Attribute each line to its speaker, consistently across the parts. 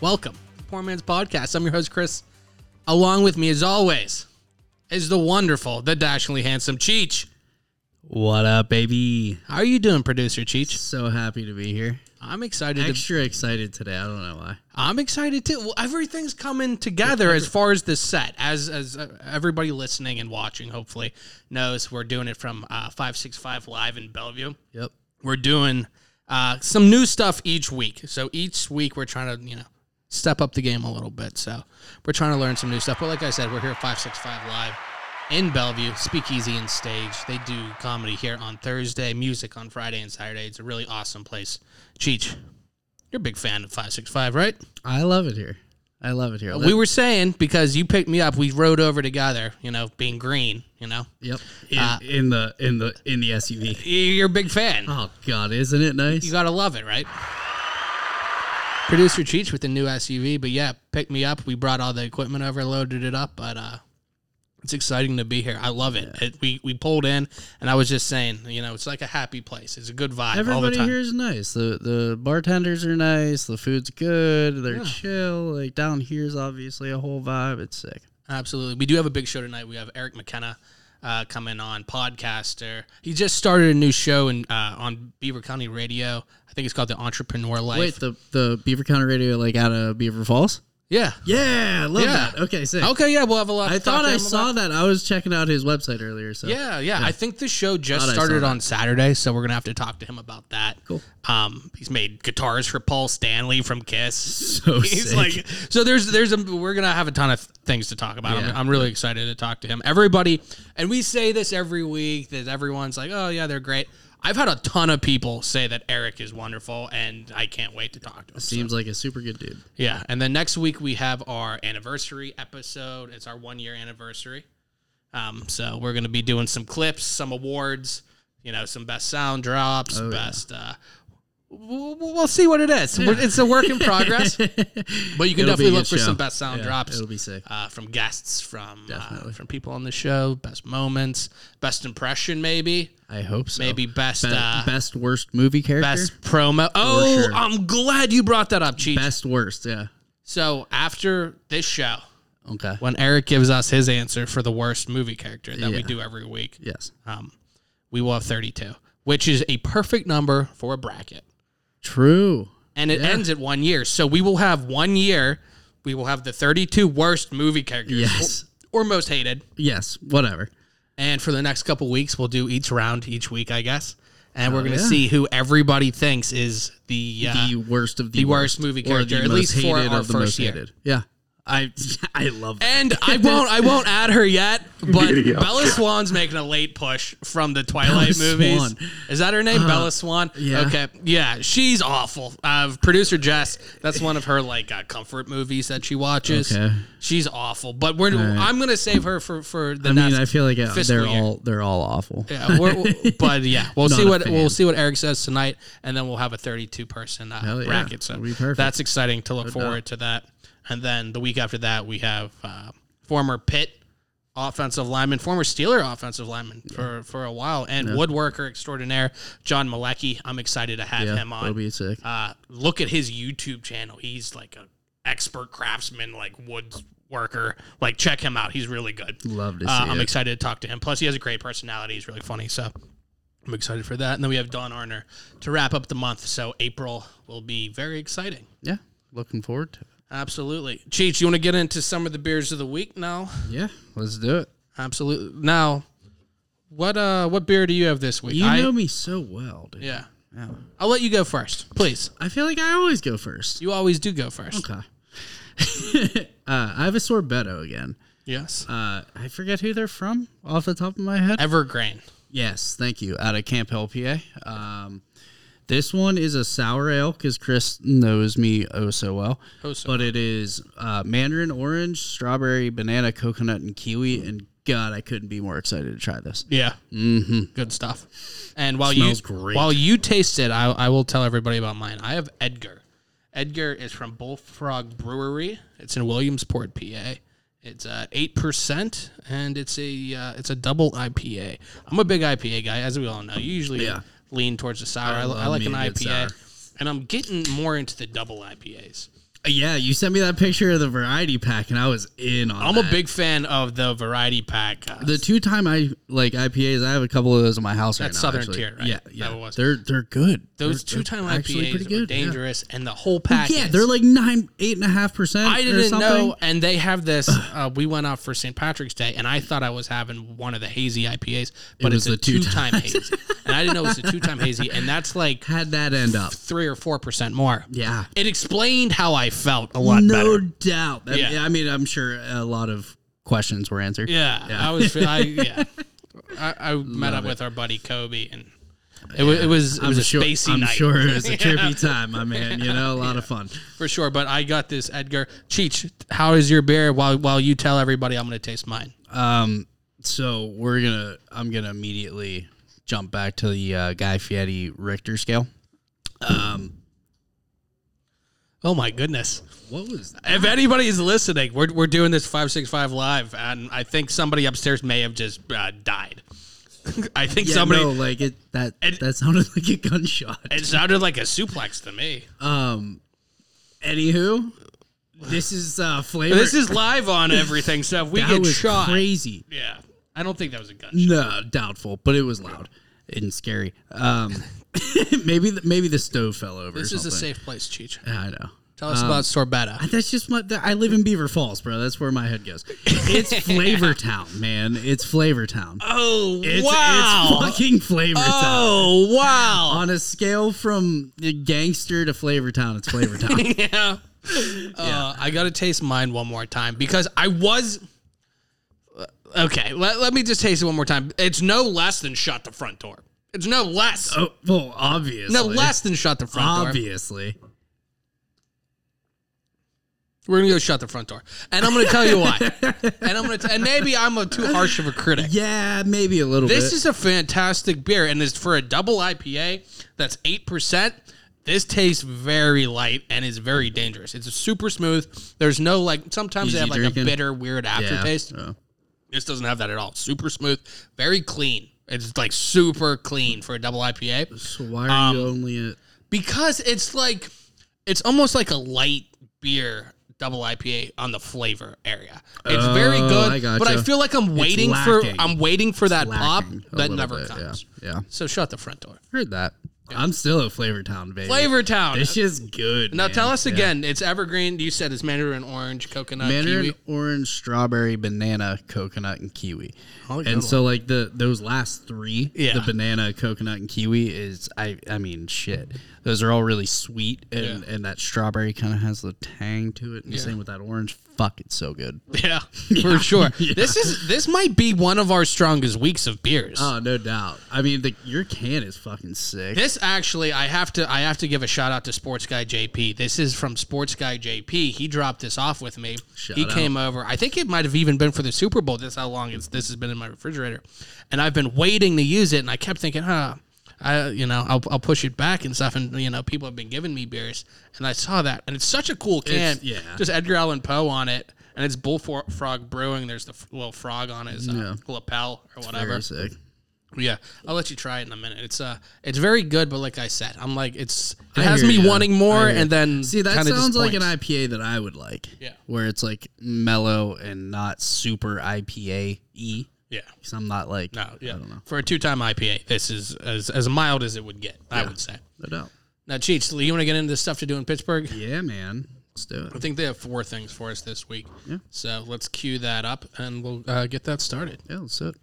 Speaker 1: welcome to Poor Man's Podcast. I'm your host, Chris. Along with me, as always, is the wonderful, the dashingly handsome Cheech.
Speaker 2: What up, baby?
Speaker 1: How are you doing, producer Cheech?
Speaker 2: So happy to be here.
Speaker 1: I'm excited. To,
Speaker 2: Extra excited today. I don't know why.
Speaker 1: I'm excited too. Well, everything's coming together as far as this set, as as uh, everybody listening and watching, hopefully knows we're doing it from uh, five six five live in Bellevue.
Speaker 2: Yep.
Speaker 1: we're doing uh, some new stuff each week. So each week we're trying to, you know, step up the game a little bit. So we're trying to learn some new stuff. But like I said, we're here at 565 Live in Bellevue, Speakeasy and Stage. They do comedy here on Thursday, music on Friday and Saturday. It's a really awesome place. Cheech, you're a big fan of 565, right?
Speaker 2: I love it here. I love it here.
Speaker 1: We were saying because you picked me up, we rode over together, you know, being green, you know.
Speaker 2: yep. In, in the in the in the SUV.
Speaker 1: You're a big fan.
Speaker 2: Oh God, isn't it
Speaker 1: You
Speaker 2: nice?
Speaker 1: gotta love it, right? Producer Cheech with the new SUV, but yeah, picked me up. We brought all the equipment over, loaded it up, but uh, it's exciting to be here. I love it. it we we pulled in, and I was just saying, you know, it's like a happy place. It's a good vibe all the
Speaker 2: Everybody
Speaker 1: time.
Speaker 2: here is nice. The the bartenders are nice. The food's good. They're chill. Like down here is obviously a whole vibe. It's sick.
Speaker 1: Absolutely, we do have a big show tonight. We have Eric McKenna. Uh, coming on podcaster, he just started a new show in uh, on Beaver County Radio. I think it's called the Entrepreneur Life.
Speaker 2: Wait, the the Beaver County Radio like out of Beaver Falls?
Speaker 1: yeah,
Speaker 2: Yeah, I love
Speaker 1: Yeah.
Speaker 2: that. Okay, sick.
Speaker 1: okay, yeah, we'll have a lot.
Speaker 2: I
Speaker 1: to talk
Speaker 2: thought
Speaker 1: to
Speaker 2: I
Speaker 1: him about.
Speaker 2: saw that. I was checking out his website earlier. So
Speaker 1: Yeah, yeah, I think the show just
Speaker 2: Thought I
Speaker 1: started
Speaker 2: saw
Speaker 1: on Saturday, so we're gonna have to talk to him about that.
Speaker 2: Cool.
Speaker 1: Um, he's made guitars for Paul Stanley from Kiss.
Speaker 2: So
Speaker 1: he's
Speaker 2: sick.
Speaker 1: like, so there's there's a we're gonna have a ton of things to talk about. I'm,
Speaker 2: Yeah.
Speaker 1: I'm really excited to talk to him. Everybody, and we say this every week that everyone's like, oh yeah, they're great. I've had a ton of people say that Eric is wonderful, and I can't wait to talk to him.
Speaker 2: seems like a super good dude.
Speaker 1: Yeah, and then next week we have our anniversary episode. It's our one year anniversary. Um, so we're gonna be doing some clips, some awards, you know, some best sound drops,
Speaker 2: Oh,
Speaker 1: best. Uh, we'll, we'll see what it is. We're- It's a work in progress, but you can
Speaker 2: It'll be
Speaker 1: definitely
Speaker 2: a
Speaker 1: look
Speaker 2: good
Speaker 1: for
Speaker 2: show.
Speaker 1: some best sound
Speaker 2: Yeah,
Speaker 1: drops.
Speaker 2: It'll be sick.
Speaker 1: uh, from guests, from uh,
Speaker 2: Definitely.
Speaker 1: from people on the show, best moments, best impression, maybe,
Speaker 2: I hope so.
Speaker 1: maybe best
Speaker 2: Oh. Be-
Speaker 1: uh,
Speaker 2: best worst movie character.
Speaker 1: best promo. Oh,
Speaker 2: sure.
Speaker 1: I'm glad you brought that up, Cheech.
Speaker 2: Best worst. Yeah.
Speaker 1: So after this show,
Speaker 2: Okay.
Speaker 1: when Eric gives us his answer for the worst movie character that we
Speaker 2: Yeah.
Speaker 1: do every week,
Speaker 2: Yes.
Speaker 1: um, we will have 32, which is a perfect number for a bracket.
Speaker 2: True.
Speaker 1: And it ends at one year. So we will have one year. We will have the 32 worst movie characters
Speaker 2: Yes.
Speaker 1: or, or most hated.
Speaker 2: Yes. Whatever.
Speaker 1: And for the next couple weeks, we'll do each round each week, I guess. And we're going to
Speaker 2: yeah.
Speaker 1: see who everybody thinks is the. Uh,
Speaker 2: the worst of the,
Speaker 1: the worst movie character, at least for our first year.
Speaker 2: Yeah. I I love that.
Speaker 1: and I won't, I won't add her yet. But Bella Swan's making a late push from the Twilight
Speaker 2: Bella
Speaker 1: movies.
Speaker 2: Swan. Uh,
Speaker 1: Is that her name, Bella Swan?
Speaker 2: yeah.
Speaker 1: Okay. Yeah, she's awful. Uh, producer Jess, that's one of her like uh, comfort movies that she watches.
Speaker 2: Okay.
Speaker 1: She's awful. But we're, I'm gonna save her for for the
Speaker 2: I
Speaker 1: next.
Speaker 2: mean, I feel like uh,
Speaker 1: fiscal
Speaker 2: they're
Speaker 1: year.
Speaker 2: all they're all awful.
Speaker 1: yeah, we're, we're- but yeah, we'll see
Speaker 2: a
Speaker 1: what we'll
Speaker 2: fan.
Speaker 1: see what Eric says tonight, and then we'll have a 32 person uh,
Speaker 2: Hell yeah.
Speaker 1: bracket. So
Speaker 2: That'd be perfect.
Speaker 1: that's exciting to look forward to that. And then the week after that, we have uh, former Pitt offensive lineman, former Steeler offensive lineman for for a while, and woodworker extraordinaire John Malecki. I'm excited to have
Speaker 2: Yeah,
Speaker 1: him on
Speaker 2: It'll be sick.
Speaker 1: uh, look at his YouTube channel. He's like a expert craftsman, like woodworker. Like check him out. He's really good.
Speaker 2: Love to
Speaker 1: Uh,
Speaker 2: see
Speaker 1: I'm
Speaker 2: it.
Speaker 1: excited to talk to him. Plus, he has a great personality. He's really funny. So I'm excited for that. And then we have Don Arner to wrap up the month. So April will be very exciting.
Speaker 2: yeah. Looking forward to it.
Speaker 1: Absolutely, Cheech. You want to get into some of the beers of the week now?
Speaker 2: Yeah. Let's do it.
Speaker 1: Absolutely. Now, what uh, what beer do you have this week?
Speaker 2: You
Speaker 1: I-
Speaker 2: know me so well, dude.
Speaker 1: yeah. I'll let you go first, please.
Speaker 2: I feel like I always go first.
Speaker 1: You always do go first.
Speaker 2: Okay. uh, I have a sorbetto again.
Speaker 1: Yes.
Speaker 2: Uh, I forget who they're from off the top of my head.
Speaker 1: Evergreen.
Speaker 2: Yes, thank you. Out of Camp LPA. Um, This one is a sour ale because Chris knows me oh so well.
Speaker 1: Oh, so
Speaker 2: But it is uh, mandarin orange, strawberry, banana, coconut, and kiwi. And God, I couldn't be more excited to try this.
Speaker 1: yeah,
Speaker 2: Mm-hmm.
Speaker 1: good stuff. And while
Speaker 2: Smells
Speaker 1: you
Speaker 2: great.
Speaker 1: while you taste it, I, I will tell everybody about mine. I have Edgar. Edgar is from Bullfrog Brewery. It's in Williamsport, PA. It's uh, eight percent, and it's a uh, it's a double IPA. I'm a big IPA guy, as we all know. You usually
Speaker 2: Yeah.
Speaker 1: lean towards the sour. I, I
Speaker 2: love
Speaker 1: like
Speaker 2: me
Speaker 1: an
Speaker 2: a good
Speaker 1: IPA,
Speaker 2: sour.
Speaker 1: and I'm getting more into the double IPAs.
Speaker 2: Yeah, you sent me that picture of the variety pack, and I was in on.
Speaker 1: I'm
Speaker 2: that.
Speaker 1: a big fan of the variety pack. uh,
Speaker 2: The two time I like IPAs, I have a couple of those in my house right
Speaker 1: That's
Speaker 2: now.
Speaker 1: Southern
Speaker 2: actually.
Speaker 1: Tier, right?
Speaker 2: Yeah,
Speaker 1: That
Speaker 2: yeah.
Speaker 1: was-
Speaker 2: They're they're good.
Speaker 1: those
Speaker 2: They're-
Speaker 1: two
Speaker 2: they're
Speaker 1: time
Speaker 2: actually
Speaker 1: IPAs
Speaker 2: pretty
Speaker 1: are
Speaker 2: good, yeah.
Speaker 1: dangerous, and the whole pack.
Speaker 2: Yeah,
Speaker 1: is-
Speaker 2: they're like nine, eight and a half percent.
Speaker 1: I
Speaker 2: or
Speaker 1: didn't
Speaker 2: something.
Speaker 1: know, and they have this. Uh, we went out for St. Patrick's Day, and I thought I was having one of the hazy IPAs, but it's
Speaker 2: was
Speaker 1: a
Speaker 2: the two
Speaker 1: two-time hazy, and I didn't know it was a two-time hazy, and that's like
Speaker 2: Had that end up.
Speaker 1: three or four percent more.
Speaker 2: Yeah.
Speaker 1: It explained how I felt a lot
Speaker 2: no
Speaker 1: better.
Speaker 2: doubt. I,
Speaker 1: Yeah.
Speaker 2: I mean, I'm sure a lot of questions were answered.
Speaker 1: Yeah, I was. feel- I, yeah, I, I met up with our buddy Kobe, and it, wa- it was it was
Speaker 2: I'm
Speaker 1: a
Speaker 2: sure,
Speaker 1: spacey
Speaker 2: I'm
Speaker 1: night
Speaker 2: sure it was a trippy time, my man. You know, a lot of fun.
Speaker 1: for sure. But I got this, Edgar Cheech. How is your beer? While while you tell everybody, I'm going to taste mine.
Speaker 2: Um, so we're gonna, I'm gonna immediately jump back to the uh, Guy Fieri Richter scale. Um,
Speaker 1: Oh my goodness.
Speaker 2: what was
Speaker 1: If anybody is listening, we're, we're doing this 565 live, and I think somebody upstairs may have just uh, died. I think
Speaker 2: Yeah,
Speaker 1: somebody.
Speaker 2: no, like it that
Speaker 1: It-
Speaker 2: that sounded like a gunshot.
Speaker 1: It sounded like a suplex to me.
Speaker 2: Um, anywho, this is uh flavor.
Speaker 1: This is live on everything, so if we
Speaker 2: that
Speaker 1: get
Speaker 2: was
Speaker 1: shot.
Speaker 2: crazy.
Speaker 1: Yeah. I don't think that was a gun.
Speaker 2: No, doubtful, but it was loud and scary. Um, maybe the, maybe the stove fell over.
Speaker 1: This
Speaker 2: or
Speaker 1: is a
Speaker 2: something. Um,
Speaker 1: safe place, Cheech.
Speaker 2: I know.
Speaker 1: Tell us about Sorbetta.
Speaker 2: That's just my. I live in Beaver Falls, bro. That's where my head goes. It's Flavor Town, man. It's Flavor Town.
Speaker 1: Oh,
Speaker 2: It's,
Speaker 1: wow.
Speaker 2: it's fucking Flavor Town.
Speaker 1: oh, wow.
Speaker 2: On a scale from gangster to Flavor Town, it's Flavor Town.
Speaker 1: yeah. Uh, I got to taste mine one more time because I was. uh, Okay, let, let me just taste it one more time. It's no less than shut the front door. It's no less.
Speaker 2: Oh, well, obviously.
Speaker 1: no less than shut the front door.
Speaker 2: Obviously.
Speaker 1: We're going to go shut the front door. And I'm going to tell you why. and I'm going to and maybe I'm a too harsh of a critic.
Speaker 2: Yeah, maybe a little
Speaker 1: This
Speaker 2: bit.
Speaker 1: is a fantastic beer and it's for a double IPA that's 8%. This tastes very light and is very dangerous. It's super smooth. There's no like sometimes
Speaker 2: Easy
Speaker 1: they have like
Speaker 2: drinking.
Speaker 1: a bitter weird aftertaste.
Speaker 2: Yeah. Oh.
Speaker 1: This doesn't have that at all. Super smooth, very clean. It's like super clean for a double IPA
Speaker 2: So why are
Speaker 1: Um,
Speaker 2: you only uh, at
Speaker 1: because it's like it's almost like a light beer double IPA on the flavor area. It's very
Speaker 2: Oh,
Speaker 1: good,
Speaker 2: I gotcha.
Speaker 1: but I feel like I'm waiting for
Speaker 2: lacking.
Speaker 1: I'm waiting for that pop
Speaker 2: lacking a
Speaker 1: that
Speaker 2: little
Speaker 1: never
Speaker 2: bit,
Speaker 1: comes.
Speaker 2: Yeah. yeah.
Speaker 1: So shut the front door.
Speaker 2: Heard that. I'm still at Flavor Town, baby.
Speaker 1: Flavor Town.
Speaker 2: This is good.
Speaker 1: Now
Speaker 2: man.
Speaker 1: tell us
Speaker 2: Yeah.
Speaker 1: again. It's evergreen. You said it's mandarin orange, coconut,
Speaker 2: Mandarin,
Speaker 1: kiwi.
Speaker 2: orange, strawberry, banana, coconut, and kiwi.
Speaker 1: like that a
Speaker 2: and so, like the those last three,
Speaker 1: Yeah.
Speaker 2: the banana, coconut, and kiwi is I I mean shit. Those are all really sweet, and and that strawberry kind of has the tang to it. And the same with that orange. Fuck, it's so good.
Speaker 1: Yeah, for sure. This is this might be one of our strongest weeks of beers.
Speaker 2: Oh, no doubt. I mean, the, your can is fucking sick.
Speaker 1: This actually, I have to, I have to give a shout out to Sports Guy JP. This is from Sports Guy JP. He dropped this off with me.
Speaker 2: Shout
Speaker 1: he
Speaker 2: out.
Speaker 1: came over. I think it might have even been for the Super Bowl. That's how long it's, this has been in my refrigerator, and I've been waiting to use it. And I kept thinking, huh, I, you know, I'll, I'll push it back and stuff. And you know, people have been giving me beers, and I saw that, and it's such a cool can.
Speaker 2: It's- yeah.
Speaker 1: just Edgar Allan Poe on it. And it's Bullfrog Brewing. There's the f- little frog on his uh, lapel or whatever.
Speaker 2: Very sick.
Speaker 1: Yeah, I'll let you try it in a minute. It's uh, it's very good, but like I said, I'm like it's it
Speaker 2: I
Speaker 1: has
Speaker 2: hear
Speaker 1: me
Speaker 2: ya.
Speaker 1: wanting more,
Speaker 2: I hear
Speaker 1: and
Speaker 2: ya.
Speaker 1: then
Speaker 2: See, that
Speaker 1: kinda
Speaker 2: sounds like an
Speaker 1: disappoints.
Speaker 2: IPA that I would like.
Speaker 1: Yeah.
Speaker 2: Where it's like mellow and not super IPA y.
Speaker 1: yeah.
Speaker 2: Because I'm not like,
Speaker 1: No, yeah.
Speaker 2: I don't know.
Speaker 1: For a two-time IPA, this is as as mild as it would get. I would say.
Speaker 2: No doubt.
Speaker 1: Now, Cheats, you want to get into the stuff to do in Pittsburgh?
Speaker 2: Yeah, man. Let's do
Speaker 1: I
Speaker 2: it.
Speaker 1: think they have four things for us this week. Yeah. So let's cue that up, and we'll uh, get that started.
Speaker 2: Yeah, let's do it.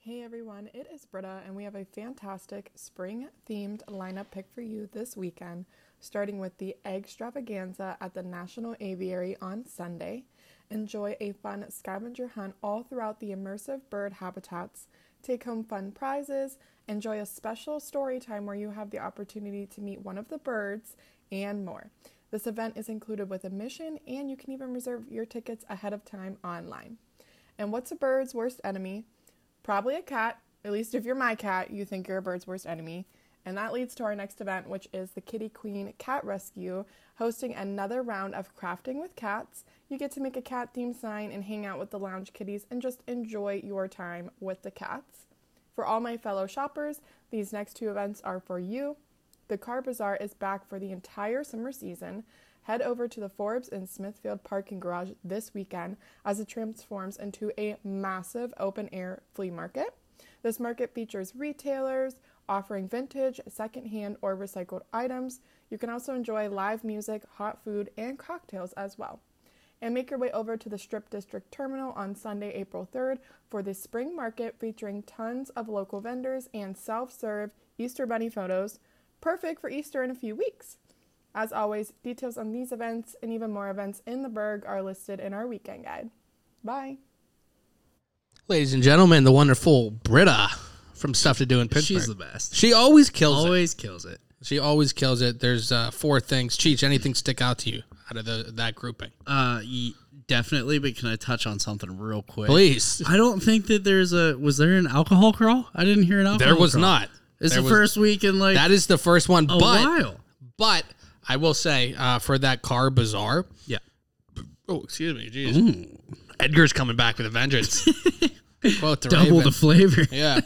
Speaker 3: Hey everyone, it is Britta, and we have a fantastic spring themed lineup pick for you this weekend, starting with the Egg Extravaganza at the National Aviary on Sunday. Enjoy a fun scavenger hunt all throughout the immersive bird habitats, take home fun prizes, Enjoy a special story time where you have the opportunity to meet one of the birds and more. This event is included with admission, and you can even reserve your tickets ahead of time online. And what's a bird's worst enemy? Probably a cat. At least if you're my cat, you think you're a bird's worst enemy. And that leads to our next event, which is the Kitty Queen Cat Rescue, hosting another round of crafting with cats. You get to make a cat themed sign and hang out with the lounge kitties and just enjoy your time with the cats. For all my fellow shoppers, these next two events are for you. The Car Bazaar is back for the entire summer season. Head over to the Forbes in Smithfield parking garage this weekend as it transforms into a massive open air flea market. This market features retailers offering vintage, secondhand, or recycled items. You can also enjoy live music, hot food, and cocktails as well. And make your way over to the Strip District Terminal on Sunday, April 3rd for the spring market featuring tons of local vendors and self serve Easter Bunny photos, perfect for Easter in a few weeks. As always, details on these events and even more events in the Berg are listed in our weekend guide. Bye.
Speaker 1: Ladies and gentlemen, the wonderful Britta from Stuff to Do in Pittsburgh.
Speaker 2: She's the best.
Speaker 1: She always kills it.
Speaker 2: Always kills it.
Speaker 1: She always kills it. There's uh, four things. Cheech, anything stick out to you out of the, that grouping?
Speaker 2: Uh, ye- definitely. But can I touch on something real quick?
Speaker 1: Please.
Speaker 2: I don't think that there's a. Was there an alcohol crawl? I didn't hear an alcohol.
Speaker 1: There was
Speaker 2: crawl.
Speaker 1: not.
Speaker 2: It's
Speaker 1: There
Speaker 2: the
Speaker 1: was-
Speaker 2: first week in like
Speaker 1: That is the first one.
Speaker 2: a
Speaker 1: but
Speaker 2: while.
Speaker 1: but I will say uh, for that car bazaar.
Speaker 2: Yeah.
Speaker 1: Oh, excuse me. Jeez. Edgar's coming back with a vengeance. Quote the
Speaker 2: Double
Speaker 1: Raven.
Speaker 2: the flavor.
Speaker 1: yeah.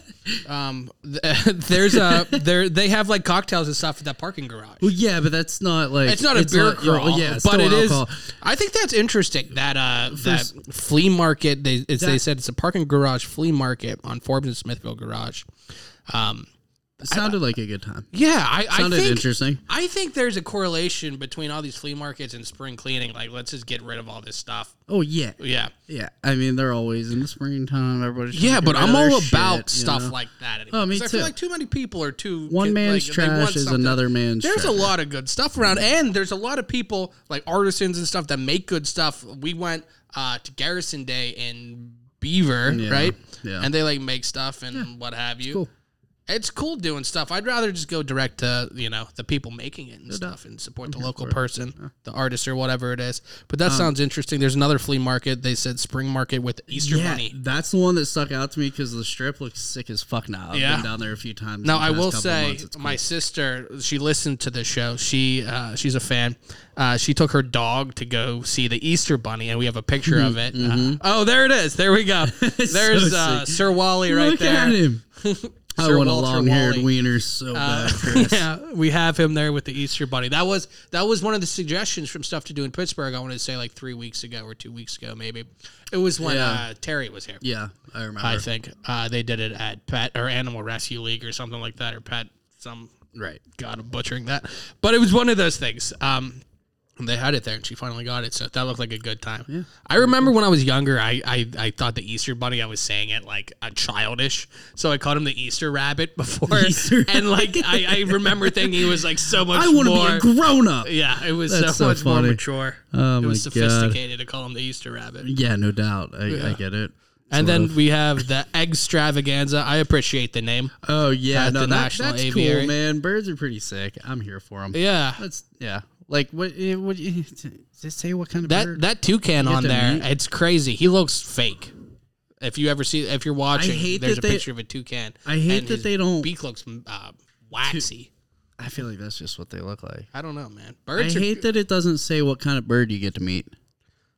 Speaker 1: Um, th- there's a there they have like cocktails and stuff at that parking garage.
Speaker 2: Well, yeah, but that's not like
Speaker 1: It's not a beer
Speaker 2: you're-
Speaker 1: crawl,
Speaker 2: Yeah, it's
Speaker 1: but
Speaker 2: still
Speaker 1: it is.
Speaker 2: alcohol.
Speaker 1: I think that's interesting. That uh, that flea market. They it's, they
Speaker 2: That-
Speaker 1: said it's a parking garage flea market on Forbes and Smithville Garage. Um,
Speaker 2: It sounded like a good time.
Speaker 1: yeah, I, I
Speaker 2: Sounded
Speaker 1: think
Speaker 2: interesting.
Speaker 1: I think there's a correlation between all these flea markets and spring cleaning. Like, let's just get rid of all this stuff.
Speaker 2: Oh yeah,
Speaker 1: Yeah,
Speaker 2: yeah. I I mean, they're always in the springtime. Everybody's trying
Speaker 1: yeah,
Speaker 2: to
Speaker 1: but
Speaker 2: get rid
Speaker 1: I'm
Speaker 2: of their
Speaker 1: all
Speaker 2: shit,
Speaker 1: about
Speaker 2: you
Speaker 1: stuff
Speaker 2: know?
Speaker 1: like that. Anymore.
Speaker 2: Oh, me
Speaker 1: 'Cause I feel
Speaker 2: too.
Speaker 1: like too many people are too
Speaker 2: One man's
Speaker 1: like, they want
Speaker 2: trash is
Speaker 1: something.
Speaker 2: another man's.
Speaker 1: There's
Speaker 2: trash.
Speaker 1: a lot of good stuff around, and there's a lot of people like artisans and stuff that make good stuff. We went uh, to Garrison Day in Beaver,
Speaker 2: Yeah,
Speaker 1: right?
Speaker 2: yeah.
Speaker 1: And they like make stuff and what have you. It's cool.
Speaker 2: cool.
Speaker 1: doing stuff. I'd rather just go direct to you know the people making it and stuff, and support the local person, the artist or whatever it is. But
Speaker 2: Um,
Speaker 1: that sounds interesting. There's another flea market. They said spring market with Easter
Speaker 2: Yeah,
Speaker 1: money.
Speaker 2: that's the one that stuck out to me because the strip looks sick as fuck. Now I've
Speaker 1: Yeah.
Speaker 2: been down there a few times.
Speaker 1: Now
Speaker 2: in the
Speaker 1: I
Speaker 2: past
Speaker 1: will
Speaker 2: couple
Speaker 1: say,
Speaker 2: months. It's
Speaker 1: my sister, she listened to the show. She uh, she's a fan. Uh, she took her dog to go see the Easter Bunny, and we have a picture of it. Uh, oh, there it is. There we go. There's
Speaker 2: Mm-hmm. so
Speaker 1: uh,
Speaker 2: sick.
Speaker 1: Sir Wally right
Speaker 2: Look
Speaker 1: there.
Speaker 2: at him. I
Speaker 1: Sir
Speaker 2: want a
Speaker 1: Walter
Speaker 2: long-haired
Speaker 1: Wally. Uh,
Speaker 2: wiener so bad. Chris.
Speaker 1: Yeah, we have him there with the Easter Bunny. That was that was one of the suggestions from stuff to do in Pittsburgh. I want to say like three weeks ago or two weeks ago, maybe. It was when
Speaker 2: Yeah.
Speaker 1: uh, Terry was here.
Speaker 2: Yeah, I remember.
Speaker 1: I think uh, they did it at Pet or Animal Rescue League or something like that, or Pet some
Speaker 2: right.
Speaker 1: God, I'm butchering that. But it was one of those things. Um, and they had it there, and she finally got it. So that looked like a good time. I remember when I was younger, I, I I thought the Easter Bunny. I was saying it like a childish, so I called him the Easter Rabbit before.
Speaker 2: Easter
Speaker 1: and like I, I remember thinking he was like so much.
Speaker 2: I want to
Speaker 1: more,
Speaker 2: be a grown up.
Speaker 1: yeah, it was so,
Speaker 2: That's so
Speaker 1: much
Speaker 2: funny.
Speaker 1: more mature.
Speaker 2: Oh
Speaker 1: it was
Speaker 2: my God.
Speaker 1: sophisticated to call him the Easter Rabbit.
Speaker 2: Yeah, no doubt. I, I get it.
Speaker 1: And
Speaker 2: Sort
Speaker 1: then
Speaker 2: of.
Speaker 1: we have the extravaganza. I appreciate the name.
Speaker 2: oh yeah,
Speaker 1: at
Speaker 2: no,
Speaker 1: the
Speaker 2: that-
Speaker 1: National
Speaker 2: that's
Speaker 1: Aviary.
Speaker 2: cool, man. Birds are pretty sick. I'm here for them.
Speaker 1: Yeah,
Speaker 2: That's yeah. Like what? eh, What? eh, Does it say what kind of
Speaker 1: That
Speaker 2: bird?
Speaker 1: that toucan on
Speaker 2: to
Speaker 1: there,
Speaker 2: meet-
Speaker 1: it's crazy. He looks fake. If you ever see, if you're watching,
Speaker 2: I hate
Speaker 1: there's
Speaker 2: that
Speaker 1: a
Speaker 2: they-
Speaker 1: picture of a toucan.
Speaker 2: I hate
Speaker 1: and
Speaker 2: that
Speaker 1: his
Speaker 2: they don't-
Speaker 1: Beak looks uh, waxy.
Speaker 2: I feel like that's just what they look like.
Speaker 1: I don't know, man.
Speaker 2: I
Speaker 1: Birds. are-
Speaker 2: hate that it doesn't say what kind of bird you get to meet.
Speaker 1: Oh.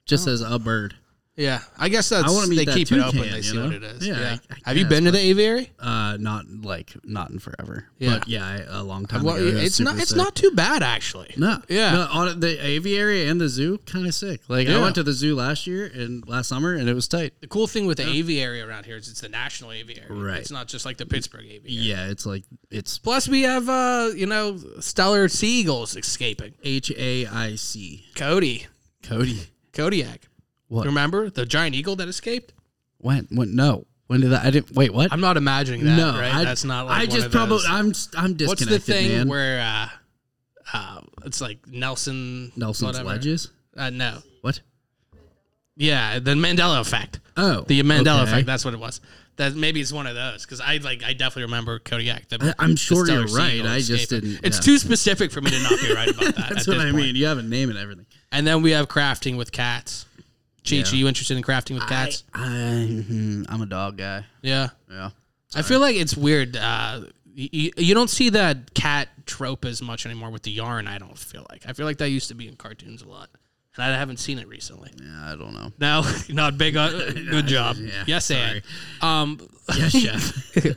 Speaker 2: Just says a bird.
Speaker 1: yeah, I guess that's.
Speaker 2: I wanna meet
Speaker 1: they
Speaker 2: that
Speaker 1: keep it open.
Speaker 2: toucan,
Speaker 1: They
Speaker 2: you
Speaker 1: see
Speaker 2: know?
Speaker 1: what it is. Yeah.
Speaker 2: Yeah, I- I
Speaker 1: Have you
Speaker 2: guess,
Speaker 1: been to the aviary?
Speaker 2: Uh, not like not in forever.
Speaker 1: Yeah.
Speaker 2: But yeah, I- a long time
Speaker 1: Well,
Speaker 2: ago. it was
Speaker 1: it's not.
Speaker 2: super
Speaker 1: It's
Speaker 2: sick.
Speaker 1: not too bad actually.
Speaker 2: No.
Speaker 1: Yeah.
Speaker 2: No, on the aviary and the zoo, kind of sick. Like
Speaker 1: Yeah.
Speaker 2: I went to the zoo last year and last summer, and it was tight.
Speaker 1: The cool thing with the aviary around here is it's the national aviary.
Speaker 2: Right.
Speaker 1: It's not just like the Pittsburgh aviary.
Speaker 2: Yeah, it's like it's
Speaker 1: Plus, we have uh, you know stellar sea eagles escaping.
Speaker 2: H A I C.
Speaker 1: Cody,
Speaker 2: Cody.
Speaker 1: Kodiak.
Speaker 2: What?
Speaker 1: Remember the giant eagle that escaped?
Speaker 2: When? When? No. When did that? I didn't. Wait. What?
Speaker 1: I'm not imagining that.
Speaker 2: no.
Speaker 1: right?
Speaker 2: I,
Speaker 1: that's not. Like
Speaker 2: I
Speaker 1: one
Speaker 2: just
Speaker 1: of those-
Speaker 2: probably. I'm. I'm disconnected.
Speaker 1: What's the thing
Speaker 2: man.
Speaker 1: where uh, uh, it's like Nelson
Speaker 2: Nelson's
Speaker 1: whatever.
Speaker 2: Ledges?
Speaker 1: Uh, no,
Speaker 2: What?
Speaker 1: Yeah, the Mandela effect.
Speaker 2: Oh,
Speaker 1: The Mandela
Speaker 2: okay.
Speaker 1: effect. That's what it was. That maybe it's one of those because I like I definitely remember Kodiak. The,
Speaker 2: I- I'm
Speaker 1: the
Speaker 2: sure
Speaker 1: stellar
Speaker 2: you're right,
Speaker 1: seagull
Speaker 2: I just
Speaker 1: escaping.
Speaker 2: didn't-
Speaker 1: It's
Speaker 2: yeah.
Speaker 1: too specific for me to not be right about that. at
Speaker 2: That's what
Speaker 1: this
Speaker 2: I
Speaker 1: point.
Speaker 2: mean. You have a name and everything.
Speaker 1: And then we have crafting with cats. Chi Chi,
Speaker 2: Yeah.
Speaker 1: you interested in crafting with cats?
Speaker 2: I, mhm, I'm a dog guy.
Speaker 1: yeah.
Speaker 2: Yeah.
Speaker 1: I feel like it's weird. Uh, you, you don't see that cat trope as much anymore with the yarn, I don't feel like. I feel like that used to be in cartoons a lot. And I haven't seen it recently.
Speaker 2: Yeah, I don't know.
Speaker 1: No, not big. On, good job.
Speaker 2: yeah,
Speaker 1: yes, and. Um,
Speaker 2: Yes, chef.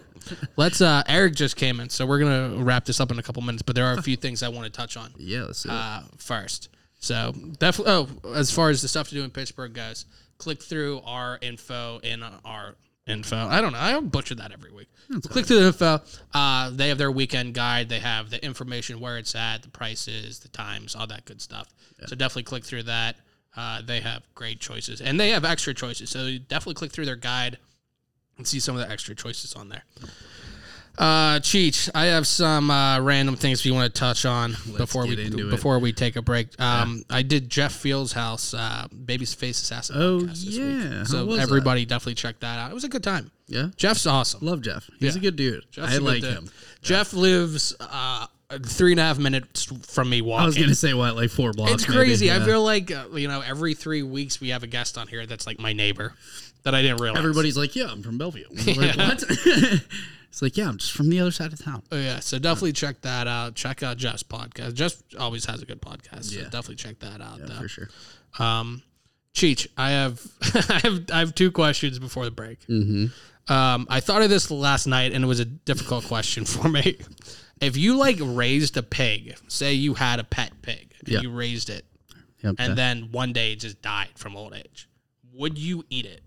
Speaker 1: let's. Uh, Eric just came in, so we're gonna wrap this up in a couple minutes. But there are a few things I want to touch on
Speaker 2: yeah, let's do it.
Speaker 1: uh, first. So definitely. Oh, as far as the stuff to do in Pittsburgh goes, click through our info in our info. I don't know. I butcher that every week. click through the info. Uh, they have their weekend guide. They have the information where it's at, the prices, the times, all that good stuff. So definitely click through that. Uh, they have great choices, and they have extra choices. So you definitely click through their guide and see some of the extra choices on there. Uh, Cheech, I have some uh, random things we want to touch on before we
Speaker 2: get into it.
Speaker 1: before we take a break. Um, I did Jeff Fields' house, uh, Baby's Face Assassin.
Speaker 2: Oh,
Speaker 1: podcast this
Speaker 2: yeah. How
Speaker 1: week. so
Speaker 2: was
Speaker 1: everybody definitely check that out. It was a good time.
Speaker 2: yeah.
Speaker 1: Jeff's awesome.
Speaker 2: Love Jeff. He's
Speaker 1: Yeah.
Speaker 2: a good dude.
Speaker 1: Jeff's
Speaker 2: I
Speaker 1: a good
Speaker 2: like
Speaker 1: dude.
Speaker 2: him.
Speaker 1: Jeff lives uh, three and a half minutes from me walking.
Speaker 2: I was going to say, what, like four blocks?
Speaker 1: It's
Speaker 2: maybe,
Speaker 1: crazy.
Speaker 2: yeah.
Speaker 1: I feel like uh, you know every three weeks we have a guest on here that's like my neighbor that I didn't realize.
Speaker 2: Everybody's like, yeah, I'm from Bellevue. I'm like, what? it's like, yeah, I'm just from the other side of town.
Speaker 1: Oh, yeah, so definitely check that out. Check out Jeff's podcast. Jeff always has a good podcast, so
Speaker 2: Yeah.
Speaker 1: definitely check that out. though.
Speaker 2: For sure.
Speaker 1: Um, Cheech, I have, I have, I have two questions before the break. Mm-hmm. Um, I thought of this last night, and it was a difficult question for me. If you like raised a pig, say you had a pet pig, and
Speaker 2: Yeah.
Speaker 1: you raised it,
Speaker 2: Yep,
Speaker 1: and
Speaker 2: that-
Speaker 1: then one day it just died from old age, would you eat it?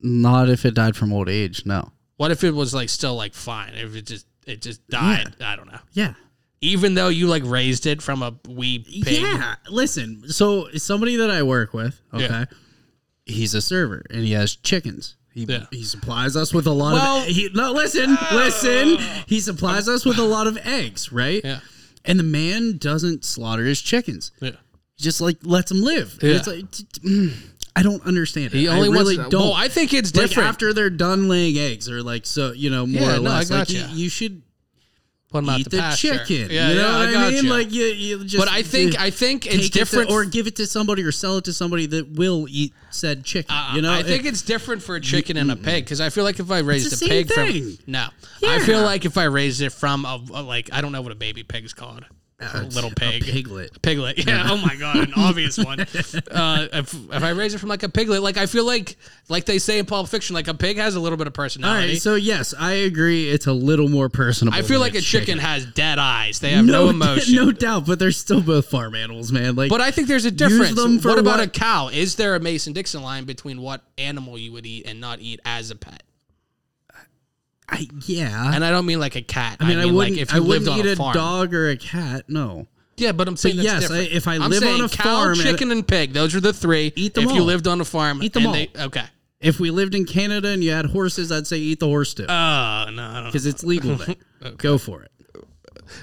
Speaker 2: Not if it died from old age. No.
Speaker 1: What if it was like still like fine? If it just it just died, I don't know.
Speaker 2: Yeah.
Speaker 1: Even though you like raised it from a wee pig,
Speaker 2: Yeah. Listen, so somebody that I work with, okay,
Speaker 1: Yeah.
Speaker 2: he's a server and he has chickens. He,
Speaker 1: Yeah.
Speaker 2: he supplies us with a lot
Speaker 1: Well- uh,
Speaker 2: of e-, he, no listen listen he supplies us with a lot of eggs right
Speaker 1: Yeah.
Speaker 2: and the man doesn't slaughter his chickens
Speaker 1: yeah.
Speaker 2: he just like lets them live And
Speaker 1: Yeah.
Speaker 2: it's like t- t- mm, I don't understand it
Speaker 1: He only
Speaker 2: I really
Speaker 1: wants.
Speaker 2: don't
Speaker 1: Well, I think it's
Speaker 2: like
Speaker 1: different.
Speaker 2: after they're done laying eggs or like so you know more
Speaker 1: Yeah,
Speaker 2: or
Speaker 1: no, I
Speaker 2: less like you,
Speaker 1: gotcha.
Speaker 2: you should
Speaker 1: put 'em out
Speaker 2: eat
Speaker 1: to
Speaker 2: the,
Speaker 1: pasture.
Speaker 2: chicken
Speaker 1: Yeah,
Speaker 2: you know
Speaker 1: yeah,
Speaker 2: what
Speaker 1: I
Speaker 2: I,
Speaker 1: got
Speaker 2: mean
Speaker 1: you.
Speaker 2: like you, you just
Speaker 1: But I think
Speaker 2: uh,
Speaker 1: I think
Speaker 2: take
Speaker 1: it's
Speaker 2: it to-
Speaker 1: different.
Speaker 2: or give it to somebody or sell it to somebody that will eat said chicken.
Speaker 1: Uh,
Speaker 2: you know,
Speaker 1: I think
Speaker 2: It- mm-hmm.
Speaker 1: it's different for a chicken and a pig because I feel like if I raised
Speaker 2: the
Speaker 1: a
Speaker 2: same
Speaker 1: pig
Speaker 2: thing.
Speaker 1: from no, I feel like if I raised it from a, a, like I don't know what a baby pig's called, a little pig,
Speaker 2: Uh, piglet.
Speaker 1: piglet. Yeah. Oh my god, an obvious one. Uh, if, if I raise it from like a piglet, like I feel like like they say in Pulp Fiction, like a pig has a little bit of
Speaker 2: All
Speaker 1: personality.
Speaker 2: right, so yes, I agree. It's a little more personable.
Speaker 1: I feel
Speaker 2: than
Speaker 1: like a chicken, has dead eyes. They have no,
Speaker 2: d-
Speaker 1: emotion.
Speaker 2: no doubt. But they're still both farm animals, man. Like,
Speaker 1: But I think there's a difference.
Speaker 2: them for
Speaker 1: what about
Speaker 2: what-
Speaker 1: a cow? Is there a Mason Dixon line between what animal you would eat and not eat as a pet?
Speaker 2: I, yeah,
Speaker 1: And I don't mean like a cat.
Speaker 2: I mean, I wouldn't.
Speaker 1: like if
Speaker 2: I
Speaker 1: you lived
Speaker 2: wouldn't
Speaker 1: on
Speaker 2: eat
Speaker 1: a
Speaker 2: a,
Speaker 1: farm.
Speaker 2: dog or a cat. No,
Speaker 1: Yeah, but I'm saying
Speaker 2: But
Speaker 1: that's
Speaker 2: yes, I-
Speaker 1: different.
Speaker 2: if I
Speaker 1: I'm
Speaker 2: live on
Speaker 1: saying
Speaker 2: a
Speaker 1: cow,
Speaker 2: farm and-
Speaker 1: chicken, and pig, those are the three.
Speaker 2: Eat them
Speaker 1: if you
Speaker 2: all.
Speaker 1: lived on a farm,
Speaker 2: Eat them
Speaker 1: and they-
Speaker 2: all.
Speaker 1: okay.
Speaker 2: if we lived in Canada and you had horses, I'd say eat the horse too
Speaker 1: Oh no, I don't.
Speaker 2: because it's legal there. Go for it.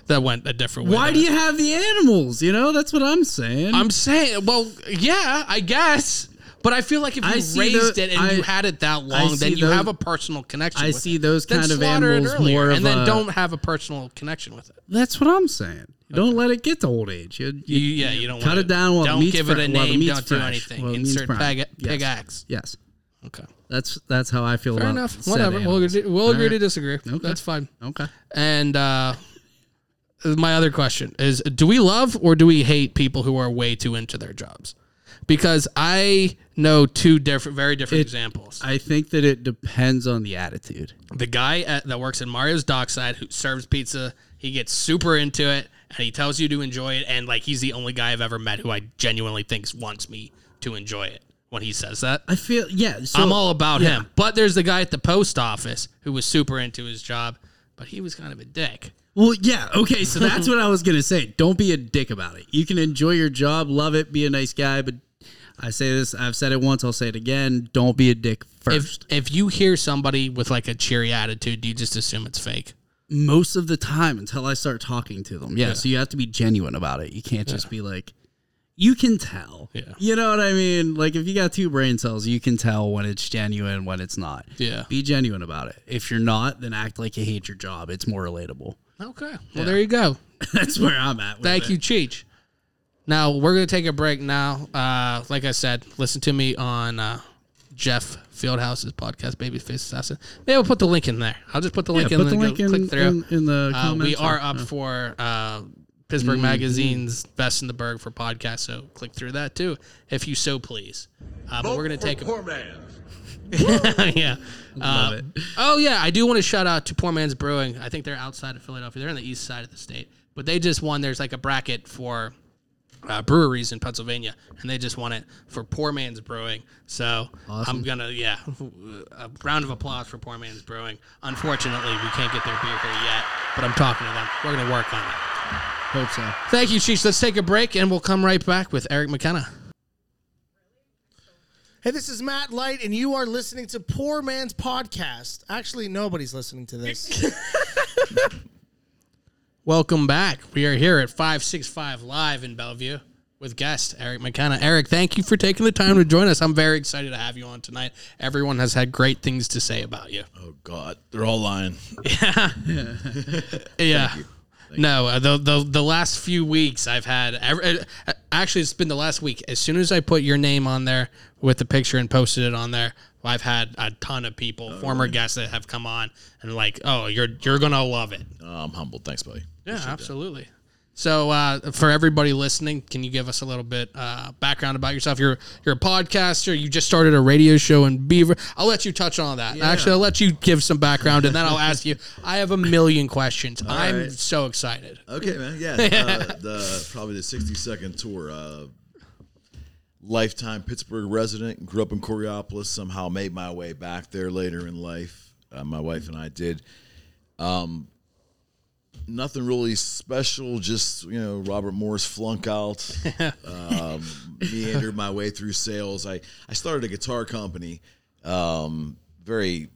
Speaker 1: That went a different way.
Speaker 2: Why
Speaker 1: than
Speaker 2: do
Speaker 1: I-
Speaker 2: you have the animals? You know, that's what I'm saying.
Speaker 1: I'm saying, well, yeah, I guess. But I feel like if you
Speaker 2: I see
Speaker 1: raised
Speaker 2: the-
Speaker 1: it and
Speaker 2: I-
Speaker 1: you had it that long,
Speaker 2: see
Speaker 1: then you
Speaker 2: those-
Speaker 1: have a personal connection.
Speaker 2: I
Speaker 1: with
Speaker 2: see
Speaker 1: it.
Speaker 2: those
Speaker 1: Then
Speaker 2: kind of
Speaker 1: slaughter it
Speaker 2: animals
Speaker 1: earlier
Speaker 2: more of
Speaker 1: and then
Speaker 2: a-
Speaker 1: don't have a personal connection with it.
Speaker 2: That's what I'm saying. Don't let it get to old age. You,
Speaker 1: You, yeah, you don't
Speaker 2: cut
Speaker 1: wanna-
Speaker 2: it down while the
Speaker 1: Don't
Speaker 2: meat's
Speaker 1: give
Speaker 2: fre-
Speaker 1: it a
Speaker 2: while the
Speaker 1: name.
Speaker 2: meat's
Speaker 1: Don't do
Speaker 2: fresh,
Speaker 1: anything.
Speaker 2: while the meat's
Speaker 1: Insert
Speaker 2: prime.
Speaker 1: pig, pig
Speaker 2: Yes.
Speaker 1: axe.
Speaker 2: yes,
Speaker 1: Okay,
Speaker 2: that's that's how I feel
Speaker 1: fair
Speaker 2: about.
Speaker 1: enough.
Speaker 2: said
Speaker 1: Whatever. We'll
Speaker 2: animals.
Speaker 1: agree, we'll
Speaker 2: All
Speaker 1: agree to
Speaker 2: right.
Speaker 1: disagree.
Speaker 2: Okay.
Speaker 1: That's fine.
Speaker 2: Okay.
Speaker 1: And uh, my other question is do we love or do we hate people who are way too into their jobs? Because I know two different, very different examples.
Speaker 2: I think that it depends on the attitude.
Speaker 1: the guy at, that works in Mario's Dockside who serves pizza, he gets super into it and he tells you to enjoy it. And like, he's the only guy I've ever met who I genuinely thinks wants me to enjoy it when he says that.
Speaker 2: I feel yeah. So
Speaker 1: I'm all about
Speaker 2: yeah.
Speaker 1: him. But there's the guy at the post office who was super into his job, but he was kind of a dick.
Speaker 2: well. Yeah. Okay. So that's what I was gonna say. Don't be a dick about it. You can enjoy your job, love it, be a nice guy. But I say this. I've said it once. I'll say it again. Don't be a dick
Speaker 1: if
Speaker 2: first.
Speaker 1: if you hear somebody with like a cheery attitude, do you just assume it's fake?
Speaker 2: most of the time until I start talking to them. Yeah, so you have to be genuine about it. You can't just be like, you can tell.
Speaker 1: Yeah.
Speaker 2: You know what I mean? Like if you got two brain cells, you can tell when it's genuine, when it's not.
Speaker 1: Yeah.
Speaker 2: Be genuine about it. If you're not, then act like you hate your job. It's more relatable.
Speaker 1: Okay. Well, there you go.
Speaker 2: That's where I'm at. With
Speaker 1: Thank
Speaker 2: it.
Speaker 1: you, Cheech. Now we're gonna take a break. Now, uh, like I said, listen to me on uh, Jeff Fieldhouse's podcast, Babyface Assassin. Maybe I'll put the link in there. I'll just put the
Speaker 2: Yeah,
Speaker 1: link in.
Speaker 2: put the
Speaker 1: and go
Speaker 2: link in,
Speaker 1: click through.
Speaker 2: in, in the
Speaker 1: Uh,
Speaker 2: comments. Mm-hmm.
Speaker 1: we are up for uh, Pittsburgh Magazine's Best in the Berg for podcast, so click through that too, if you so please. Uh, but we're gonna take a yeah.
Speaker 2: Love
Speaker 1: Uh,
Speaker 2: it.
Speaker 1: Oh yeah, I do want to shout out to Poor Man's Brewing. I think they're outside of Philadelphia. They're on the east side of the state, but they just won. There's like a bracket for uh, breweries in Pennsylvania, and they just won it for Poor Man's Brewing. So I'm gonna yeah, a round of applause for Poor Man's Brewing. Unfortunately, we can't get their beer here yet, but I'm talking to them. We're gonna work on it.
Speaker 2: Hope so.
Speaker 4: Oh,
Speaker 1: Thank you, Cheech. Let's take a break, and we'll come right back with Eric McKenna.
Speaker 5: Hey, this is Matt Light, and you are listening to Poor Man's Podcast. Actually, nobody's listening to this.
Speaker 1: Welcome back. We are here at 565 Live in Bellevue with guest Eric McKenna. Eric, thank you for taking the time to join us. I'm very excited to have you on tonight. Everyone has had great things to say about you.
Speaker 4: Oh God, they're all lying.
Speaker 1: yeah. no, uh, the, the the last few weeks I've had every, uh, actually it's been the last week. As soon as I put your name on there with the picture and posted it on there, I've had a ton of people, former guests that have come on and like, "Oh, you're you're going to love it."
Speaker 4: Oh, I'm humbled. Thanks, buddy.
Speaker 1: Yeah, absolutely. So, uh, for everybody listening, can you give us a little bit uh, background about yourself? You're you're a podcaster. You just started a radio show in Beaver. I'll let you touch on that. Actually, I'll let you give some background, and then I'll ask you. I have a million questions. I'm
Speaker 4: right.
Speaker 1: so excited.
Speaker 4: Okay, man. Yeah, uh, the probably the 60 second tour. Uh, lifetime Pittsburgh resident. Grew up in Coriopolis. Somehow made my way back there later in life. Uh, my wife and I did. Um, nothing really special. Just you know, Robert Morris flunk out. um, meandered my way through sales. I I started a guitar company. Um, very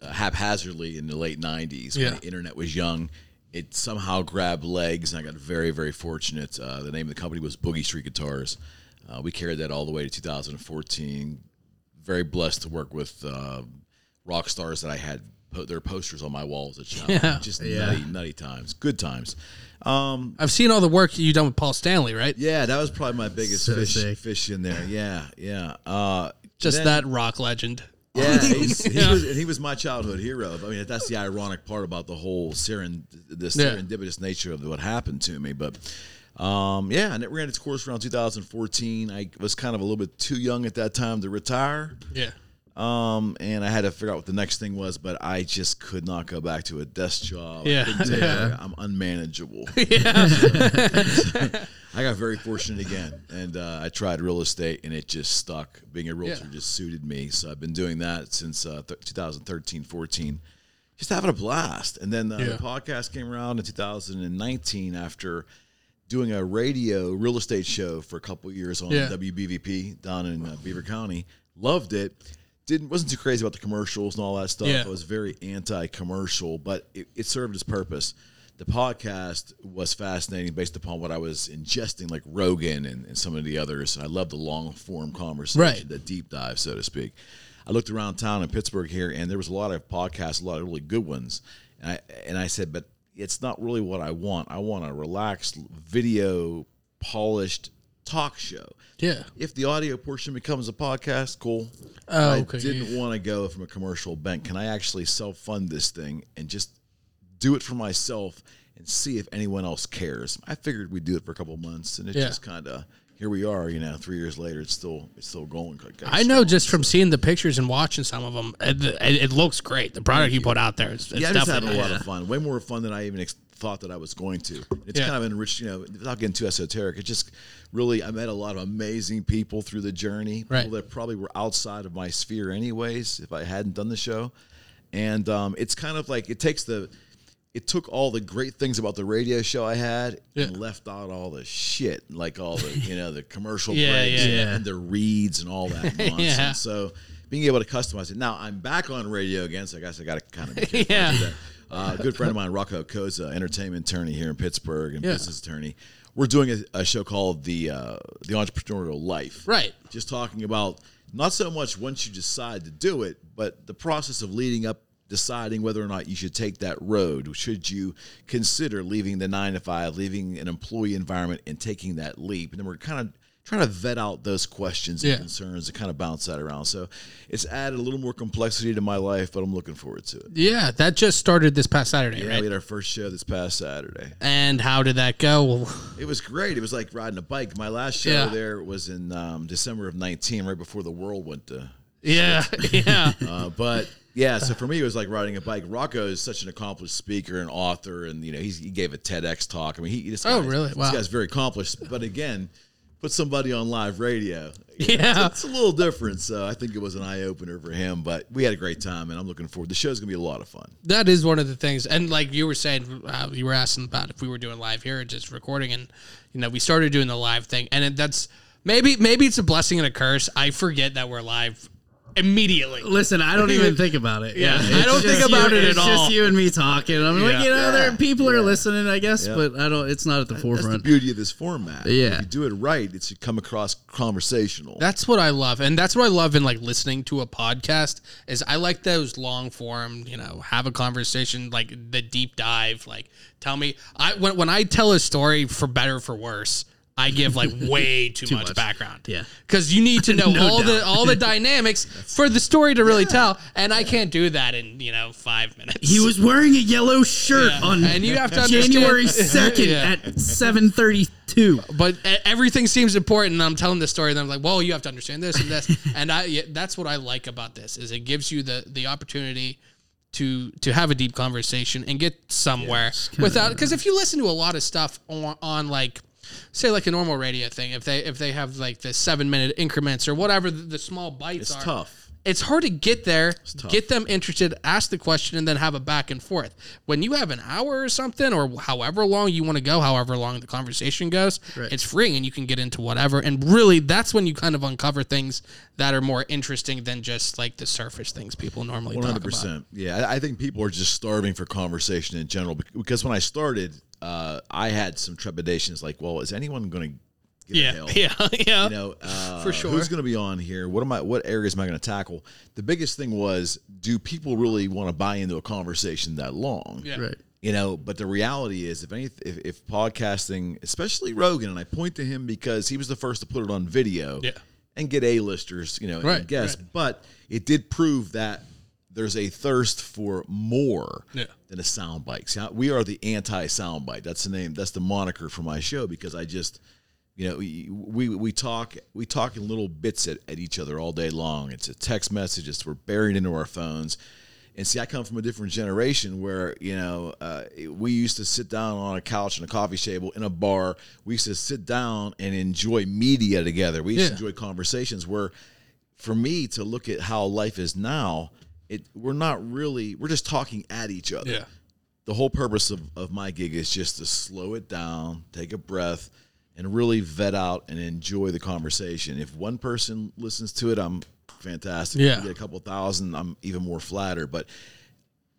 Speaker 4: uh, haphazardly in the late 90s
Speaker 1: Yeah.
Speaker 4: when the internet was young. It somehow grabbed legs, and I got very, very fortunate. Uh, the name of the company was Boogie Street Guitars. Uh, we carried that all the way to 2014. Very blessed to work with uh, rock stars that I had put their posters on my walls at China. Just nutty, nutty times. Good times.
Speaker 1: I've seen all the work you've done with Paul Stanley, right?
Speaker 4: Yeah, that was probably my biggest
Speaker 2: So
Speaker 4: fish,
Speaker 2: sick.
Speaker 4: fish in there. Yeah, yeah. Uh,
Speaker 1: Just
Speaker 4: then-
Speaker 1: that rock legend.
Speaker 4: Yeah, he's, he was, and he was my childhood hero. I mean, that's the ironic part about the whole seren, the
Speaker 1: Yeah.
Speaker 4: serendipitous nature of what happened to me. But um, yeah, and it ran its course around 2014. I was kind of a little bit too young at that time to retire,
Speaker 1: Yeah.
Speaker 4: um, and I had to figure out what the next thing was. But I just could not go back to a desk job. I
Speaker 1: Yeah.
Speaker 4: couldn't take it. I'm unmanageable. I got very fortunate again, and uh, I tried real estate, and it just stuck. Being a realtor
Speaker 1: Yeah.
Speaker 4: just suited me, so I've been doing that since uh, th- 2013, 14. Just having a blast, and then uh,
Speaker 1: Yeah.
Speaker 4: the podcast came around in 2019 after doing a radio real estate show for a couple years on
Speaker 1: Yeah.
Speaker 4: WBVP down in uh, Beaver County. Loved it. Didn't wasn't too crazy about the commercials and all that stuff.
Speaker 1: Yeah.
Speaker 4: I was very anti-commercial, but it, it served its purpose. The podcast was fascinating based upon what I was ingesting, like Rogan and, and some of the others. I love the long form conversation,
Speaker 1: Right.
Speaker 4: the deep dive, so to speak. I looked around town in Pittsburgh here, and there was a lot of podcasts, a lot of really good ones. And I, and I said, but it's not really what I want. I want a relaxed, video, polished talk show.
Speaker 1: Yeah.
Speaker 4: If the audio portion becomes a podcast, cool.
Speaker 1: Oh,
Speaker 4: I
Speaker 1: okay.
Speaker 4: didn't want to go from a commercial bank. Can I actually self fund this thing and just do it for myself and see if anyone else cares? I figured we'd do it for a couple months, and it
Speaker 1: Yeah.
Speaker 4: just kind of here we are. You know, three years later, it's still it's still going.
Speaker 1: I know just from seeing the pictures and watching some of them, it, it, it looks great. The product you put out there, it's, it's
Speaker 4: yeah, I'm just having
Speaker 1: definitely
Speaker 4: a lot of fun. Way more fun than I even ex- thought that I was going to. It's
Speaker 1: Yeah.
Speaker 4: kind of enriched, you know, without getting too esoteric. It just really, I met a lot of amazing people through the journey. People
Speaker 1: Right.
Speaker 4: that probably were outside of my sphere, anyways, if I hadn't done the show. And um, it's kind of like it takes the, it took all the great things about the radio show I had and
Speaker 1: Yeah.
Speaker 4: left out all the shit, like all the, you know, the commercial
Speaker 1: Yeah,
Speaker 4: breaks
Speaker 1: yeah,
Speaker 4: and-
Speaker 1: yeah.
Speaker 4: and the reads and all that nonsense.
Speaker 1: Yeah.
Speaker 4: So being able to customize it. Now I'm back on radio again, so I guess I got to kind of be careful
Speaker 1: Yeah.
Speaker 4: with that. Uh, a good friend of mine, Rocco Koza, entertainment attorney here in Pittsburgh and
Speaker 1: Yeah.
Speaker 4: business attorney, we're doing a, a show called the uh, the entrepreneurial life,
Speaker 1: Right.
Speaker 4: Just talking about not so much once you decide to do it, but the process of leading up, deciding whether or not you should take that road. Should you consider leaving the nine to five, leaving an employee environment, and taking that leap? And then we're kind of trying to vet out those questions and
Speaker 1: Yeah.
Speaker 4: concerns and kind of bounce that around. So it's added a little more complexity to my life, but I'm looking forward to it.
Speaker 1: Yeah, that just started this past Saturday,
Speaker 4: Yeah,
Speaker 1: right?
Speaker 4: we had our first show this past Saturday.
Speaker 1: And how did that go? Well,
Speaker 4: It was great. It was like riding a bike. My last show
Speaker 1: Yeah.
Speaker 4: there was in um, December of 19, right before the world went to.
Speaker 1: yeah, yeah.
Speaker 4: Uh, but yeah, so for me, it was like riding a bike. Rocco is such an accomplished speaker and author, and you know he's, he gave a TEDx talk. I mean, he this
Speaker 1: Oh,
Speaker 4: guy-
Speaker 1: really?
Speaker 4: This
Speaker 1: Wow.
Speaker 4: guy's very accomplished. But again, put somebody on live radio. You know,
Speaker 1: Yeah.
Speaker 4: it's, it's a little different. So I think it was an eye opener for him. But we had a great time, and I'm looking forward. The show's gonna be a lot of fun.
Speaker 1: That is one of the things, and like you were saying, uh, you were asking about if we were doing live here or just recording, and you know we started doing the live thing, and it, that's maybe maybe it's a blessing and a curse. I forget that we're live immediately.
Speaker 2: Listen, I don't even think about it.
Speaker 1: Yeah, I don't
Speaker 2: it's
Speaker 1: think
Speaker 2: just
Speaker 1: about
Speaker 2: you-
Speaker 1: it at
Speaker 2: it's
Speaker 1: all.
Speaker 2: Just you and me talking. I'm
Speaker 1: Yeah.
Speaker 2: like, you know, there people are listening, I guess, but I don't. It's not at the
Speaker 4: That's the
Speaker 2: forefront.
Speaker 4: beauty of this format.
Speaker 2: Yeah.
Speaker 4: if you do it right, it should come across conversational.
Speaker 1: That's what I love, and that's what I love in like listening to a podcast. Is I like those long form, you know, have a conversation, like the deep dive. Like, tell me, I when, when I tell a story for better or for worse, I give like way too, much, background.
Speaker 2: Yeah.
Speaker 1: because you need to know
Speaker 2: No
Speaker 1: all the
Speaker 2: doubt.
Speaker 1: all the dynamics for the story to really tell, and I can't do that in you know five minutes.
Speaker 2: He was wearing a yellow shirt
Speaker 1: Yeah.
Speaker 2: on
Speaker 1: And you have to understand-
Speaker 2: January second
Speaker 1: Yeah.
Speaker 2: at seven thirty-two.
Speaker 1: but e- everything seems important and i'm telling the story and i'm like well you have to understand this and this and i yeah, that's what i like about this is it gives you the the opportunity to to have a deep conversation and get somewhere without because if you listen to a lot of stuff on, on like say like a normal radio thing if they if they have like the seven minute increments or whatever the, the small bites
Speaker 4: it's
Speaker 1: are
Speaker 4: tough.
Speaker 1: it's hard to get there, get them interested, ask the question, and then have a back and forth. When you have an hour or something, or however long you want to go, however long the conversation goes, it's free and you can get into whatever. And really, that's when you kind of uncover things that are more interesting than just like the surface things people normally
Speaker 4: One
Speaker 1: talk
Speaker 4: hundred
Speaker 1: about.
Speaker 4: percent. Yeah, I, I think people are just starving for conversation in general bec- because when I started, uh, I had some trepidations like, well, is anyone going to get a
Speaker 1: Yeah,
Speaker 4: help?
Speaker 1: yeah, yeah.
Speaker 4: You know, uh,
Speaker 1: For sure.
Speaker 4: Who's going to be on here? What am I? What areas am I going to tackle? The biggest thing was, do people really want to buy into a conversation that long?
Speaker 1: Yeah.
Speaker 2: Right.
Speaker 4: You know, but the reality is, if any, if, if podcasting, especially Rogan, and I point to him because he was the first to put it on video,
Speaker 1: Yeah.
Speaker 4: and get A-listers, you know, and
Speaker 1: Right,
Speaker 4: guests. But it did prove that there's a thirst for more
Speaker 1: Yeah.
Speaker 4: than a soundbite. See, I- We are the anti-soundbite. That's the name. That's the moniker for my show because I just, you know, we we, we talk we talk in little bits at, at each other all day long. It's a text message. It's we're buried into our phones. And see, I come from a different generation where you know uh, we used to sit down on a couch in a coffee table in a bar. We used to sit down and enjoy media together. We used to
Speaker 1: Yeah.
Speaker 4: enjoy conversations where for me to look at how life is now, it we're not really we're just talking at each other.
Speaker 1: Yeah.
Speaker 4: The whole purpose of, of my gig is just to slow it down, take a breath, and really vet out and enjoy the conversation. If one person listens to it, I'm fantastic. If
Speaker 1: Yeah.
Speaker 4: we get a couple thousand, I'm even more flattered. But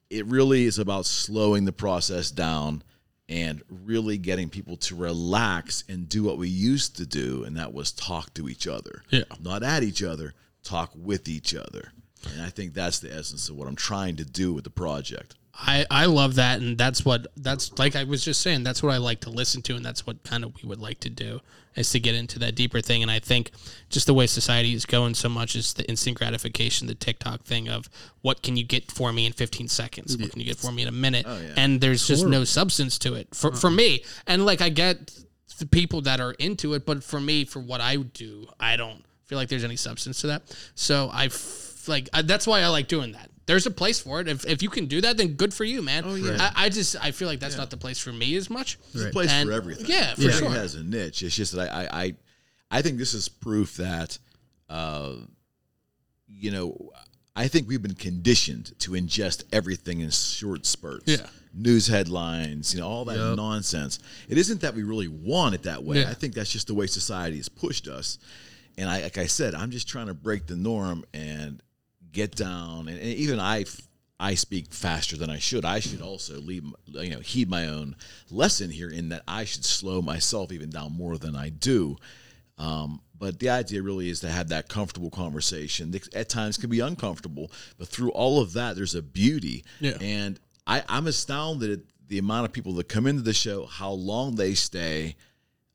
Speaker 4: it really is about slowing the process down and really getting people to relax and do what we used to do, and that was talk to each other.
Speaker 1: Yeah.
Speaker 4: Not at each other, talk with each other. And I think that's the essence of what I'm trying to do with the project.
Speaker 1: I, I love that and that's what that's like I was just saying that's what I like to listen to and that's what kind of we would like to do is to get into that deeper thing and I think just the way society is going so much is the instant gratification the TikTok thing of what can you get for me in 15 seconds what can you get for me in a minute
Speaker 4: Oh,
Speaker 1: and there's just no substance to it for for me and like I get the people that are into it but for me for what I do I don't feel like there's any substance to that. So I f- like I, that's why I like doing that. There's a place for it. If, if you can do that, then good for you, man. Oh, yeah. I, I just I feel like that's not the place for me as much.
Speaker 4: There's a place
Speaker 1: And-
Speaker 4: for everything.
Speaker 1: yeah, for
Speaker 4: Everything
Speaker 1: sure.
Speaker 4: has a niche. It's just that I, I, I, I think this is proof that, uh, you know, I think we've been conditioned to ingest everything in short spurts.
Speaker 1: Yeah.
Speaker 4: News headlines, you know, all that nonsense. It isn't that we really want it that way.
Speaker 1: Yeah.
Speaker 4: I think that's just the way society has pushed us. And I, like I said, I'm just trying to break the norm and get down. And, and even I, f- I speak faster than I should. I should also lead, you know, heed my own lesson here in that I should slow myself even down more than I do. Um, but the idea really is to have that comfortable conversation. that At times can be uncomfortable, but through all of that, there's a beauty.
Speaker 1: Yeah.
Speaker 4: And I, I'm astounded at the amount of people that come into the show, how long they stay.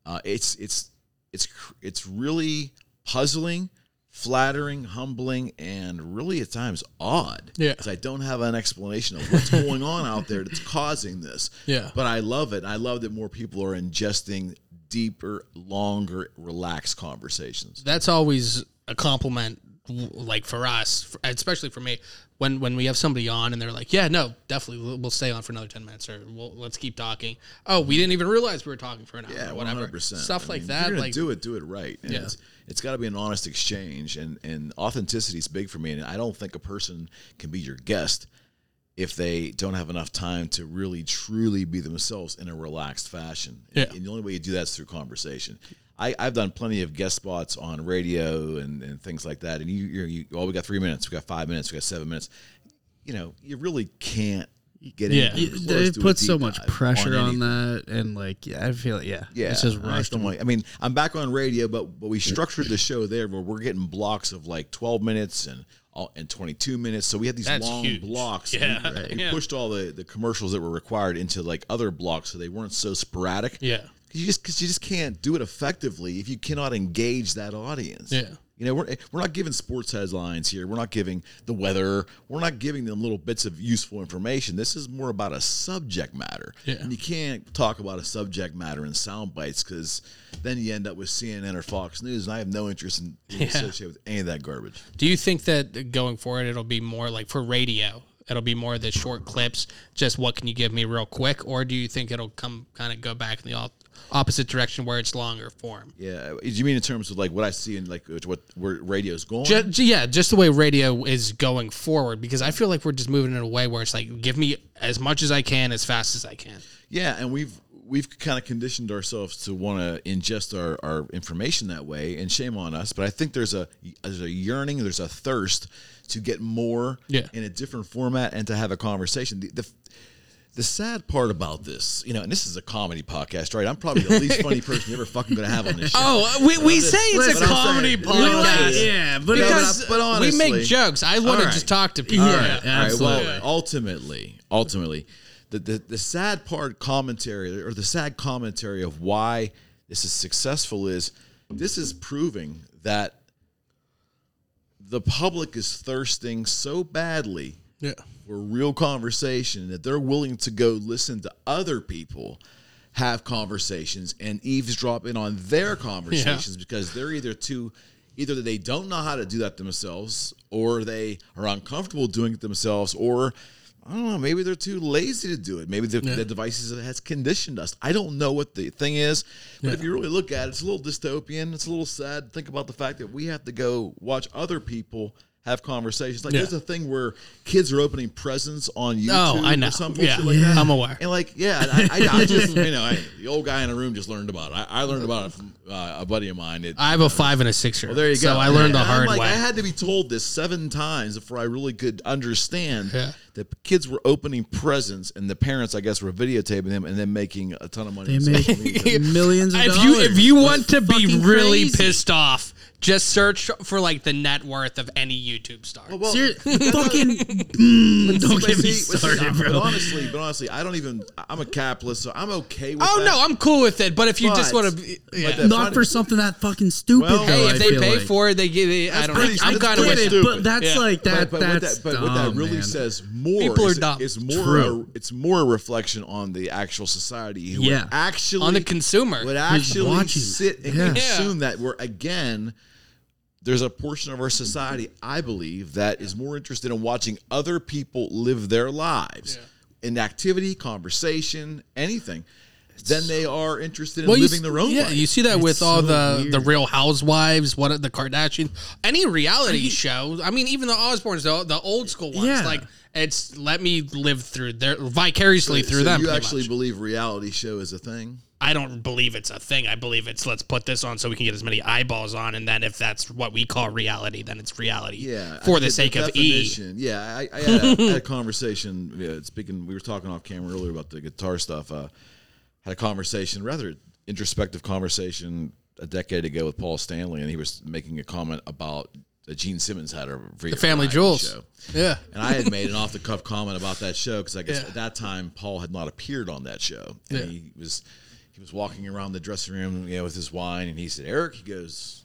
Speaker 4: Uh, it's it's it's cr- it's really puzzling, flattering, humbling, and really at times odd.
Speaker 1: Yeah.
Speaker 4: 'Cause I don't have an explanation of what's going on out there that's causing this.
Speaker 1: Yeah.
Speaker 4: But I love it. I love that more people are ingesting deeper, longer, relaxed conversations.
Speaker 1: that's always a compliment w- like for us for, especially for me when when we have somebody on and they're like yeah no definitely we'll, we'll stay on for another 10 minutes or we'll, let's keep talking oh we didn't even realize we were talking for an hour
Speaker 4: Yeah,
Speaker 1: or whatever
Speaker 4: 100%.
Speaker 1: stuff
Speaker 4: I
Speaker 1: like
Speaker 4: mean, If
Speaker 1: that
Speaker 4: you're gonna
Speaker 1: like
Speaker 4: do it, do it right. And
Speaker 1: Yeah.
Speaker 4: it's, it's got to be an honest exchange, and and authenticity is big for me. And I don't think a person can be your guest if they don't have enough time to really truly be themselves in a relaxed fashion.
Speaker 1: Yeah.
Speaker 4: And the only way you do that is through conversation. I, I've done plenty of guest spots on radio and, and things like that. And you, you, you, well, we got three minutes, we got five minutes, we got seven minutes. You know, you really can't get
Speaker 1: Yeah.
Speaker 4: anything
Speaker 2: It-
Speaker 4: close
Speaker 2: They
Speaker 4: to a
Speaker 2: put
Speaker 4: deep
Speaker 2: so much
Speaker 4: dive
Speaker 2: pressure on,
Speaker 4: anything.
Speaker 2: that, and like, yeah, I feel like, yeah,
Speaker 4: Yeah,
Speaker 2: it's just
Speaker 4: I, just
Speaker 2: rushed.
Speaker 4: don't like- I mean, I'm back on radio, but but we structured the show there where we're getting blocks of like 12 minutes and all and 22 minutes. So we had these
Speaker 1: That's
Speaker 4: long
Speaker 1: huge.
Speaker 4: blocks.
Speaker 1: Yeah,
Speaker 4: we, we
Speaker 1: yeah.
Speaker 4: pushed all the the commercials that were required into like other blocks, so they weren't so sporadic.
Speaker 1: yeah
Speaker 4: 'Cause you just because you just can't do it effectively if you cannot engage that audience.
Speaker 1: Yeah.
Speaker 4: You know, we're, eh, we're not giving sports headlines here. We're not giving the weather. We're not giving them little bits of useful information. This is more about a subject matter.
Speaker 1: Yeah.
Speaker 4: And you can't talk about a subject matter in sound bites because then you end up with CNN or Fox News, and I have no interest in being associated with any of that garbage.
Speaker 1: do you think that going forward it'll be more like for radio it'll be more of the short clips just what can you give me real quick or do you think it'll come kind of go back in the op- opposite direction where it's longer form
Speaker 4: Yeah. Do you mean in terms of like what I see and like what where radio's going?
Speaker 1: Ju- ju- yeah, just the way radio is going forward because I feel like we're just moving in a way where it's like give me as much as I can as fast as I can.
Speaker 4: Yeah, and we've we've kind of conditioned ourselves to want to ingest our, our information that way, and shame on us. But I think there's a there's a yearning, there's a thirst to get more
Speaker 1: Yeah.
Speaker 4: in a different format and to have a conversation. The, the the sad part about this, you know, and this is a comedy podcast, right? I'm probably the least funny person you're ever fucking gonna have on this show.
Speaker 1: Oh, we, we
Speaker 4: say it's a Listen, comedy listen,
Speaker 2: Well,
Speaker 4: podcast.
Speaker 2: yeah, yeah, but
Speaker 1: because
Speaker 4: but
Speaker 1: we make
Speaker 4: honestly-
Speaker 1: jokes. I want to
Speaker 4: All
Speaker 1: just
Speaker 4: right.
Speaker 1: talk to people.
Speaker 2: All right.
Speaker 1: Yeah.
Speaker 4: All right,
Speaker 2: Absolutely.
Speaker 4: well, ultimately, ultimately, the, the the sad part commentary or the sad commentary of why this is successful is this is proving that the public is thirsting so badly
Speaker 1: Yeah.
Speaker 4: for real conversation that they're willing to go listen to other people have conversations and eavesdrop in on their conversations because they're either too either they don't know how to do that themselves or they are uncomfortable doing it themselves or I don't know. Maybe they're too lazy to do it. Maybe the, the devices has conditioned us. I don't know what the thing is, but if you really look at it, it's a little dystopian. It's a little sad. Think about the fact that we have to go watch other people have conversations. Like
Speaker 1: Yeah.
Speaker 4: there's a thing where kids are opening presents on YouTube
Speaker 1: Oh, I know.
Speaker 4: or something
Speaker 1: Yeah,
Speaker 4: like that.
Speaker 1: I'm aware.
Speaker 4: And like, yeah, I, I, I just you know, I, the old guy in the room just learned about it. I, I learned about it from uh, a buddy of mine. It,
Speaker 1: I have a five and a six year.
Speaker 4: well, there you
Speaker 1: So
Speaker 4: go.
Speaker 1: I learned
Speaker 4: And
Speaker 1: the
Speaker 4: I'm
Speaker 1: hard
Speaker 4: like,
Speaker 1: way.
Speaker 4: I had to be told this seven times before I really could understand
Speaker 1: Yeah.
Speaker 4: that kids were opening presents and the parents, I guess, were videotaping them and then making a ton of money.
Speaker 2: they
Speaker 4: on
Speaker 2: make
Speaker 4: social media.
Speaker 2: millions of
Speaker 1: if
Speaker 2: dollars.
Speaker 1: you if you want to be
Speaker 2: fucking
Speaker 1: really
Speaker 2: crazy.
Speaker 1: pissed off, just search for like the net worth of any YouTube star.
Speaker 4: well,
Speaker 2: Ser- fucking, mm, don't
Speaker 4: but
Speaker 2: get me
Speaker 4: see- but see,
Speaker 2: started,
Speaker 4: But
Speaker 2: bro.
Speaker 4: honestly, but honestly, I don't even. I'm a capitalist, so I'm okay with.
Speaker 1: oh
Speaker 4: that.
Speaker 1: no, I'm cool with it. But if you just
Speaker 4: But-
Speaker 1: want to,
Speaker 4: but that-
Speaker 2: Not for something that fucking stupid. though,
Speaker 4: Well,
Speaker 1: hey,
Speaker 2: I
Speaker 1: if they
Speaker 2: feel
Speaker 1: pay
Speaker 2: like.
Speaker 1: for it, they give. It, I
Speaker 4: That's
Speaker 1: don't.
Speaker 4: pretty-
Speaker 1: know. I'm
Speaker 4: that's
Speaker 1: kind of
Speaker 4: pretty
Speaker 1: with it.
Speaker 4: stupid.
Speaker 2: but that's
Speaker 1: Yeah.
Speaker 2: like that.
Speaker 4: But, but what
Speaker 2: that's
Speaker 4: that, but what that
Speaker 2: dumb,
Speaker 4: really
Speaker 2: man.
Speaker 4: says more
Speaker 1: People
Speaker 4: is,
Speaker 1: are dumb.
Speaker 4: is more
Speaker 2: True.
Speaker 4: A, it's more a reflection on the actual society who would
Speaker 2: Yeah.
Speaker 4: actually
Speaker 1: On the consumer.
Speaker 4: would actually
Speaker 2: watching.
Speaker 4: sit and
Speaker 2: Yeah.
Speaker 4: consume that where again there's a portion of our society I believe that is more interested in watching other people live their lives in activity conversation anything than they are interested in
Speaker 1: Well, you
Speaker 4: living
Speaker 1: s-
Speaker 4: their own
Speaker 1: yeah,
Speaker 4: life
Speaker 1: you see that with all
Speaker 2: so
Speaker 1: the the
Speaker 2: weird.
Speaker 1: Real Housewives, what the Kardashians, any reality show. I mean, even the Osbournes, the, the old school ones.
Speaker 2: Yeah.
Speaker 1: Like it's let me live through their vicariously through
Speaker 4: so
Speaker 1: them.
Speaker 4: you
Speaker 1: pretty
Speaker 4: actually
Speaker 1: much.
Speaker 4: believe reality show is a thing
Speaker 1: I don't believe it's a thing. I believe it's let's put this on so we can get as many eyeballs on, and then if that's what we call reality, then it's reality.
Speaker 4: Yeah, I
Speaker 1: For
Speaker 4: think
Speaker 1: the sake of E.
Speaker 4: definition- Yeah, I, I had, a, had a conversation. Yeah, speaking, we were talking off camera earlier about the guitar stuff. Uh, had a conversation, rather introspective conversation, a decade ago with Paul Stanley, and he was making a comment about that Gene Simmons had a the
Speaker 1: Family Jewels. Yeah.
Speaker 4: and I had made an off the cuff comment about that show because I guess at that time Paul had not appeared on that show, and he was he was walking around the dressing room, you know, with his wine, and he said, "Eric," he goes,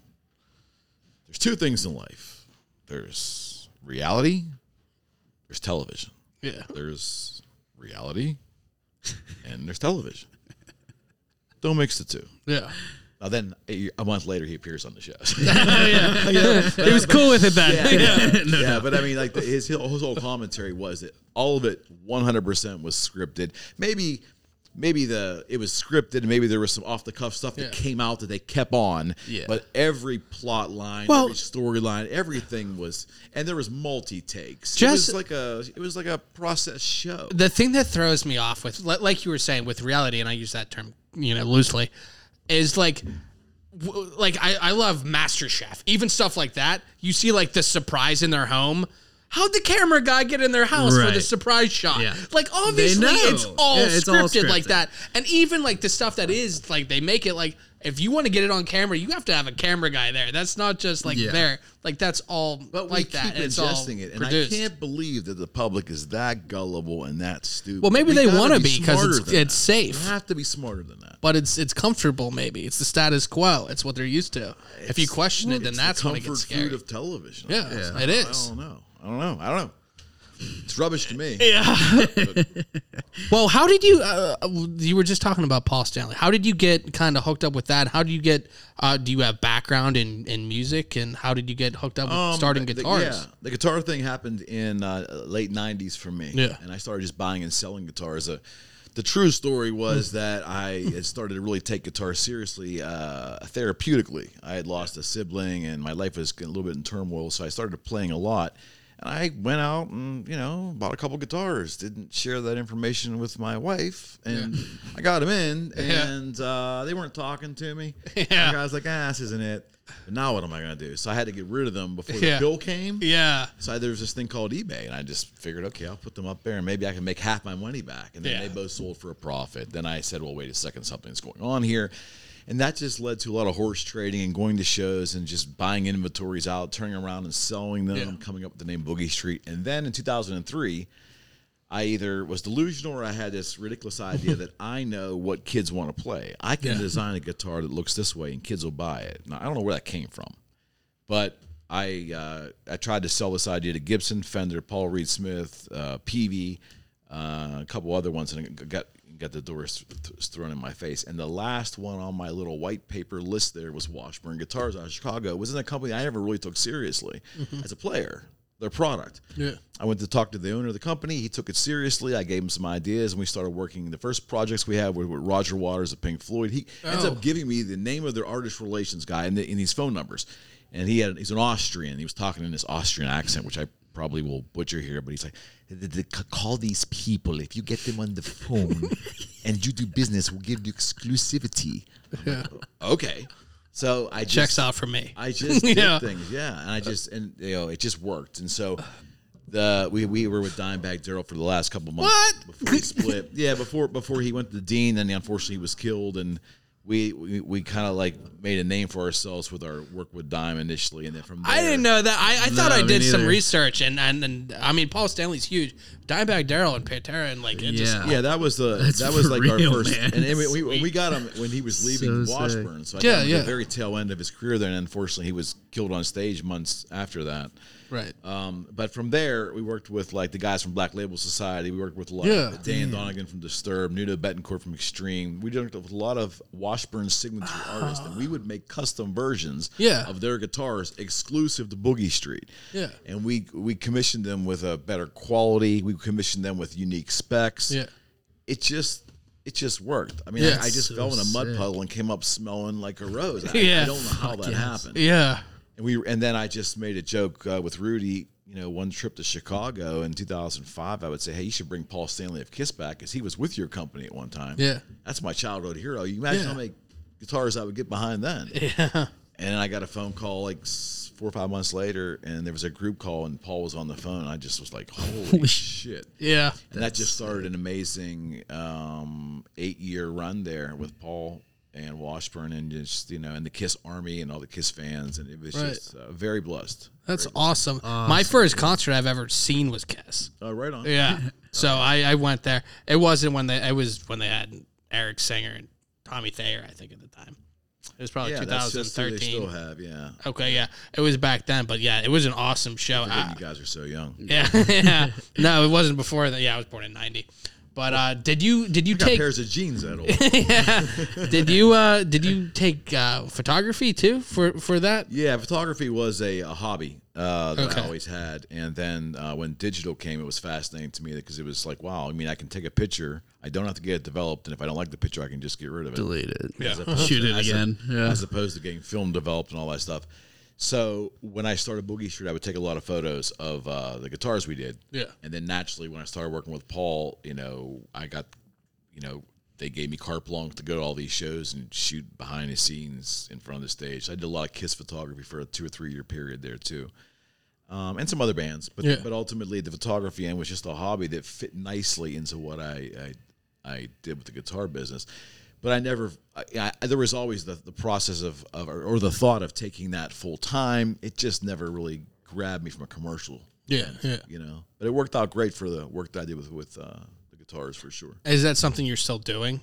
Speaker 4: "There's two things in life. There's reality. There's television.
Speaker 1: Yeah.
Speaker 4: There's reality, and there's television. Don't mix the two.
Speaker 1: Yeah.
Speaker 4: Now then, a, a month later, he appears on the show.
Speaker 2: He was cool with it then.
Speaker 4: yeah, but I mean, like the, his whole- his whole commentary was that all of it 100 percent was scripted. Maybe, maybe the it was scripted. and Maybe there was some off the cuff stuff that came out that they kept on.
Speaker 2: Yeah.
Speaker 4: But every plot line,
Speaker 2: Well-
Speaker 4: every storyline, everything was, and there was multi takes.
Speaker 1: Just-
Speaker 4: it was like a it was like a process show.
Speaker 1: the thing that throws me off with li- like you were saying with reality and i use that term you know loosely is like w- like i, I love masterchef even stuff like that you see like the surprise in their home How'd the camera guy get in their house for the
Speaker 2: Right.
Speaker 1: surprise shot?
Speaker 2: Yeah.
Speaker 1: Like obviously
Speaker 2: know.
Speaker 1: it's all
Speaker 2: Yeah, it's
Speaker 1: scripted
Speaker 2: all
Speaker 1: like
Speaker 2: scripted.
Speaker 1: that. And even like the stuff that is like they make it like if you want to get it on camera, you have to have a camera guy there. That's not just like
Speaker 2: Yeah.
Speaker 1: there. Like that's all
Speaker 4: But we
Speaker 1: like
Speaker 4: keep
Speaker 1: that. and it's all
Speaker 4: ingesting it, and
Speaker 1: produced.
Speaker 4: I can't believe that the public is that gullible and that stupid.
Speaker 1: Well, maybe
Speaker 4: We
Speaker 1: they
Speaker 4: gotta
Speaker 1: wanna
Speaker 4: be
Speaker 1: be 'cause
Speaker 4: smarter
Speaker 1: it's-
Speaker 4: than
Speaker 1: it's
Speaker 4: that.
Speaker 1: safe.
Speaker 4: We have to be smarter than that.
Speaker 1: but it's it's comfortable. Maybe it's the status quo. It's what they're used to. if you question it, then
Speaker 4: It's the
Speaker 1: that's when it
Speaker 4: comfort
Speaker 1: gets scary.
Speaker 4: food of television.
Speaker 1: Yeah,
Speaker 4: I guess.
Speaker 1: it
Speaker 4: I-
Speaker 1: is.
Speaker 4: I don't know. I don't know. I don't know. It's rubbish to me.
Speaker 1: well, how did you? Uh, uh, you were just talking about Paul Stanley. How did you get kind of hooked up with that? How do you get? Uh, do you have background in in music? And how did you get hooked up with
Speaker 4: Um,
Speaker 1: starting
Speaker 4: the-
Speaker 1: guitars?
Speaker 4: yeah, the guitar thing happened in uh, late '90s for me.
Speaker 1: Yeah.
Speaker 4: and I started just buying and selling guitars. Uh, the true story
Speaker 1: Hmm.
Speaker 4: was that I had started to really take guitar seriously uh, therapeutically. I had lost a sibling, and my life was a little bit in turmoil, so I started playing a lot. And I went out and you know bought a couple guitars. Didn't share that information with my wife, and I got them in, and uh, they weren't talking to me.
Speaker 1: Yeah.
Speaker 4: Like, I was like, ah, this isn't it. But now what am I going to do? So I had to get rid of them before
Speaker 1: Yeah.
Speaker 4: the bill came.
Speaker 1: Yeah.
Speaker 4: So I, there was this thing called eBay, and I just figured, okay, I'll put them up there, and maybe I can make half my money back. And then
Speaker 1: Yeah.
Speaker 4: they both sold for a profit. Then I said, well, wait a second, something's going on here. And that just led to a lot of horse trading and going to shows and just buying inventories out, turning around and selling them,
Speaker 1: Yeah.
Speaker 4: coming up with the name Boogie Street. And then in 2003, I either was delusional or I had this ridiculous idea that I know what kids want to play. I can design a guitar that looks this way and kids will buy it. Now, I don't know where that came from, but I uh, I tried to sell this idea to Gibson, Fender, Paul Reed Smith, uh, PV, uh, a couple other ones, and I got got the doors th- thrown in my face. And the last one on my little white paper list there was Washburn Guitars out of Chicago. It wasn't a company I ever really took seriously as a player, their product.
Speaker 1: Yeah.
Speaker 4: I went to talk to the owner of the company. He took it seriously. I gave him some ideas, and we started working. The first projects we had were with Roger Waters of Pink Floyd. He ends
Speaker 1: Oh.
Speaker 4: up giving me the name of their artist relations guy and, the, and these phone numbers. And he had he's an Austrian. He was talking in this Austrian accent, which I probably will butcher here, but he's like, "The- the- "Call these people. If you get them on the phone and you do business, we'll give you exclusivity." I'm like, okay. So I just,
Speaker 1: Checks out for me.
Speaker 4: I just did
Speaker 1: Yeah.
Speaker 4: things, yeah, and I just and you know it just worked, and so the we, we were with Dimebag Daryl for the last couple months
Speaker 1: What?
Speaker 4: before he split. yeah, before before he went to the dean, and unfortunately he was killed, and we we, we kind of like made a name for ourselves with our work with Dime initially, and then from there,
Speaker 1: I didn't know that. I, I thought
Speaker 2: No,
Speaker 1: I
Speaker 2: me
Speaker 1: did some
Speaker 2: neither.
Speaker 1: research, and, and and I mean Paul Stanley's huge. Dimebag Daryl and Pantera, and like it just
Speaker 2: Yeah.
Speaker 4: Yeah, that was the
Speaker 2: That's
Speaker 4: that was
Speaker 2: for
Speaker 4: like
Speaker 2: real,
Speaker 4: our first,
Speaker 2: man.
Speaker 4: and, and we, we, we got him when he was leaving
Speaker 2: So sick.
Speaker 4: Washburn. So I
Speaker 1: Yeah,
Speaker 4: got him at
Speaker 1: yeah.
Speaker 4: the very tail end of his career. Then, unfortunately, he was killed on stage months after that.
Speaker 1: right.
Speaker 4: Um, but from there, we worked with like the guys from Black Label Society. We worked with like
Speaker 1: Yeah. Mm.
Speaker 4: Dan Donegan from Disturbed, Nuno Betancourt from Extreme. We worked with a lot of Washburn signature artists, and we would make custom versions
Speaker 1: Ah. Yeah.
Speaker 4: of their guitars exclusive to Boogie Street.
Speaker 1: Yeah.
Speaker 4: and we we commissioned them with a better quality. We commissioned them with unique specs.
Speaker 1: Yeah.
Speaker 4: it just. It just worked. I mean,
Speaker 1: Yeah.
Speaker 4: I, I just
Speaker 2: So
Speaker 4: fell in a mud
Speaker 2: sick.
Speaker 4: puddle and came up smelling like a rose. I, I
Speaker 1: Yeah.
Speaker 4: don't know how that happened.
Speaker 1: Yeah.
Speaker 4: And we and then I just made a joke uh, with Rudy. you know, one trip to Chicago in 2005, I would say, hey, you should bring Paul Stanley of Kiss back because he was with your company at one time.
Speaker 1: Yeah.
Speaker 4: That's my childhood hero. You imagine how many guitars I would get behind then.
Speaker 1: Yeah.
Speaker 4: And I got a phone call like s- four or five months later, and there was a group call, and Paul was on the phone. I just was like, holy shit.
Speaker 1: Yeah.
Speaker 4: And that just started an amazing um, eight year run there with Paul and Washburn and just, you know, and the Kiss Army and all the Kiss fans. And it was
Speaker 1: Right.
Speaker 4: just uh, very blessed.
Speaker 1: That's awesome. My first concert I've ever seen was Kiss.
Speaker 4: Uh, right on.
Speaker 1: Yeah. So I, I went there. It wasn't when they it was when they had Eric Singer and Tommy Thayer, I think, at the time. It was probably
Speaker 4: Yeah, that's just who they
Speaker 1: 2013.
Speaker 4: still have. Yeah.
Speaker 1: okay, yeah. It was back then, but yeah, it was an awesome show.
Speaker 4: Forgetting
Speaker 1: I-
Speaker 4: you guys are so young.
Speaker 1: yeah, yeah. No, it wasn't before that. Yeah, I was born in ninety. But uh, did you did you
Speaker 4: Got
Speaker 1: take
Speaker 4: pairs of jeans that old.
Speaker 1: did you uh, did you take uh, photography too for for that?
Speaker 4: yeah, photography was a, a hobby uh, that
Speaker 1: Okay.
Speaker 4: I always had, and then uh, when digital came, it was fascinating to me because it was like, wow. I mean, I can take a picture. I don't have to get it developed, and if I don't like the picture, I can just get rid of it.
Speaker 2: Delete it.
Speaker 4: As opposed
Speaker 2: Shoot
Speaker 4: to-
Speaker 2: it
Speaker 4: as a-
Speaker 2: again. Yeah.
Speaker 4: As opposed to getting film developed and all that stuff. So when I started Boogie Street, I would take a lot of photos of uh, the guitars we did.
Speaker 1: Yeah.
Speaker 4: And then naturally, when I started working with Paul, you know, I got, you know, they gave me carte blanche to go to all these shows and shoot behind the scenes in front of the stage. I did a lot of Kiss photography for a two or three year period there too um, and some other bands. But
Speaker 1: Yeah.
Speaker 4: but ultimately, the photography end was just a hobby that fit nicely into what I I, I did with the guitar business. But I never, I, I, there was always the, the process of, of or, or the thought of taking that full time. It just never really grabbed me from a commercial,
Speaker 1: Yeah, yeah.
Speaker 4: you know. But it worked out great for the work that I did with with uh, the guitars for sure.
Speaker 1: Is that something you're still doing?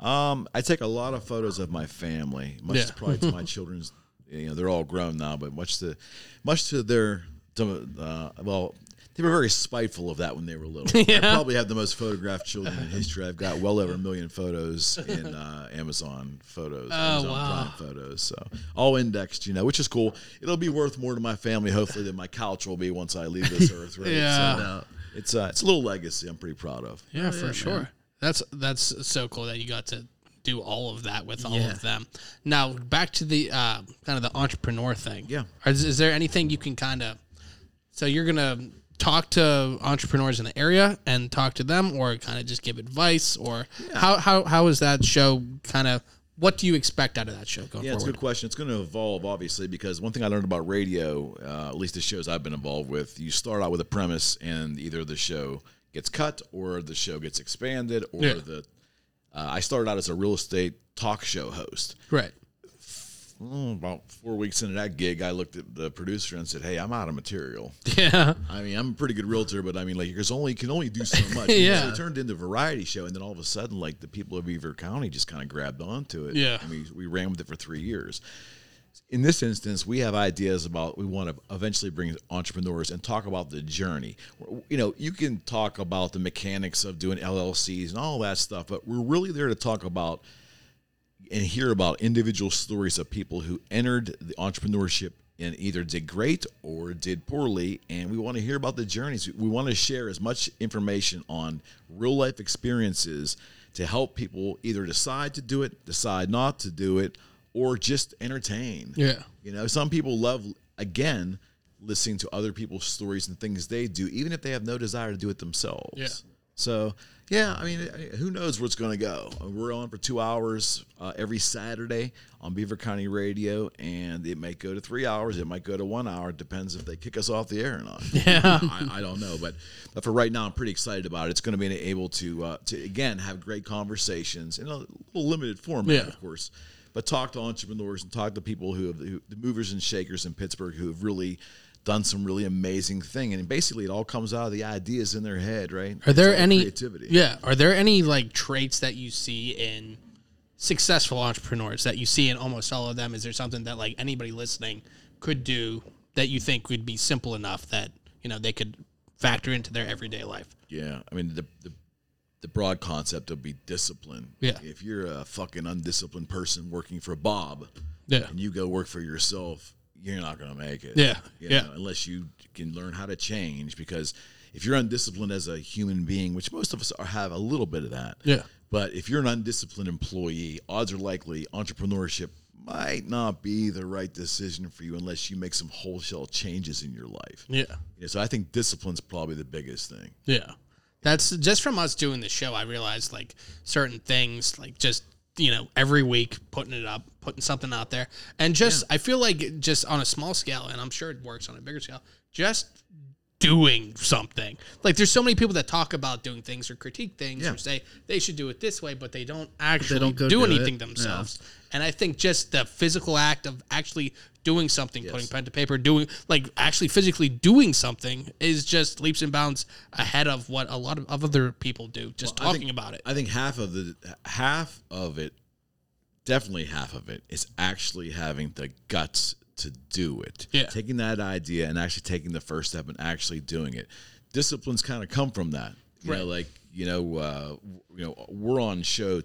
Speaker 4: Um, I take a lot of photos of my family, much
Speaker 1: Yeah.
Speaker 4: to probably to my children's. You know, they're all grown now, but much to, much to their, to, uh, well, they were very spiteful of that when they were little. I probably have the most photographed children in history. I've got well over a million photos in uh, Amazon photos, Amazon
Speaker 1: Oh, wow.
Speaker 4: Prime photos, so all indexed, you know, which is cool. It'll be worth more to my family, hopefully, than my couch will be once I leave this earth. Right?
Speaker 1: Yeah.
Speaker 4: So, it's uh, it's a little legacy. I'm pretty proud of.
Speaker 1: Yeah, for sure. That's that's so cool that you got to do all of that with all of them. Now back to the uh, kind of the entrepreneur thing.
Speaker 4: Yeah.
Speaker 1: Is, is there anything you can kind of? So you're gonna talk to entrepreneurs in the area and talk to them, or kind of just give advice, or how how how is that show kind of? What do you expect out of that show going
Speaker 4: Yeah, it's a
Speaker 1: forward?
Speaker 4: good question. It's going to evolve, obviously, because one thing I learned about radio, uh, at least the shows I've been involved with, you start out with a premise, and either the show gets cut, or the show gets expanded, or
Speaker 1: Yeah.
Speaker 4: the. Uh, I started out as a real estate talk show host.
Speaker 1: Right.
Speaker 4: Mm, about four weeks into that gig, I looked at the producer and said, "Hey, I'm out of material.
Speaker 1: Yeah.
Speaker 4: I mean, I'm a pretty good realtor, but I mean, like, there's only you can only do so much.
Speaker 1: Yeah.
Speaker 4: so it turned into a variety show, and then all of a sudden, like, the people of Beaver County just kind of grabbed onto it.
Speaker 1: Yeah.
Speaker 4: and we we ran with it for three years. In this instance, we have ideas about we want to eventually bring entrepreneurs and talk about the journey. You know, you can talk about the mechanics of doing LLCs and all that stuff, but we're really there to talk about and hear about individual stories of people who entered the entrepreneurship and either did great or did poorly. And we want to hear about the journeys. We want to share as much information on real life experiences to help people either decide to do it, decide not to do it, or just entertain.
Speaker 1: Yeah.
Speaker 4: You know, some people love, again, listening to other people's stories and things they do, even if they have no desire to do it themselves.
Speaker 1: Yeah.
Speaker 4: So, yeah, I mean, I- who knows where it's going to go? We're on for two hours uh, every Saturday on Beaver County Radio, and it might go to three hours. It might go to one hour. It depends if they kick us off the air or not. Yeah. I, I don't know. But, but for right now, I'm pretty excited about it. It's going to be able to, uh, to, again, have great conversations in a little limited format,
Speaker 1: Yeah.
Speaker 4: of course. But talk to entrepreneurs and talk to people who have who, the movers and shakers in Pittsburgh who have really done some really amazing thing. And basically, it all comes out of the ideas in their head, right?
Speaker 1: Are there
Speaker 4: It's all
Speaker 1: any
Speaker 4: creativity?
Speaker 1: Yeah. Are there any like traits that you see in successful entrepreneurs that you see in almost all of them? Is there something that like anybody listening could do that you think would be simple enough that you know they could factor into their everyday life?
Speaker 4: Yeah, I mean the the, the broad concept of be disciplined.
Speaker 1: Yeah.
Speaker 4: if you're a fucking undisciplined person working for Bob,
Speaker 1: Yeah.
Speaker 4: and you go work for yourself, you're not gonna make it.
Speaker 1: Yeah,
Speaker 4: You
Speaker 1: yeah.
Speaker 4: know, unless you can learn how to change, because if you're undisciplined as a human being, which most of us are, have a little bit of that.
Speaker 1: Yeah.
Speaker 4: But if you're an undisciplined employee, odds are likely entrepreneurship might not be the right decision for you unless you make some wholesale changes in your life.
Speaker 1: Yeah.
Speaker 4: You know, so I think discipline's probably the biggest thing.
Speaker 1: Yeah. That's just from us doing the show. I realized like certain things, like just, you know, every week putting it up, putting something out there. And just, I feel like just on a small scale, and I'm sure it works on a bigger scale, just doing something. Like there's so many people that talk about doing things or critique things or say they should do it this way, but they don't actually
Speaker 2: don't
Speaker 1: do,
Speaker 2: go do it.
Speaker 1: anything themselves. And I think just the physical act of actually doing something, putting pen to paper, doing like actually physically doing something is just leaps and bounds ahead of what a lot of other people do. Just
Speaker 4: I
Speaker 1: talking
Speaker 4: think-
Speaker 1: about it.
Speaker 4: I think half of the half of it, definitely half of it, is actually having the guts to do it.
Speaker 1: Yeah.
Speaker 4: Taking that idea and actually taking the first step and actually doing it. Disciplines kind of come from that. You know,
Speaker 1: Right.
Speaker 4: like you know, uh, you know, we're on show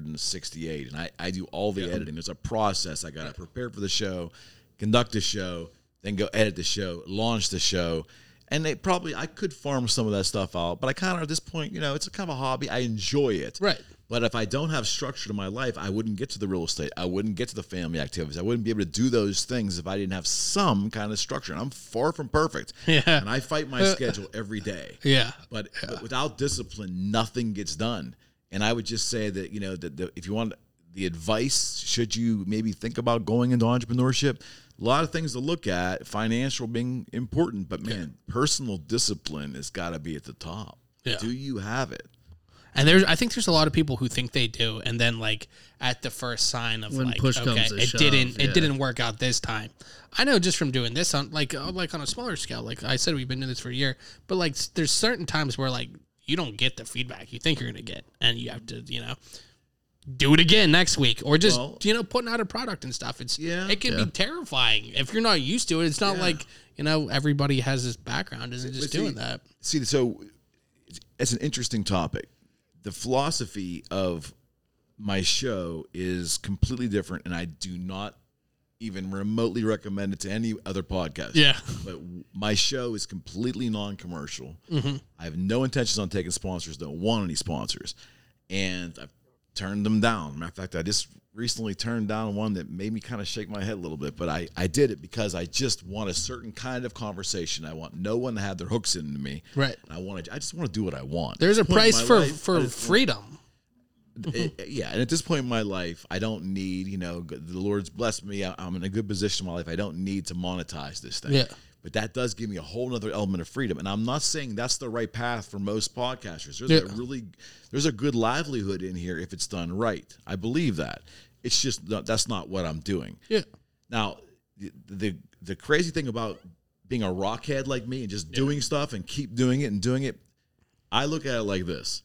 Speaker 4: 268, and I, I do all the editing. There's a process. I got to prepare for the show, conduct the show, then go edit the show, launch the show, and they probably I could farm some of that stuff out, but I kind of at this point, you know, it's a kind of a hobby. I enjoy it,
Speaker 1: Right.
Speaker 4: But if I don't have structure to my life, I wouldn't get to the real estate. I wouldn't get to the family activities. I wouldn't be able to do those things if I didn't have some kind of structure. And I'm far from perfect.
Speaker 1: Yeah. Uh,
Speaker 4: And I fight my schedule every day.
Speaker 1: yeah.
Speaker 4: But but without discipline, nothing gets done. And I would just say that you know that the, if you want the advice, should you maybe think about going into entrepreneurship? A lot of things to look at, financial being important, but man, personal discipline has got to be at the top.
Speaker 1: Yeah.
Speaker 4: Do you have it?
Speaker 1: And there's, I think there's a lot of people who think they do, and then like at the first sign of
Speaker 2: When
Speaker 1: like,
Speaker 2: push
Speaker 1: okay,
Speaker 2: comes to
Speaker 1: it
Speaker 2: shove,
Speaker 1: didn't,
Speaker 2: yeah.
Speaker 1: it didn't work out this time. I know just from doing this on like, uh, like on a smaller scale. Like I said, we've been doing this for a year, but like s- there's certain times where like you don't get the feedback you think you're gonna get, and you have to, you know, do it again next week, or just
Speaker 4: Well-
Speaker 1: you know putting out a product and stuff. It's
Speaker 4: Yeah.
Speaker 1: it can be terrifying if you're not used to it. It's not like you know everybody has this background isn't just
Speaker 4: see-
Speaker 1: doing that.
Speaker 4: See, so it's- it's an interesting topic. The philosophy of my show is completely different, and I do not even remotely recommend it to any other podcast.
Speaker 1: Yeah.
Speaker 4: But w- my show is completely non-commercial. I have no intentions on taking sponsors. Don't want any sponsors, and I've turned them down. Matter of fact, I just recently turned down one that made me kind of shake my head a little bit. But I I did it because I just want a certain kind of conversation. I want no one to have their hooks into me.
Speaker 1: Right.
Speaker 4: And I want to. I just want to do what I want.
Speaker 1: There's a
Speaker 4: At this point in
Speaker 1: price
Speaker 4: my
Speaker 1: for
Speaker 4: life, I
Speaker 1: for
Speaker 4: just want-
Speaker 1: freedom.
Speaker 4: it- it- yeah, and at this point in my life, I don't need, you know, g- the Lord's blessed me. I- I'm in a good position in my life. I don't need to monetize this thing.
Speaker 1: Yeah.
Speaker 4: But that does give me a whole other element of freedom. And I'm not saying that's the right path for most podcasters. There's a
Speaker 1: Yeah.
Speaker 4: really there's a good livelihood in here if it's done right. I believe that. It's just not, that's not what I'm doing.
Speaker 1: Yeah.
Speaker 4: Now, the, the the crazy thing about being a rockhead like me and just doing stuff and keep doing it and doing it, I look at it like this: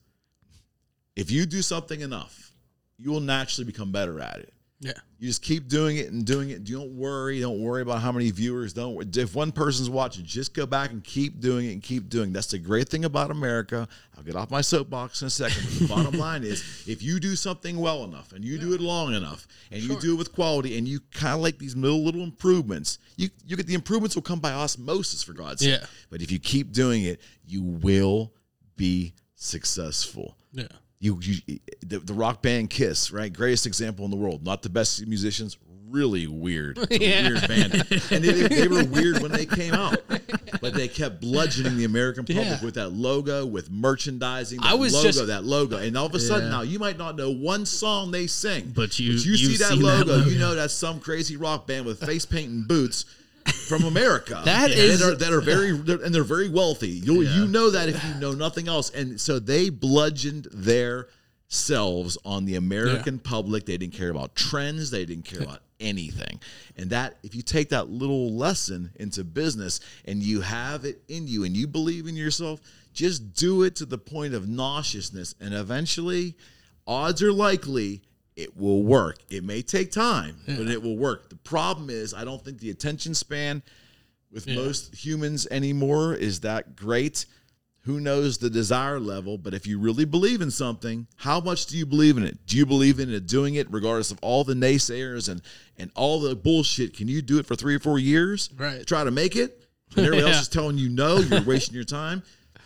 Speaker 4: if you do something enough, you will naturally become better at it.
Speaker 1: Yeah.
Speaker 4: You just keep doing it and doing it. Don't worry. Don't worry about how many viewers. Don't. If one person's watching, just go back and keep doing it and keep doing. it. That's the great thing about America. I'll get off my soapbox in a second. But the bottom line is, if you do something well enough and you do it long enough and you do it with quality and you kind of like these little little improvements, you you get the improvements will come by osmosis for God's sake.
Speaker 1: Yeah.
Speaker 4: But if you keep doing it, you will be successful
Speaker 1: Yeah.
Speaker 4: you, you the, the rock band Kiss, right? Greatest example in the world. Not the best musicians. Really weird. It's a
Speaker 1: Yeah.
Speaker 4: Weird band. And they, they were weird when they came out, but they kept bludgeoning the American public
Speaker 1: Yeah.
Speaker 4: with that logo, with merchandising. That
Speaker 1: I was
Speaker 4: logo,
Speaker 1: just-
Speaker 4: that logo, and all of a sudden now you might not know one song they sing,
Speaker 2: But you-
Speaker 4: but you
Speaker 2: you've
Speaker 4: see that
Speaker 2: seen that
Speaker 4: logo,
Speaker 2: logo.
Speaker 4: you know that's some crazy rock band with face paint and boots. From America,
Speaker 1: That
Speaker 4: And
Speaker 1: is-
Speaker 4: are- that are very they're, and they're very wealthy. You you know that if you know nothing else. And so they bludgeoned their selves on the American public. They didn't care about trends. They didn't care about anything. And that if you take that little lesson into business and you have it in you and you believe in yourself, just do it to the point of nauseousness and eventually odds are likely it will work. It may take time, but it will work. The problem is I don't think the attention span with most humans anymore is that great. Who knows the desire level? But if you really believe in something, how much do you believe in it? Do you believe in it doing it regardless of all the naysayers and and all the bullshit? Can you do it for three or four years?
Speaker 1: Right.
Speaker 4: Try to make it. And everybody
Speaker 1: Yeah.
Speaker 4: else is telling you no, you're wasting your time.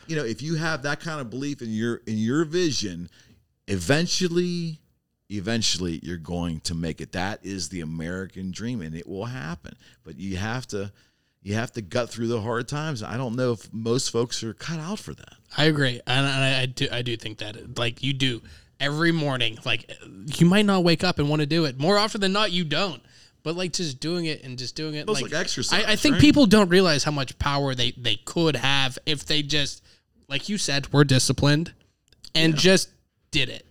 Speaker 4: You know, if you have that kind of belief in your in your vision, eventually eventually you're going to make it. That is the American dream, and it will happen. But you have to you have to gut through the hard times. I don't know if most folks are cut out for that.
Speaker 1: I agree, and I, I do. I do think that, like, you do every morning. Like, you might not wake up and want to do it. More often than not, you don't. But like, just doing it and just doing it,
Speaker 4: Almost
Speaker 1: like,
Speaker 4: like exercise,
Speaker 1: I, I think
Speaker 4: right?
Speaker 1: people don't realize how much power they they could have if they just, like you said, were disciplined and just did it.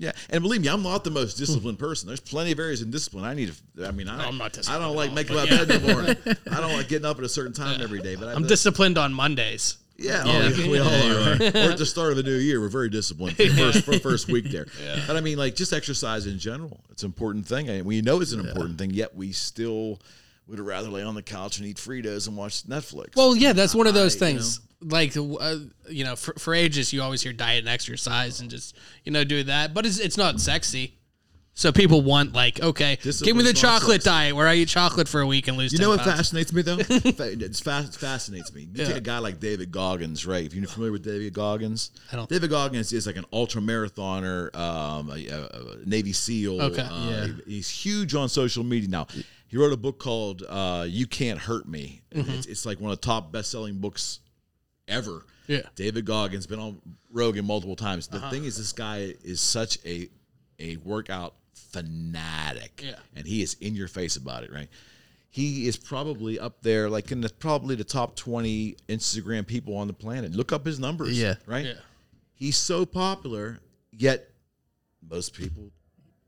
Speaker 4: Yeah, and believe me, I'm not the most disciplined person. There's plenty of areas in discipline I need to. I mean, I,
Speaker 1: I'm not
Speaker 4: I
Speaker 1: disciplined
Speaker 4: don't
Speaker 1: at
Speaker 4: like
Speaker 1: all,
Speaker 4: making my
Speaker 1: but
Speaker 4: bed in the morning. I don't like getting up at a certain time every day. But I,
Speaker 1: I'm disciplined on Mondays.
Speaker 4: Yeah, oh, yeah, we all are. We're at the start of the new year. We're very disciplined for the first, for the first week there. But I mean, like just exercise in general. It's an important thing. And we know it's an important thing, yet we still would rather lay on the couch and eat Fritos and watch Netflix.
Speaker 1: Well, yeah, that's one of those things. Like uh, you know, for, for ages you always hear diet and exercise and just you know do that, but it's it's not sexy. So people want like okay, give me
Speaker 4: Discipline's
Speaker 1: the
Speaker 4: not
Speaker 1: chocolate
Speaker 4: sexy.
Speaker 1: diet where I eat chocolate for a week and lose.
Speaker 4: you
Speaker 1: 10
Speaker 4: know what
Speaker 1: pounds.
Speaker 4: fascinates me though? Fa- it's fas- fascinates me. You take a guy like David Goggins, right? If you're familiar with David Goggins,
Speaker 1: I don't-
Speaker 4: David Goggins is like an ultra marathoner, um, a, a- a Navy SEAL.
Speaker 1: Okay.
Speaker 4: uh, he's huge on social media now. He wrote a book called uh, "You Can't Hurt Me." And
Speaker 1: Mm-hmm.
Speaker 4: It's, it's like one of the top best-selling books ever.
Speaker 1: Yeah. Uh-huh.
Speaker 4: David Goggins been on Rogan multiple times. The thing is, this guy is such a a workout fanatic,
Speaker 1: Yeah.
Speaker 4: and he is in your face about it. Right, he is probably up there, like in the probably the top twenty Instagram people on the planet. Look up his numbers.
Speaker 2: Yeah.
Speaker 4: right.
Speaker 1: Yeah.
Speaker 4: He's so popular, yet most people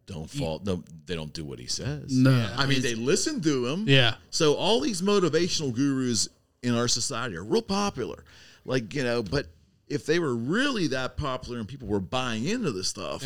Speaker 4: don't fall. No, they don't do what he says.
Speaker 2: No.
Speaker 4: I mean, they listen to him.
Speaker 1: Yeah.
Speaker 4: So all these motivational gurus in our society are real popular. Like, you know, but if they were really that popular and people were buying into this stuff,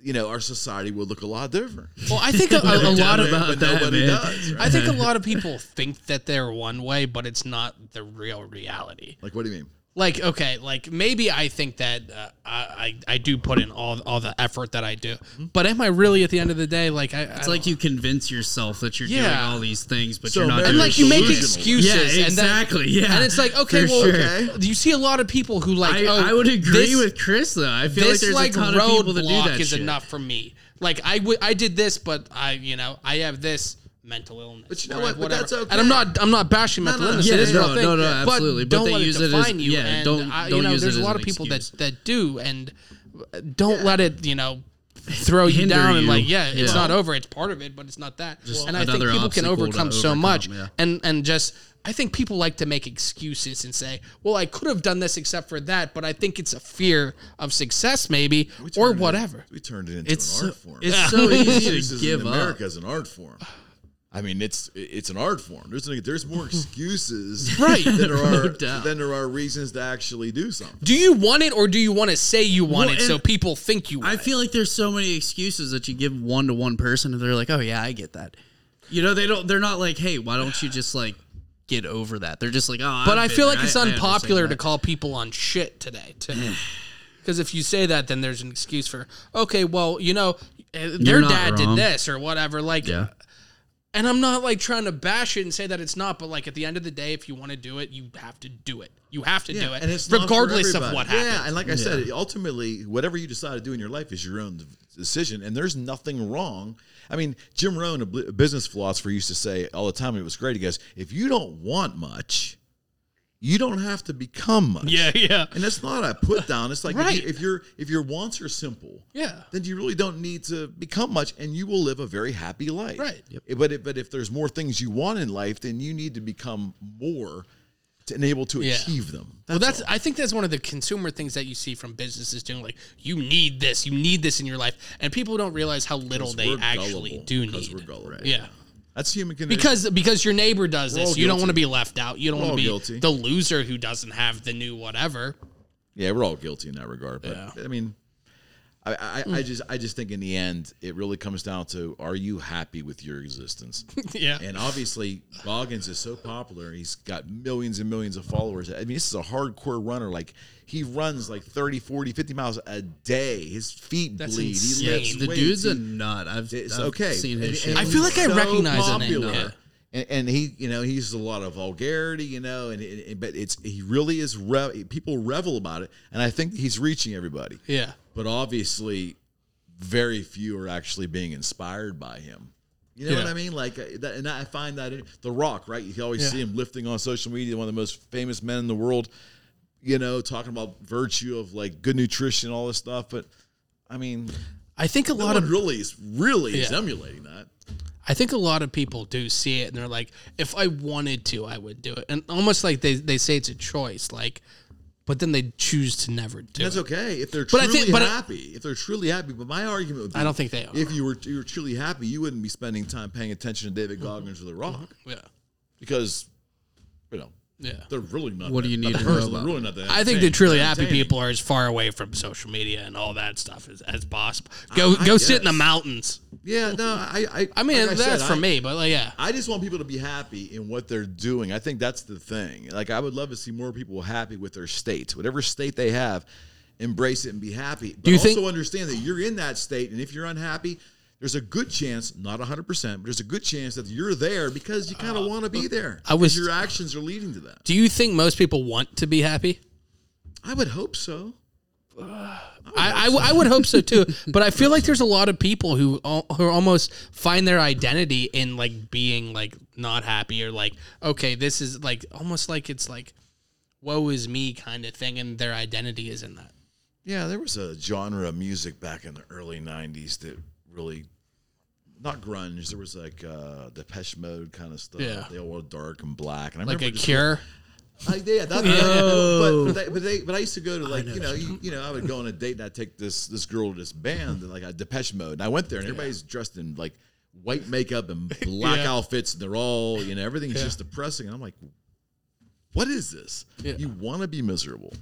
Speaker 4: you know, our society would look a lot different.
Speaker 1: Well, I think a, a, a lot of
Speaker 4: but nobody
Speaker 2: man.
Speaker 4: does. Right?
Speaker 1: I think a lot of people think that they're one way, but it's not the real reality.
Speaker 4: Like, what do you mean?
Speaker 1: like okay like maybe i think that uh, I, I i do put in all all the effort that i do
Speaker 4: Mm-hmm.
Speaker 1: but am i really at the end of the day like i
Speaker 2: It's like you convince yourself that you're doing
Speaker 1: Yeah.
Speaker 2: all these things, but
Speaker 4: So
Speaker 2: you're not.
Speaker 4: America-
Speaker 1: and
Speaker 2: doing
Speaker 1: like you make
Speaker 4: Delusional.
Speaker 1: excuses
Speaker 2: Yeah,
Speaker 1: and that-
Speaker 2: exactly, yeah,
Speaker 1: and it's like okay
Speaker 2: for
Speaker 1: well
Speaker 2: sure.
Speaker 1: you see a lot of people who like
Speaker 2: I,
Speaker 1: oh,
Speaker 2: I would agree
Speaker 1: this-
Speaker 2: with Chris though. I feel like
Speaker 1: this
Speaker 2: there's
Speaker 1: like
Speaker 2: a ton of people that do
Speaker 1: roadblock
Speaker 2: that
Speaker 1: is
Speaker 2: shit.
Speaker 1: enough for me like i would i did this but i you know i have this mental illness
Speaker 4: But you know
Speaker 1: or I have
Speaker 4: what? But that's okay.
Speaker 1: and i'm not i'm not bashing mental
Speaker 4: no,
Speaker 1: illness
Speaker 2: yeah,
Speaker 1: it is a real
Speaker 2: no,
Speaker 1: thing
Speaker 2: no, no, absolutely.
Speaker 1: but
Speaker 2: But
Speaker 1: don't
Speaker 2: they
Speaker 1: let
Speaker 2: use it
Speaker 1: it
Speaker 2: as-
Speaker 1: define you
Speaker 2: yeah,
Speaker 1: and
Speaker 2: don't-
Speaker 1: I, you
Speaker 2: don't
Speaker 1: know
Speaker 2: use it
Speaker 1: there's a
Speaker 2: as
Speaker 1: lot
Speaker 2: an
Speaker 1: of people that
Speaker 2: excuse.
Speaker 1: that do and don't let it you know throw you
Speaker 2: Hinder
Speaker 1: down and
Speaker 2: you.
Speaker 1: like yeah it's
Speaker 2: Yeah.
Speaker 1: not over it's part of it but it's not that and i think
Speaker 2: another
Speaker 1: people can
Speaker 2: obstacle to
Speaker 1: overcome so
Speaker 2: overcome,
Speaker 1: much
Speaker 2: yeah.
Speaker 1: and and just I think people like to make excuses and say, "Well, I could have done this except for that," but I think it's a fear of success, maybe, or
Speaker 4: turned it-
Speaker 1: whatever.
Speaker 4: we turned it into
Speaker 2: It's
Speaker 4: an
Speaker 2: so,
Speaker 4: art form.
Speaker 2: it's so easy
Speaker 4: Excuses
Speaker 2: to
Speaker 4: in
Speaker 2: give up.
Speaker 4: America is an art form. I mean, it's it's an art form. There's there's more excuses
Speaker 1: Right.
Speaker 4: than there are
Speaker 2: doubt.
Speaker 4: than there are reasons to actually do something.
Speaker 1: Do you want it, or do you want to say you want
Speaker 2: Well,
Speaker 1: it so
Speaker 2: and
Speaker 1: people think you want
Speaker 2: I feel like there's so many excuses that you give one to one person, and they're like, "Oh yeah, I get that." You know, they don't. They're not like, "Hey, why don't you just like get over that?" They're just like, "Oh."
Speaker 1: it? But
Speaker 2: I've
Speaker 1: I
Speaker 2: been
Speaker 1: feel like
Speaker 2: there.
Speaker 1: it's
Speaker 2: I- I understand
Speaker 1: unpopular to
Speaker 2: that."
Speaker 1: call people on shit today,
Speaker 4: Hmm.
Speaker 1: too. Because if you say that, then there's an excuse for, okay, well, you know, eh, their
Speaker 2: You're not
Speaker 1: dad
Speaker 2: wrong.
Speaker 1: did this or whatever. Like,
Speaker 2: Yeah.
Speaker 1: and I'm not like trying to bash it and say that it's not, but like at the end of the day, if you want to do it, you have to do it. You have to do it,
Speaker 4: not for
Speaker 1: regardless of
Speaker 4: everybody.
Speaker 1: what
Speaker 4: Yeah,
Speaker 1: happens.
Speaker 4: and like I said, ultimately, whatever you decide to do in your life is your own decision, and there's nothing wrong. I mean, Jim Rohn, a bl- a business philosopher, used to say all the time, and it was great. He goes, "If you don't want much, you don't have to become much."
Speaker 1: Yeah, yeah.
Speaker 4: And that's not a put down. It's like
Speaker 1: Right.
Speaker 4: if, you, if your if your wants are simple,
Speaker 1: Yeah.
Speaker 4: then you really don't need to become much, and you will live a very happy life.
Speaker 1: Right.
Speaker 4: But if, but if there's more things you want in life, then you need to become more to enable to
Speaker 1: Yeah.
Speaker 4: achieve them.
Speaker 1: well, that's I think that's one of the consumer things that you see from businesses doing like you need this, you need this in your life, and people don't realize how little they
Speaker 4: we're
Speaker 1: actually
Speaker 4: gullible,
Speaker 1: do
Speaker 4: 'cause
Speaker 1: need.
Speaker 4: we're gullible.
Speaker 1: Yeah.
Speaker 4: That's the human condition.
Speaker 1: Because because your neighbor does
Speaker 4: We're
Speaker 1: this,
Speaker 4: all
Speaker 1: you don't
Speaker 4: guilty.
Speaker 1: want to be left out. You don't want
Speaker 4: all
Speaker 1: to be
Speaker 4: guilty.
Speaker 1: the loser who doesn't have the new whatever.
Speaker 4: yeah, we're all guilty in that regard. But I mean, I, I,
Speaker 1: Mm.
Speaker 4: I just I just think in the end it really comes down to are you happy with your existence?
Speaker 1: yeah,
Speaker 4: and obviously Goggins is so popular. He's got millions and millions of followers. I mean, this is a hardcore runner. Like he runs like 30, 40, 50 miles a day. His feet
Speaker 1: That's
Speaker 4: bleed.
Speaker 1: insane.
Speaker 4: He
Speaker 2: Yeah,
Speaker 4: lifts
Speaker 2: the
Speaker 4: weights.
Speaker 2: dude's
Speaker 4: He-
Speaker 2: a nut. I've,
Speaker 4: it's
Speaker 2: I've
Speaker 4: okay.
Speaker 2: seen
Speaker 4: And-
Speaker 2: his shit.
Speaker 4: and
Speaker 1: I feel
Speaker 4: he's
Speaker 1: like I recognize the name,
Speaker 4: popular.
Speaker 1: yeah.
Speaker 4: And, and he, you know, he uses a lot of vulgarity, you know, and, and- and- but it's he really is re- people revel about it, and I think he's reaching everybody.
Speaker 1: yeah.
Speaker 4: But obviously, very few are actually being inspired by him. You know what
Speaker 1: Yeah.
Speaker 4: I mean? Like, uh, that, and I find that in, The Rock, right? You always see him lifting on social media, one of the most famous men in the world. You know, talking about virtue of like good nutrition, all this stuff. But I mean,
Speaker 1: I think a
Speaker 4: no
Speaker 1: lot
Speaker 4: one
Speaker 1: of
Speaker 4: really is really is
Speaker 1: Yeah.
Speaker 4: emulating that.
Speaker 1: I think a lot of people do see it and they're like, if I wanted to, I would do it. And almost like they, they say it's a choice, like but then they choose to never do
Speaker 4: That's
Speaker 1: it.
Speaker 4: okay if they're
Speaker 1: But I
Speaker 4: truly
Speaker 1: think- but I-
Speaker 4: happy. if they're truly happy, but my argument would be,
Speaker 1: I don't think they are.
Speaker 4: If you were you were truly happy, you wouldn't be spending time paying attention to David
Speaker 1: Mm-hmm.
Speaker 4: Goggins or The Rock
Speaker 1: Yeah.
Speaker 4: because you know
Speaker 1: Yeah.
Speaker 4: they're really not.
Speaker 2: What
Speaker 4: that-
Speaker 2: do you
Speaker 4: not
Speaker 2: need
Speaker 4: that
Speaker 2: to know
Speaker 4: personal, they're
Speaker 2: about
Speaker 4: Really not that
Speaker 1: I think
Speaker 4: entertaining.
Speaker 1: the truly
Speaker 4: They're
Speaker 1: happy
Speaker 4: entertaining.
Speaker 1: people are as far away from social media and all that stuff as, as possible. Go go sit in the
Speaker 4: guess.
Speaker 1: mountains.
Speaker 4: Yeah, no, I I,
Speaker 1: I mean,
Speaker 4: like
Speaker 1: that's
Speaker 4: said,
Speaker 1: for
Speaker 4: I-
Speaker 1: me, but like, yeah,
Speaker 4: I just want people to be happy in what they're doing. I think that's the thing. Like, I would love to see more people happy with their state, whatever state they have, embrace it and be happy. But
Speaker 1: Do you
Speaker 4: also
Speaker 1: think-
Speaker 4: understand that you're in that state, and if you're unhappy, there's a good chance, not 100%, but there's a good chance that you're there because you kind of want to be there.
Speaker 1: Uh, I was-
Speaker 4: because your actions are leading to that.
Speaker 1: Do you think most people want to be happy?
Speaker 4: I would hope so.
Speaker 1: I, I, I would hope so too, but I feel like there's a lot of people who al- who almost find their identity in like being like not happy or like okay, this is like almost like it's like woe is me kind of thing, and their identity is in that.
Speaker 4: Yeah, there was a genre of music back in the early '90s that really, not grunge. There was like uh, Depeche Mode kind of stuff.
Speaker 1: Yeah.
Speaker 4: they all were dark and black, and I
Speaker 1: Like
Speaker 4: remember
Speaker 1: a Oh.
Speaker 4: just-
Speaker 1: cure.
Speaker 4: I, yeah, that, yeah, yeah, but, they, but they, but I used to go to like you know, you, you know, I would go on a date and I'd take this this girl to this band and like a Depeche Mode, and I went there and everybody's dressed in like white makeup and black outfits, and they're all you know, everything's just depressing, and I'm like, what is this? You want to be miserable,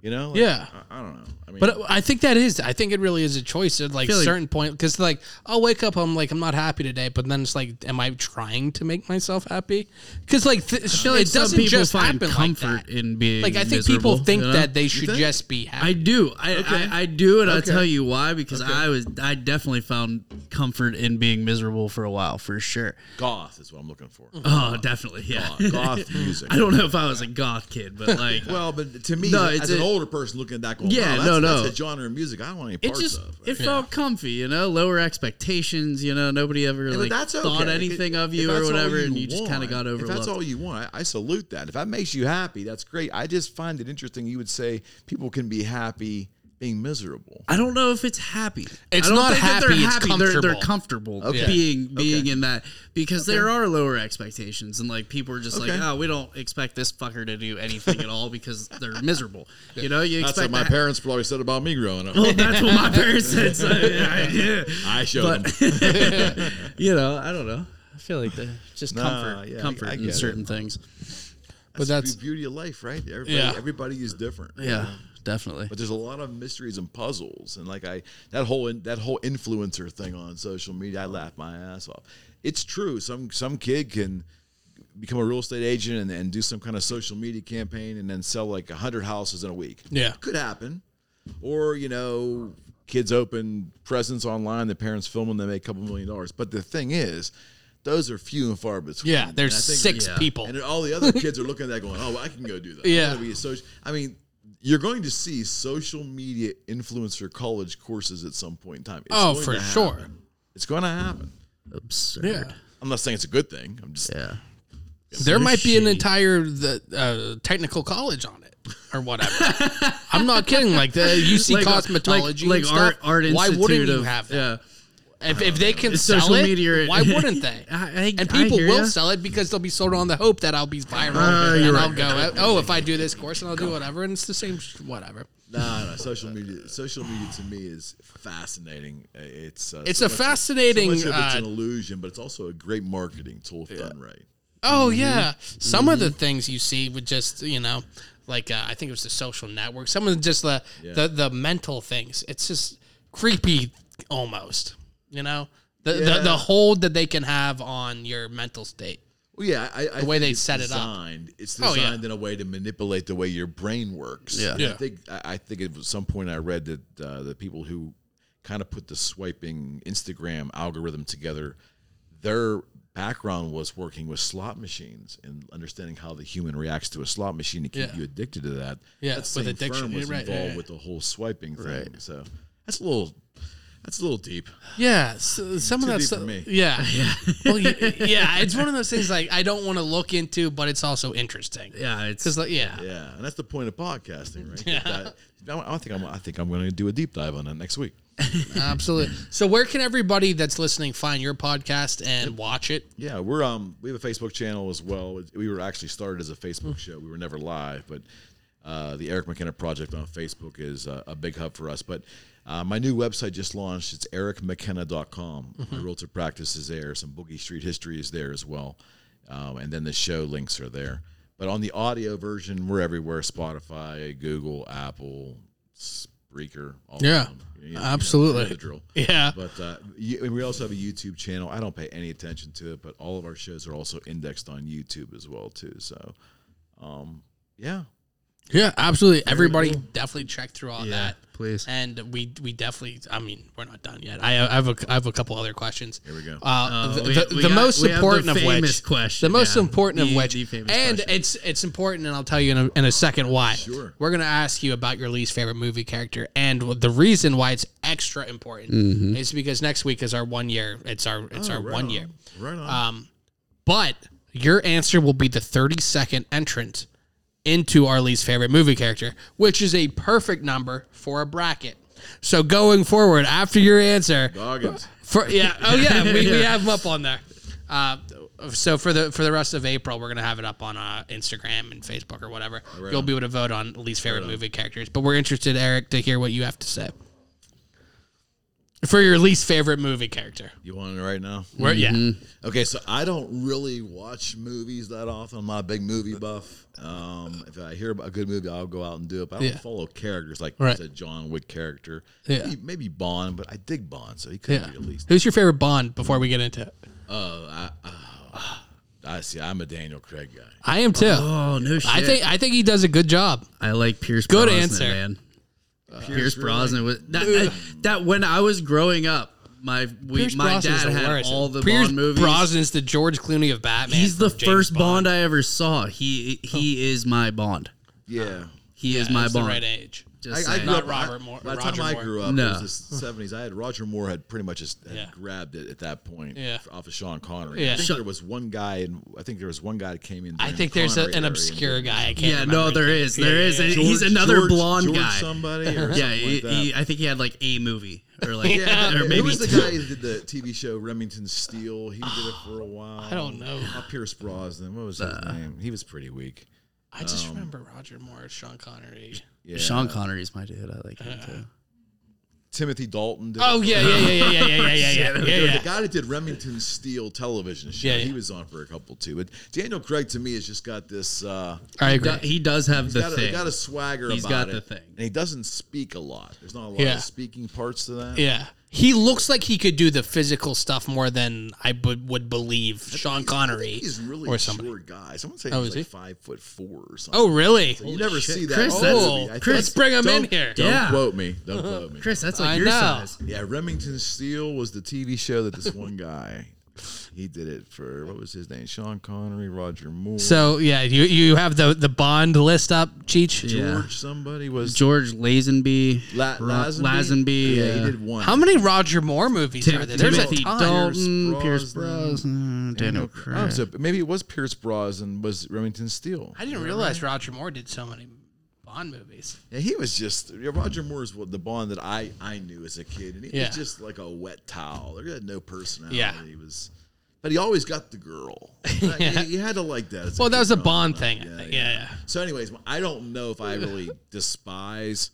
Speaker 4: you know? Like,
Speaker 1: Yeah.
Speaker 4: I, I don't know. I mean,
Speaker 1: But I think that is. I think it really is a choice at like a
Speaker 2: feel like-
Speaker 1: certain point because like I'll wake up, I'm like I'm not happy today, but then it's like, am I trying to make myself happy? Because like th- it
Speaker 2: Some
Speaker 1: doesn't
Speaker 2: people
Speaker 1: just
Speaker 2: find
Speaker 1: happen
Speaker 2: comfort
Speaker 1: like that.
Speaker 2: in being
Speaker 1: Like I think
Speaker 2: miserable,
Speaker 1: people think
Speaker 2: you know?
Speaker 1: that they should
Speaker 4: think?
Speaker 1: just be happy.
Speaker 2: I do. I, I, I do, and I'll
Speaker 4: Okay.
Speaker 2: tell you why. Because I was I definitely found comfort in being miserable for a while, for sure.
Speaker 4: goth is what I'm looking for.
Speaker 2: Oh, definitely, yeah.
Speaker 4: Goth, goth music.
Speaker 2: I don't know if I was a goth kid, but like,
Speaker 4: Well, but to me,
Speaker 2: No,
Speaker 4: as
Speaker 2: it's
Speaker 4: an
Speaker 2: a-
Speaker 4: older person looking at that, going,
Speaker 2: Yeah, no,
Speaker 4: yeah, no,
Speaker 2: no.
Speaker 4: that's a genre of music I don't want any
Speaker 2: it
Speaker 4: parts
Speaker 2: just
Speaker 4: of.
Speaker 2: it felt comfy, you know. Lower expectations, you know. Nobody ever
Speaker 4: Yeah,
Speaker 2: like thought
Speaker 4: okay.
Speaker 2: anything
Speaker 4: If-
Speaker 2: of
Speaker 4: if
Speaker 2: you or
Speaker 4: that's all
Speaker 2: whatever, and you just kind of got
Speaker 4: want,
Speaker 2: overlooked.
Speaker 4: If that's all you want, I, I salute that. If that makes you happy, that's great. I just find it interesting. You would say people can be happy being miserable.
Speaker 2: I don't know if it's happy.
Speaker 1: It's
Speaker 2: I don't
Speaker 1: not
Speaker 2: think that
Speaker 1: happy,
Speaker 2: They're,
Speaker 1: it's
Speaker 2: They're, they're
Speaker 1: comfortable.
Speaker 2: comfortable
Speaker 4: Okay.
Speaker 2: being being in that because there are lower expectations and like people are just like,
Speaker 4: Okay.
Speaker 2: oh, we don't expect this fucker to do anything at all because they're miserable. You know, you
Speaker 4: That's what
Speaker 2: expect
Speaker 4: my
Speaker 2: that-
Speaker 4: parents probably said about me growing up.
Speaker 2: Well, that's what my parents said. So yeah, yeah.
Speaker 4: I showed them.
Speaker 2: you know, I don't know. I feel like the just
Speaker 4: Nah,
Speaker 2: comfort,
Speaker 4: yeah, I-
Speaker 2: comfort
Speaker 4: I
Speaker 2: in
Speaker 4: get it.
Speaker 2: certain things.
Speaker 4: But
Speaker 1: that's-
Speaker 4: the beauty of life, right? Everybody,
Speaker 1: Yeah.
Speaker 4: everybody is different.
Speaker 2: Yeah, definitely.
Speaker 4: but there's a lot of mysteries and puzzles and like i that whole that whole influencer thing on social media i laugh my ass off it's true some some kid can become a real estate agent and, and do some kind of social media campaign and then sell like 100 houses in a week
Speaker 1: Yeah.
Speaker 4: could happen or you know kids open presents online the parents film them they make a couple million dollars but the thing is those are few and far between
Speaker 1: yeah, there's
Speaker 4: And I think-
Speaker 1: six
Speaker 2: yeah.
Speaker 1: people.
Speaker 4: and then all the other kids are looking at that going, oh, I can go do that. I'm
Speaker 1: Yeah.
Speaker 4: gonna be a social. I mean, you're going to see social media influencer college courses at some point in time. It's
Speaker 1: Oh,
Speaker 4: going
Speaker 1: for
Speaker 4: to happen.
Speaker 1: sure.
Speaker 4: It's going to happen.
Speaker 2: Absurd.
Speaker 1: Yeah.
Speaker 4: I'm not saying it's a good thing. I'm just,
Speaker 2: Yeah.
Speaker 1: There might be an
Speaker 2: shitty.
Speaker 1: entire the, uh, technical college on it or whatever. I'm not kidding. Like the UC
Speaker 2: Like, uh,
Speaker 1: cosmetology,
Speaker 2: like,
Speaker 1: and
Speaker 2: like
Speaker 1: stuff,
Speaker 2: art, art
Speaker 1: Why
Speaker 2: institute
Speaker 1: wouldn't you
Speaker 2: of-
Speaker 1: have that?
Speaker 2: Yeah.
Speaker 1: If, if they can
Speaker 2: It's
Speaker 1: sell
Speaker 2: social
Speaker 1: it,
Speaker 2: media.
Speaker 1: why wouldn't they?
Speaker 2: I- I-
Speaker 1: and
Speaker 2: I
Speaker 1: people
Speaker 2: hear
Speaker 1: will
Speaker 2: ya.
Speaker 1: sell it because they'll be sold on the hope that I'll be viral
Speaker 2: Uh,
Speaker 1: and
Speaker 2: you're
Speaker 1: I'll
Speaker 2: right.
Speaker 1: go, oh, if I do this course and I'll do whatever, and it's the same, sh- whatever.
Speaker 4: nah, nah, social media, social media to me is fascinating. Uh, It's, uh,
Speaker 1: It's
Speaker 4: so
Speaker 1: a
Speaker 4: much-
Speaker 1: fascinating,
Speaker 4: So much of it's
Speaker 1: uh,
Speaker 4: an illusion, but it's also a great marketing tool if done right.
Speaker 1: Oh
Speaker 4: Mm-hmm.
Speaker 1: yeah, some of the things you see with just you know, like uh, I think it was the social network. Some of the, just the, the the mental things. It's just creepy almost. You know, the, the the
Speaker 4: Yeah.
Speaker 1: hold that they can have on your mental state.
Speaker 4: Well, yeah, I, I
Speaker 1: The way
Speaker 4: think
Speaker 1: they
Speaker 4: it's
Speaker 1: set it up.
Speaker 4: designed, It's
Speaker 1: Oh,
Speaker 4: designed
Speaker 1: yeah.
Speaker 4: in a way to manipulate the way your brain works.
Speaker 2: Yeah.
Speaker 4: And
Speaker 1: Yeah.
Speaker 4: I think I, I think at some point I read that uh, the people who kind of put the swiping Instagram algorithm together, their background was working with slot machines and understanding how the human reacts to a slot machine to keep
Speaker 1: Yeah.
Speaker 4: you addicted to that.
Speaker 1: Yeah,
Speaker 4: that
Speaker 1: with
Speaker 4: same
Speaker 1: addiction.
Speaker 4: firm was
Speaker 1: You're right,
Speaker 4: involved
Speaker 1: yeah.
Speaker 4: with the whole swiping thing. So that's a little. That's a little deep.
Speaker 1: Yeah, so some
Speaker 4: Too
Speaker 1: of that
Speaker 4: deep for
Speaker 1: stuff.
Speaker 4: me.
Speaker 1: Yeah, yeah. well, y- yeah, it's one of those things like I don't want to look into, but it's also interesting.
Speaker 2: Yeah, it's
Speaker 1: Because like, yeah,
Speaker 4: Yeah, and that's the point of podcasting, right? Get that- Now, I think I'm. I think I'm going to do a deep dive on that next week.
Speaker 1: absolutely. So where can everybody that's listening find your podcast and watch it?
Speaker 4: Yeah, we're um we have a Facebook channel as well. We were actually started as a
Speaker 1: Hmm.
Speaker 4: Facebook show. We were never live, but uh, the Eric McKenna Project on Facebook is a, a big hub for us. But uh, my new website just launched. It's ericmckenna.com.
Speaker 1: Mm-hmm.
Speaker 4: My realtor practice is there. Some Boogie Street history is there as well, um, and then the show links are there. But on the audio version, we're everywhere: Spotify, Google, Apple, Spreaker. All
Speaker 1: Yeah,
Speaker 4: of them. You know,
Speaker 1: absolutely.
Speaker 4: you know the drill.
Speaker 1: Yeah.
Speaker 4: But uh, you, and we also have a YouTube channel. I don't pay any attention to it, but all of our shows are also indexed on YouTube as well too. So, um, yeah,
Speaker 1: Yeah, absolutely. Everybody definitely check through all that.
Speaker 2: please.
Speaker 1: And we we definitely. I mean, we're not done yet. I, I have a I have a couple other questions. Here
Speaker 4: we go.
Speaker 1: Uh,
Speaker 2: Oh,
Speaker 1: the
Speaker 2: we-
Speaker 1: the,
Speaker 2: we
Speaker 1: the
Speaker 2: got-
Speaker 1: most
Speaker 2: we have the
Speaker 1: important of
Speaker 2: famous
Speaker 1: which
Speaker 2: question,
Speaker 1: the most
Speaker 2: yeah.
Speaker 1: important of
Speaker 2: The-
Speaker 1: which,
Speaker 2: the famous
Speaker 1: and
Speaker 2: question.
Speaker 1: it's it's important, and I'll tell you in a, in a second why.
Speaker 4: Sure.
Speaker 1: We're gonna ask you about your least favorite movie character, and the reason why it's extra important
Speaker 2: Mm-hmm.
Speaker 1: is because next week is our one year. It's our it's
Speaker 2: Oh,
Speaker 1: our
Speaker 4: right
Speaker 1: one
Speaker 4: on.
Speaker 1: year.
Speaker 4: right on.
Speaker 1: Um, but your answer will be the 30 second entrant into our least favorite movie character, which is a perfect number for a bracket. So going forward, after your answer,
Speaker 4: Goggins.
Speaker 1: for yeah, oh yeah, we, we have them up on there. Uh, so for the for the rest of April, we're gonna have it up on uh, Instagram and Facebook or whatever. You'll be able to vote on least favorite movie characters. But we're interested, Eric, to hear what you have to say for your least favorite movie character.
Speaker 4: You want it right now?
Speaker 1: Where, Yeah.
Speaker 4: Okay, so I don't really watch movies that often. I'm not a big movie buff. Um, if I hear about a good movie, I'll go out and do it. But I don't
Speaker 1: Yeah.
Speaker 4: follow characters like
Speaker 1: Right.
Speaker 4: the John Wick character.
Speaker 1: Yeah.
Speaker 4: Maybe, maybe Bond, but I dig Bond, so he could
Speaker 1: Yeah.
Speaker 4: be at least.
Speaker 1: Who's your favorite Bond before we get into it?
Speaker 4: I see. I'm a Daniel Craig guy.
Speaker 1: I am too.
Speaker 2: Oh no shit!
Speaker 1: I think I think he does a good job.
Speaker 2: I like Pierce.
Speaker 1: Good
Speaker 2: Brosnan,
Speaker 1: answer.
Speaker 2: man.
Speaker 4: Uh,
Speaker 2: Pierce Brosnan was that, that, that when I was growing up, my we,
Speaker 1: Pierce
Speaker 2: my
Speaker 1: Brosnan's
Speaker 2: dad
Speaker 1: the
Speaker 2: had
Speaker 1: worst.
Speaker 2: all the
Speaker 1: Pierce
Speaker 2: Bond movies.
Speaker 1: Brosnan's the George Clooney of Batman.
Speaker 2: He's the
Speaker 1: from James
Speaker 2: first Bond. I ever saw. He he is my Bond.
Speaker 4: Yeah.
Speaker 2: He is
Speaker 1: Yeah,
Speaker 2: my
Speaker 1: it's
Speaker 2: Bond.
Speaker 1: the right age.
Speaker 2: Just
Speaker 4: I, I
Speaker 2: saying.
Speaker 4: grew
Speaker 1: Not
Speaker 4: up,
Speaker 1: Robert
Speaker 4: I-
Speaker 1: Moore-
Speaker 4: By the
Speaker 1: Roger
Speaker 4: time
Speaker 1: Moore.
Speaker 4: I grew up,
Speaker 2: No.
Speaker 4: it was the seventies. I had Roger Moore had pretty much just had
Speaker 1: Yeah.
Speaker 4: grabbed it at that point.
Speaker 1: Yeah.
Speaker 4: f- off of Sean Connery.
Speaker 1: Yeah.
Speaker 4: I think
Speaker 1: Sure.
Speaker 4: there was one guy, and I think there was one guy that came in.
Speaker 1: I
Speaker 4: during
Speaker 1: think
Speaker 4: the
Speaker 1: there's a,
Speaker 4: Connery
Speaker 1: an
Speaker 4: era
Speaker 1: obscure
Speaker 4: and-
Speaker 1: guy. I can't.
Speaker 2: yeah,
Speaker 1: remember
Speaker 2: no, there
Speaker 1: his
Speaker 2: is,
Speaker 1: name.
Speaker 2: there
Speaker 1: Yeah,
Speaker 2: is.
Speaker 1: yeah, yeah.
Speaker 2: He's
Speaker 4: George-
Speaker 2: another
Speaker 4: George-
Speaker 2: blonde
Speaker 4: George
Speaker 2: guy.
Speaker 4: Somebody. Or
Speaker 2: yeah,
Speaker 4: something
Speaker 2: he,
Speaker 4: like that.
Speaker 2: he- I think he had like a movie or like
Speaker 4: Yeah,
Speaker 2: or
Speaker 4: who
Speaker 2: maybe
Speaker 4: was the
Speaker 2: two.
Speaker 4: guy who did the TV show Remington Steele? He did it for a while. I
Speaker 1: don't know.
Speaker 4: Pierce Brosnan. What was his
Speaker 2: Uh,
Speaker 4: name? He was pretty weak.
Speaker 1: I just
Speaker 2: Um,
Speaker 1: remember Roger Moore, Sean Connery.
Speaker 4: Yeah.
Speaker 2: Sean Connery's my dude. I like him too.
Speaker 1: Uh,
Speaker 4: Timothy Dalton. Did
Speaker 1: Oh
Speaker 4: it.
Speaker 1: yeah, yeah, yeah, yeah, yeah, yeah, yeah, yeah, yeah,
Speaker 4: Dude,
Speaker 1: yeah.
Speaker 4: The guy that did Remington Steele television show,
Speaker 1: Yeah, yeah.
Speaker 4: he was on for a couple too. But Daniel Craig to me has just got this. Uh,
Speaker 1: I
Speaker 2: Do-
Speaker 1: agree.
Speaker 2: He does have the
Speaker 4: got a,
Speaker 2: thing.
Speaker 4: got a swagger
Speaker 2: He's
Speaker 4: about
Speaker 2: got
Speaker 4: it.
Speaker 2: the thing.
Speaker 4: And he doesn't speak a lot. There's not a lot
Speaker 1: Yeah.
Speaker 4: of speaking parts to that.
Speaker 1: Yeah. He looks like he could do the physical stuff more than I would would believe Sean Connery
Speaker 4: He's really
Speaker 1: or
Speaker 4: a
Speaker 1: somebody.
Speaker 4: short guy. Someone say
Speaker 1: Oh,
Speaker 4: he's
Speaker 1: is
Speaker 4: like
Speaker 1: he?
Speaker 4: five foot four or something.
Speaker 1: Oh, really?
Speaker 4: you never see that.
Speaker 2: Chris,
Speaker 4: on
Speaker 2: that's-
Speaker 4: TV. I think-
Speaker 1: Chris, Oh, bring him in
Speaker 4: don't-
Speaker 1: here.
Speaker 4: Don't
Speaker 2: Yeah.
Speaker 4: quote me. Don't quote me.
Speaker 2: Chris, that's like
Speaker 1: I
Speaker 2: your
Speaker 1: know.
Speaker 2: size.
Speaker 4: Yeah, Remington Steele was the TV show that this one guy. He did it for what was his name? Sean Connery, Roger Moore,
Speaker 1: So yeah, you you have the the Bond list up, Cheech.
Speaker 4: George.
Speaker 2: Yeah.
Speaker 4: Somebody was
Speaker 2: George Lazenby.
Speaker 4: La-
Speaker 2: Ro-
Speaker 4: Lazenby.
Speaker 2: Lazenby,
Speaker 4: Yeah,
Speaker 2: yeah.
Speaker 4: he did one.
Speaker 1: How many Roger Moore movies
Speaker 2: Tim-
Speaker 1: are there? There's
Speaker 2: Timothy
Speaker 1: a ton.
Speaker 2: Dalton, Pierce
Speaker 4: Pierce Brosnan,
Speaker 2: Brosnan, Daniel Craig.
Speaker 4: Oh, so maybe it was Pierce Brosnan was Remington Steele.
Speaker 1: I didn't realize Roger Moore did so many Bond movies.
Speaker 4: Yeah, he was just yeah, Roger Moore's wa- the Bond that I I knew as a kid, and he
Speaker 1: Yeah.
Speaker 4: was just like a wet towel. He had no personality.
Speaker 1: Yeah.
Speaker 4: He was, but he always got the girl. yeah. you, had to like that. as a
Speaker 1: Well, that
Speaker 4: kid
Speaker 1: was a
Speaker 4: growing
Speaker 1: Bond
Speaker 4: up.
Speaker 1: thing. I think. Yeah, yeah.
Speaker 4: So, anyways, I don't know if I really despise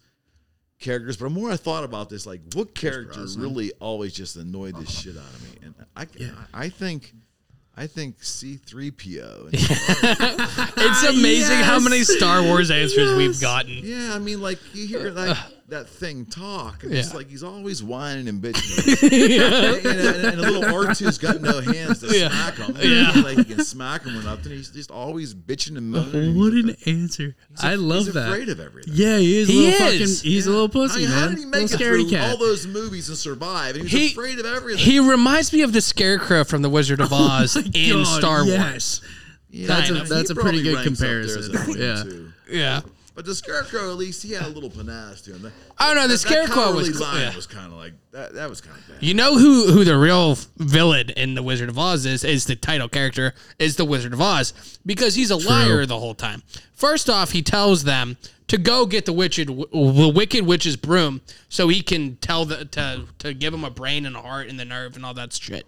Speaker 4: characters, but the more I thought about this, like what character really always just annoyed the shit out of me, and I I, I think. I think C-3PO. And-
Speaker 1: It's amazing how many Star Wars answers we've
Speaker 2: Ah, Yes.
Speaker 1: gotten.
Speaker 4: yeah, I mean, like you hear like that thing talk, and it's
Speaker 1: Yeah.
Speaker 4: like he's always whining and bitching. and, and, and a little R2's got no hands to
Speaker 1: Yeah.
Speaker 4: smack him.
Speaker 1: Yeah.
Speaker 4: like he can smack him or nothing. He's just always bitching and moaning.
Speaker 2: Oh, What
Speaker 4: he's,
Speaker 2: an answer! I love
Speaker 4: he's
Speaker 2: that.
Speaker 4: afraid of everything.
Speaker 2: Yeah, he is.
Speaker 1: He
Speaker 2: a little
Speaker 1: is.
Speaker 2: Fucking, he's a little
Speaker 4: I
Speaker 2: pussy,
Speaker 4: mean,
Speaker 2: man.
Speaker 4: how did he make
Speaker 2: little
Speaker 4: it
Speaker 2: scaredy
Speaker 4: through
Speaker 2: cat.
Speaker 4: all those movies and survive? And he was
Speaker 1: He-
Speaker 4: afraid of everything.
Speaker 1: He reminds me of the Scarecrow from The Wizard of Oz in
Speaker 2: Oh God,
Speaker 1: Star
Speaker 2: yes.
Speaker 1: Wars.
Speaker 4: yeah,
Speaker 1: that's a-
Speaker 4: kind of.
Speaker 2: that's
Speaker 4: He
Speaker 2: a pretty
Speaker 4: probably
Speaker 2: good
Speaker 4: ranks up there as
Speaker 2: comparison.
Speaker 4: an
Speaker 2: Yeah.
Speaker 4: M2.
Speaker 1: Yeah.
Speaker 4: But But the scarecrow, at least, he had a little panache to him. That,
Speaker 1: Oh, no, the
Speaker 4: that- that
Speaker 1: Scarecrow
Speaker 4: Cowardly
Speaker 1: was cool,
Speaker 4: Lion
Speaker 1: yeah.
Speaker 4: was kind of like that. That was kind of bad.
Speaker 1: You know who who the real villain in the Wizard of Oz is is the title character is the Wizard of Oz because he's a liar the whole time. First off, he tells them to go get the wicked the wicked witch's broom so he can tell the to to give him a brain and a heart and the nerve and all that shit.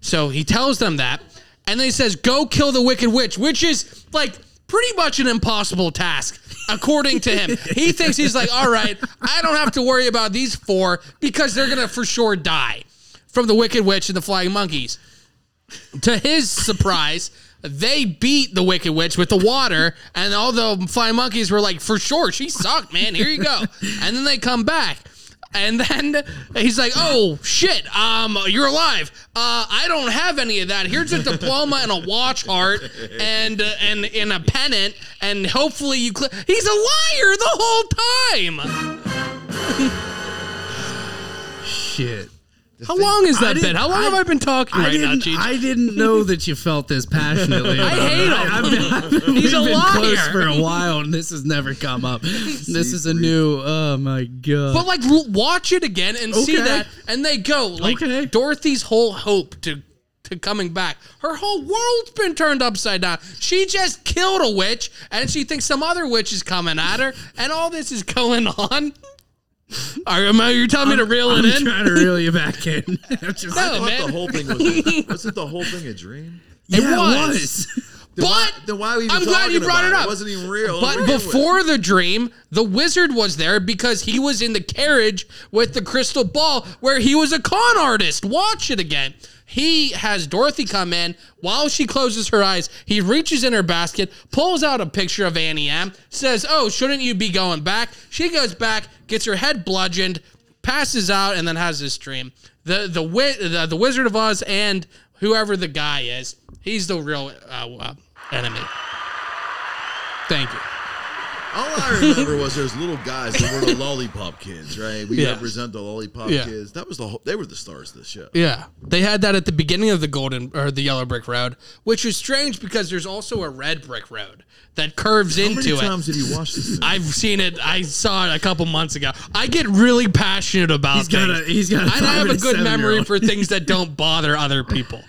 Speaker 1: So he tells them that, and then he says, "Go kill the wicked witch," which is like pretty much an impossible task, according to him. he thinks he's like, all right, I don't have to worry about these four because they're gonna for sure die from the Wicked Witch and the Flying Monkeys. To his surprise, they beat the Wicked Witch with the water, and all the Flying Monkeys were like, for sure, she sucked, man. Here you go. And then they come back. And then he's like, "Oh shit, um, you're alive. Uh, I don't have any of that. Here's a diploma and a watch heart and uh, and and a pennant, and hopefully you." Cl-. He's a liar the whole time.
Speaker 2: Shit.
Speaker 1: How long is that
Speaker 2: I
Speaker 1: been?
Speaker 2: didn't-
Speaker 1: How long have
Speaker 2: I-
Speaker 1: I been talking
Speaker 2: I
Speaker 1: right now,
Speaker 2: didn't,
Speaker 1: Cheech?
Speaker 2: I didn't know that you felt this passionately.
Speaker 1: I hate him. He's
Speaker 2: We've
Speaker 1: a
Speaker 2: been close
Speaker 1: liar.
Speaker 2: for a while, and this has never come up. This is a new. Oh my god!
Speaker 1: But like, l- watch it again and see
Speaker 2: Okay.
Speaker 1: that, and they go like
Speaker 2: Okay.
Speaker 1: Dorothy's whole hope to to coming back. Her whole world's been turned upside down. She just killed a witch, and she thinks some other witch is coming at her, and all this is going on. Are am I- you're telling me to reel
Speaker 2: I'm
Speaker 1: it in?
Speaker 2: trying to reel you back in. I'm just-
Speaker 1: no,
Speaker 4: I thought
Speaker 1: man.
Speaker 4: the whole thing was. wasn't the whole thing a dream?
Speaker 2: Yeah,
Speaker 1: was.
Speaker 4: Then why-
Speaker 1: But
Speaker 4: then why are we even
Speaker 1: I'm glad
Speaker 4: talking
Speaker 1: you brought it up.
Speaker 4: about it? It wasn't even real.
Speaker 1: But
Speaker 4: Right.
Speaker 1: before the dream, the wizard was there because he was in the carriage with the crystal ball where he was a con artist. Watch it again. He has Dorothy come in while she closes her eyes. He reaches in her basket, pulls out a picture of Annie M, says, Oh, shouldn't you be going back? She goes back, gets her head bludgeoned, passes out, and then has this dream. The the, wi- the, the Wizard of Oz and whoever the guy is, he's the real uh, uh, enemy. Thank you.
Speaker 4: All I remember was there's little guys that were the lollipop kids, right? We
Speaker 1: Yeah.
Speaker 4: represent the lollipop
Speaker 1: Yeah.
Speaker 4: kids. That was the whole. They were the stars of the show.
Speaker 1: Yeah, they had that at the beginning of the golden or the yellow brick road, which is strange because there's also a red brick road that curves
Speaker 4: How many
Speaker 1: into it.
Speaker 4: times did you watch this? Thing?
Speaker 1: I've seen it. I saw it a couple months ago. I get really passionate about
Speaker 2: He's got
Speaker 1: things.
Speaker 2: a- he's got a
Speaker 1: and I have a
Speaker 2: five and a
Speaker 1: good memory
Speaker 2: seven-year-old.
Speaker 1: for things that don't bother other people.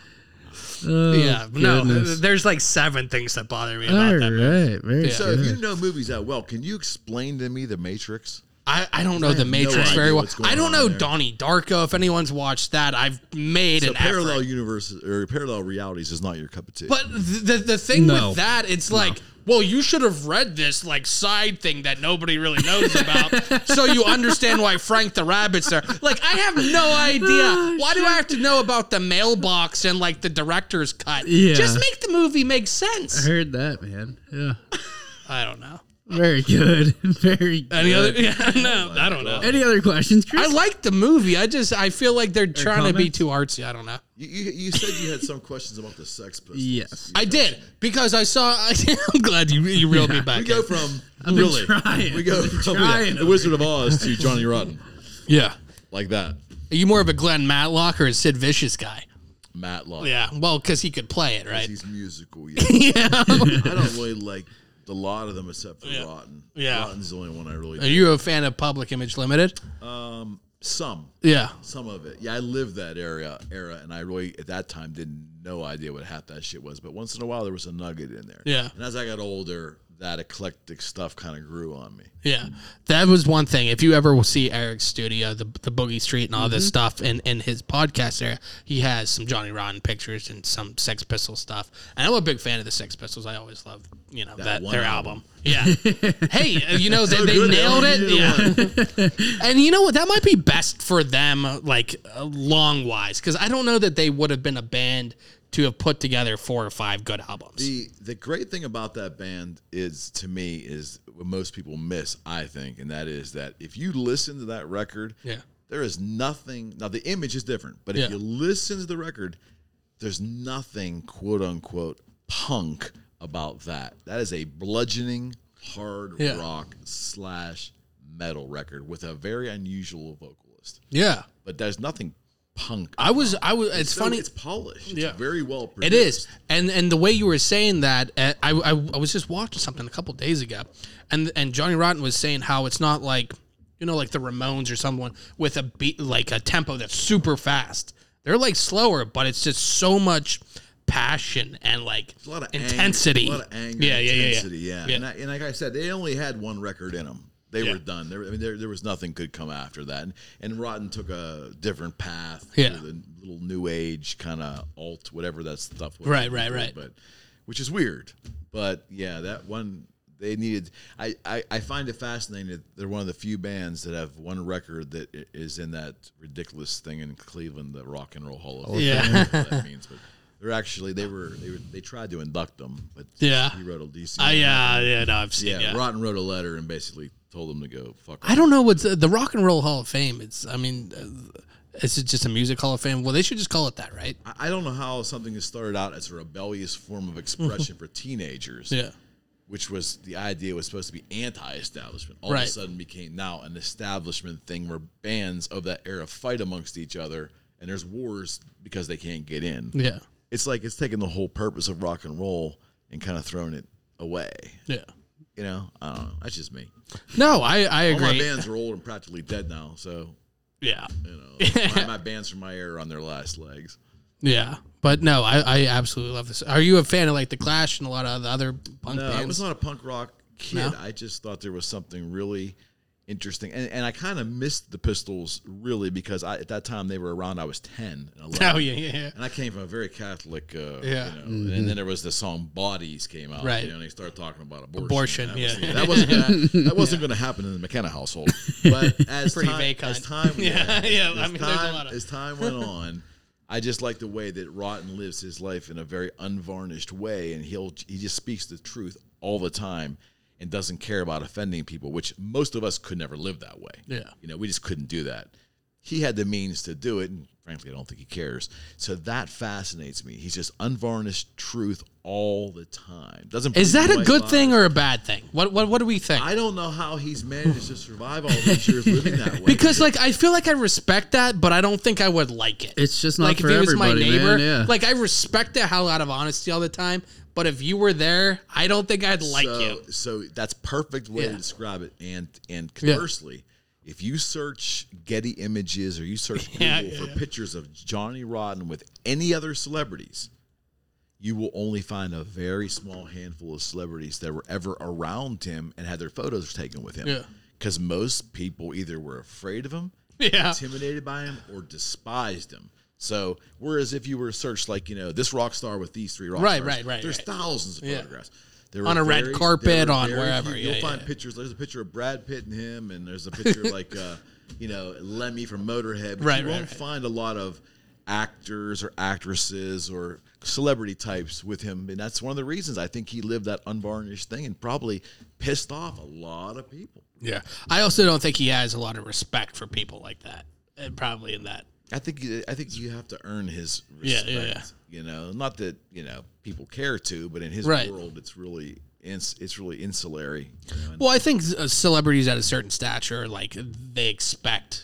Speaker 4: Oh,
Speaker 1: yeah, no, uh,
Speaker 2: Oh, goodness.
Speaker 1: there's like seven things that bother me about
Speaker 2: All
Speaker 1: that.
Speaker 2: right, very
Speaker 1: Yeah.
Speaker 4: so
Speaker 2: good.
Speaker 4: if you know movies that well, can you explain to me the Matrix?
Speaker 1: I, I don't know the
Speaker 4: no
Speaker 1: Matrix
Speaker 4: idea
Speaker 1: very well.
Speaker 4: what's going
Speaker 1: I don't
Speaker 4: on
Speaker 1: know
Speaker 4: there.
Speaker 1: Donnie Darko. If anyone's watched that, I've made
Speaker 4: So
Speaker 1: an effort.
Speaker 4: parallel universes or parallel realities is not your cup of tea.
Speaker 1: But th- the the thing
Speaker 2: No.
Speaker 1: with that, it's like, well, you should have read this like side thing that nobody really knows about, so you understand why Frank the Rabbit's there. Like, I have
Speaker 2: Oh,
Speaker 1: no idea. Why do I have to know about the mailbox and like the director's cut?
Speaker 2: Yeah. Uh-huh.
Speaker 1: Just make the movie make
Speaker 2: I
Speaker 1: sense.
Speaker 2: heard that, man. Yeah,
Speaker 1: I don't know.
Speaker 2: very good. Very. Good.
Speaker 1: Any other? Yeah, no, I don't know.
Speaker 2: Any other questions, Chris?
Speaker 1: I like the movie. I just I feel like they're trying to be
Speaker 2: comments?
Speaker 1: too artsy. I don't know.
Speaker 4: you, you, you said you had some questions about the Sex Pistols.
Speaker 2: Yes.
Speaker 1: I did because I saw. I, am glad you you reeled me back.
Speaker 4: We go
Speaker 1: in.
Speaker 4: from
Speaker 2: I've been
Speaker 4: really.
Speaker 2: trying.
Speaker 4: We go
Speaker 2: I've been
Speaker 4: from
Speaker 2: trying
Speaker 4: the
Speaker 2: over
Speaker 4: Wizard of Oz to Johnny Rotten
Speaker 1: yeah.
Speaker 4: like that.
Speaker 1: Are you more of a Glenn Matlock or a Sid Vicious guy?
Speaker 4: Matlock.
Speaker 1: Yeah, well, because he could play it, right?
Speaker 4: He's musical. Yeah. I don't really like a lot of them except for Rotten.
Speaker 1: Yeah.
Speaker 4: Rotten's the only one I really.
Speaker 1: Are you a fan of Public Image Limited?
Speaker 4: Some.
Speaker 1: Yeah.
Speaker 4: Some of it. Yeah, I lived that area era and I really at that time didn't no idea what half that shit was. But once in a while there was a nugget in there.
Speaker 1: Yeah.
Speaker 4: And as I got older, that eclectic stuff kind of grew on me.
Speaker 1: Yeah. That was one thing. If you ever will see Eric's studio, the, the Boogie Street and all
Speaker 4: Mm-hmm.
Speaker 1: this stuff, and, and his podcast there, he has some Johnny Rotten pictures and some Sex Pistols stuff. And I'm a big fan of the Sex Pistols. I always love, you know, that,
Speaker 4: one
Speaker 1: their album.
Speaker 4: album.
Speaker 1: Yeah. hey, uh, you know, they,
Speaker 4: So
Speaker 1: they
Speaker 4: good, they
Speaker 1: nailed
Speaker 4: only
Speaker 1: it.
Speaker 4: needed
Speaker 1: Yeah.
Speaker 4: one.
Speaker 1: And you know what? That might be best for them, like uh, long wise, because I don't know that they would have been a band to have put together four or five good albums.
Speaker 4: The the great thing about that band is to me is what most people miss, I think, and that is that if you listen to that record,
Speaker 1: Yeah.
Speaker 4: there is nothing now the image is different, but
Speaker 1: Yeah.
Speaker 4: if you listen to the record, there's nothing quote unquote punk about that. That is a bludgeoning hard
Speaker 1: Yeah.
Speaker 4: rock slash metal record with a very unusual vocalist.
Speaker 1: Yeah.
Speaker 4: But there's nothing punk.
Speaker 1: I was I was. It's,
Speaker 4: so
Speaker 1: funny.
Speaker 4: It's polished. It's
Speaker 1: Yeah.
Speaker 4: very well produced.
Speaker 1: It is, and and the way you were saying that, uh, I, I I was just watching something a couple days ago, and and Johnny Rotten was saying how it's not like you know like the Ramones or someone with a beat like a tempo that's super fast. They're like slower, but it's just so much passion and like
Speaker 4: It's a lot of anger-
Speaker 1: intensity.
Speaker 4: a lot of anger.
Speaker 1: Yeah, yeah, yeah, yeah.
Speaker 4: intensity, yeah.
Speaker 1: Yeah.
Speaker 4: And, I, and like I said, they only had one record in them. They
Speaker 1: Yeah.
Speaker 4: were done. There, I mean, there, there was nothing could come after that. And, and Rotten took a different path.
Speaker 1: Yeah.
Speaker 4: to the little new age kind of alt, whatever that stuff was.
Speaker 1: Right, right, right.
Speaker 4: But which is weird. But yeah, that one they needed. I I, I find it fascinating that they're one of the few bands that have one record that i- is in that ridiculous thing in Cleveland, the Rock and Roll Hall of Fame.
Speaker 1: Yeah.
Speaker 4: whatever that means, but they're actually they were they were they tried to induct them, but
Speaker 1: Yeah.
Speaker 4: he wrote a DC.
Speaker 1: I uh, yeah, no, I've
Speaker 4: yeah,
Speaker 1: seen. Yeah,
Speaker 4: Rotten wrote a letter and basically told them to go fuck.
Speaker 1: I don't know what's uh, the Rock and Roll Hall of Fame. It's I mean, uh, it's just a music Hall of Fame. Well, they should just call it that, right?
Speaker 4: I I don't know how something that started out as a rebellious form of expression for teenagers,
Speaker 1: Yeah,
Speaker 4: which was the idea was supposed to be anti-establishment, all of
Speaker 1: Right.
Speaker 4: a sudden became now an establishment thing where bands of that era fight amongst each other, and there's wars because they can't get in.
Speaker 1: yeah,
Speaker 4: It's like it's taken the whole purpose of rock and roll and kind of thrown it away.
Speaker 1: yeah.
Speaker 4: You know, I don't know. That's just me.
Speaker 1: No, I I
Speaker 4: All my
Speaker 1: agree.
Speaker 4: bands are old and practically dead now, so
Speaker 1: Yeah.
Speaker 4: you know, my, my bands from my era are on their last legs.
Speaker 1: Yeah. But no, I, I absolutely love this. Are you a fan of like The Clash and a lot of the other punk
Speaker 4: No, I
Speaker 1: bands?
Speaker 4: was not a punk rock kid.
Speaker 1: No?
Speaker 4: I just thought there was something really interesting, and, and I kind of missed the Pistols really because I, at that time they were around. I was ten and eleven,
Speaker 1: oh, yeah, yeah, yeah.
Speaker 4: and I came from a very Catholic. Uh,
Speaker 1: Yeah.
Speaker 4: you know, and then there was the song "Bodies" came out,
Speaker 1: Right.
Speaker 4: You know, and they started talking about abortion.
Speaker 1: Abortion,
Speaker 4: That was-
Speaker 1: yeah.
Speaker 4: that wasn't gonna, that wasn't going to happen in the McKenna household. But as
Speaker 1: Pretty
Speaker 4: time,
Speaker 1: vacant.
Speaker 4: as time,
Speaker 1: Yeah,
Speaker 4: yeah,
Speaker 1: yeah,
Speaker 4: As
Speaker 1: I mean, there's a
Speaker 4: time,
Speaker 1: lot of-
Speaker 4: as time went on, I just like the way that Rotten lives his life in a very unvarnished way, and he'll he just speaks the truth all the time, and doesn't care about offending people, which most of us could never live that way.
Speaker 1: Yeah.
Speaker 4: you know, we just couldn't do that. He had the means to do it, and frankly, I don't think he cares. So that fascinates me. He's just unvarnished truth all the time. Doesn't
Speaker 1: Is
Speaker 4: believe
Speaker 1: that a
Speaker 4: white
Speaker 1: good
Speaker 4: lies.
Speaker 1: thing or a bad thing? What what, what do we think?
Speaker 4: I don't know how he's managed to survive all these years living that way.
Speaker 1: because like I feel like I respect that, but I don't think I would like it.
Speaker 2: It's just not
Speaker 1: like
Speaker 2: for
Speaker 1: if he was my
Speaker 2: everybody,
Speaker 1: neighbor.
Speaker 2: man, yeah.
Speaker 1: Like I respect the hell out of honesty all the time, but if you were there, I don't think I'd like
Speaker 4: so,
Speaker 1: you.
Speaker 4: So that's perfect way
Speaker 1: Yeah.
Speaker 4: to describe it. And and
Speaker 1: Yeah.
Speaker 4: conversely, if you search Getty images or you search Google
Speaker 1: Yeah,
Speaker 4: for pictures of Johnny Rodden with any other celebrities, you will only find a very small handful of celebrities that were ever around him and had their photos taken with him.
Speaker 1: Yeah.
Speaker 4: Because most people either were afraid of him,
Speaker 1: Yeah.
Speaker 4: intimidated by him, or despised him. So, whereas if you were to search like you know this rock star with these three rock
Speaker 1: Right,
Speaker 4: stars,
Speaker 1: right, right,
Speaker 4: there's
Speaker 1: right.
Speaker 4: thousands of
Speaker 1: Yeah.
Speaker 4: photographs. There
Speaker 1: On
Speaker 4: were
Speaker 1: a red
Speaker 4: there
Speaker 1: carpet,
Speaker 4: were
Speaker 1: on
Speaker 4: very
Speaker 1: wherever,
Speaker 4: few-
Speaker 1: yeah,
Speaker 4: You'll
Speaker 1: yeah,
Speaker 4: find
Speaker 1: yeah.
Speaker 4: pictures. There's a picture of Brad Pitt and him, and there's a picture like uh, you know Lemmy from Motorhead. But
Speaker 1: Right,
Speaker 4: you
Speaker 1: right,
Speaker 4: won't
Speaker 1: right.
Speaker 4: find a lot of actors or actresses or celebrity types with him, and that's one of the reasons I think he lived that unvarnished thing and probably pissed off a lot of people.
Speaker 1: Yeah. I also don't think he has a lot of respect for people like that. And probably in that.
Speaker 4: I think I think you have to earn his
Speaker 1: Yeah,
Speaker 4: respect.
Speaker 1: yeah,
Speaker 4: You know, not that you know people care to, but in his
Speaker 1: Right.
Speaker 4: world, it's really ins- it's really insulary. you know, and-
Speaker 1: Well, I think uh, celebrities at a certain stature, like they expect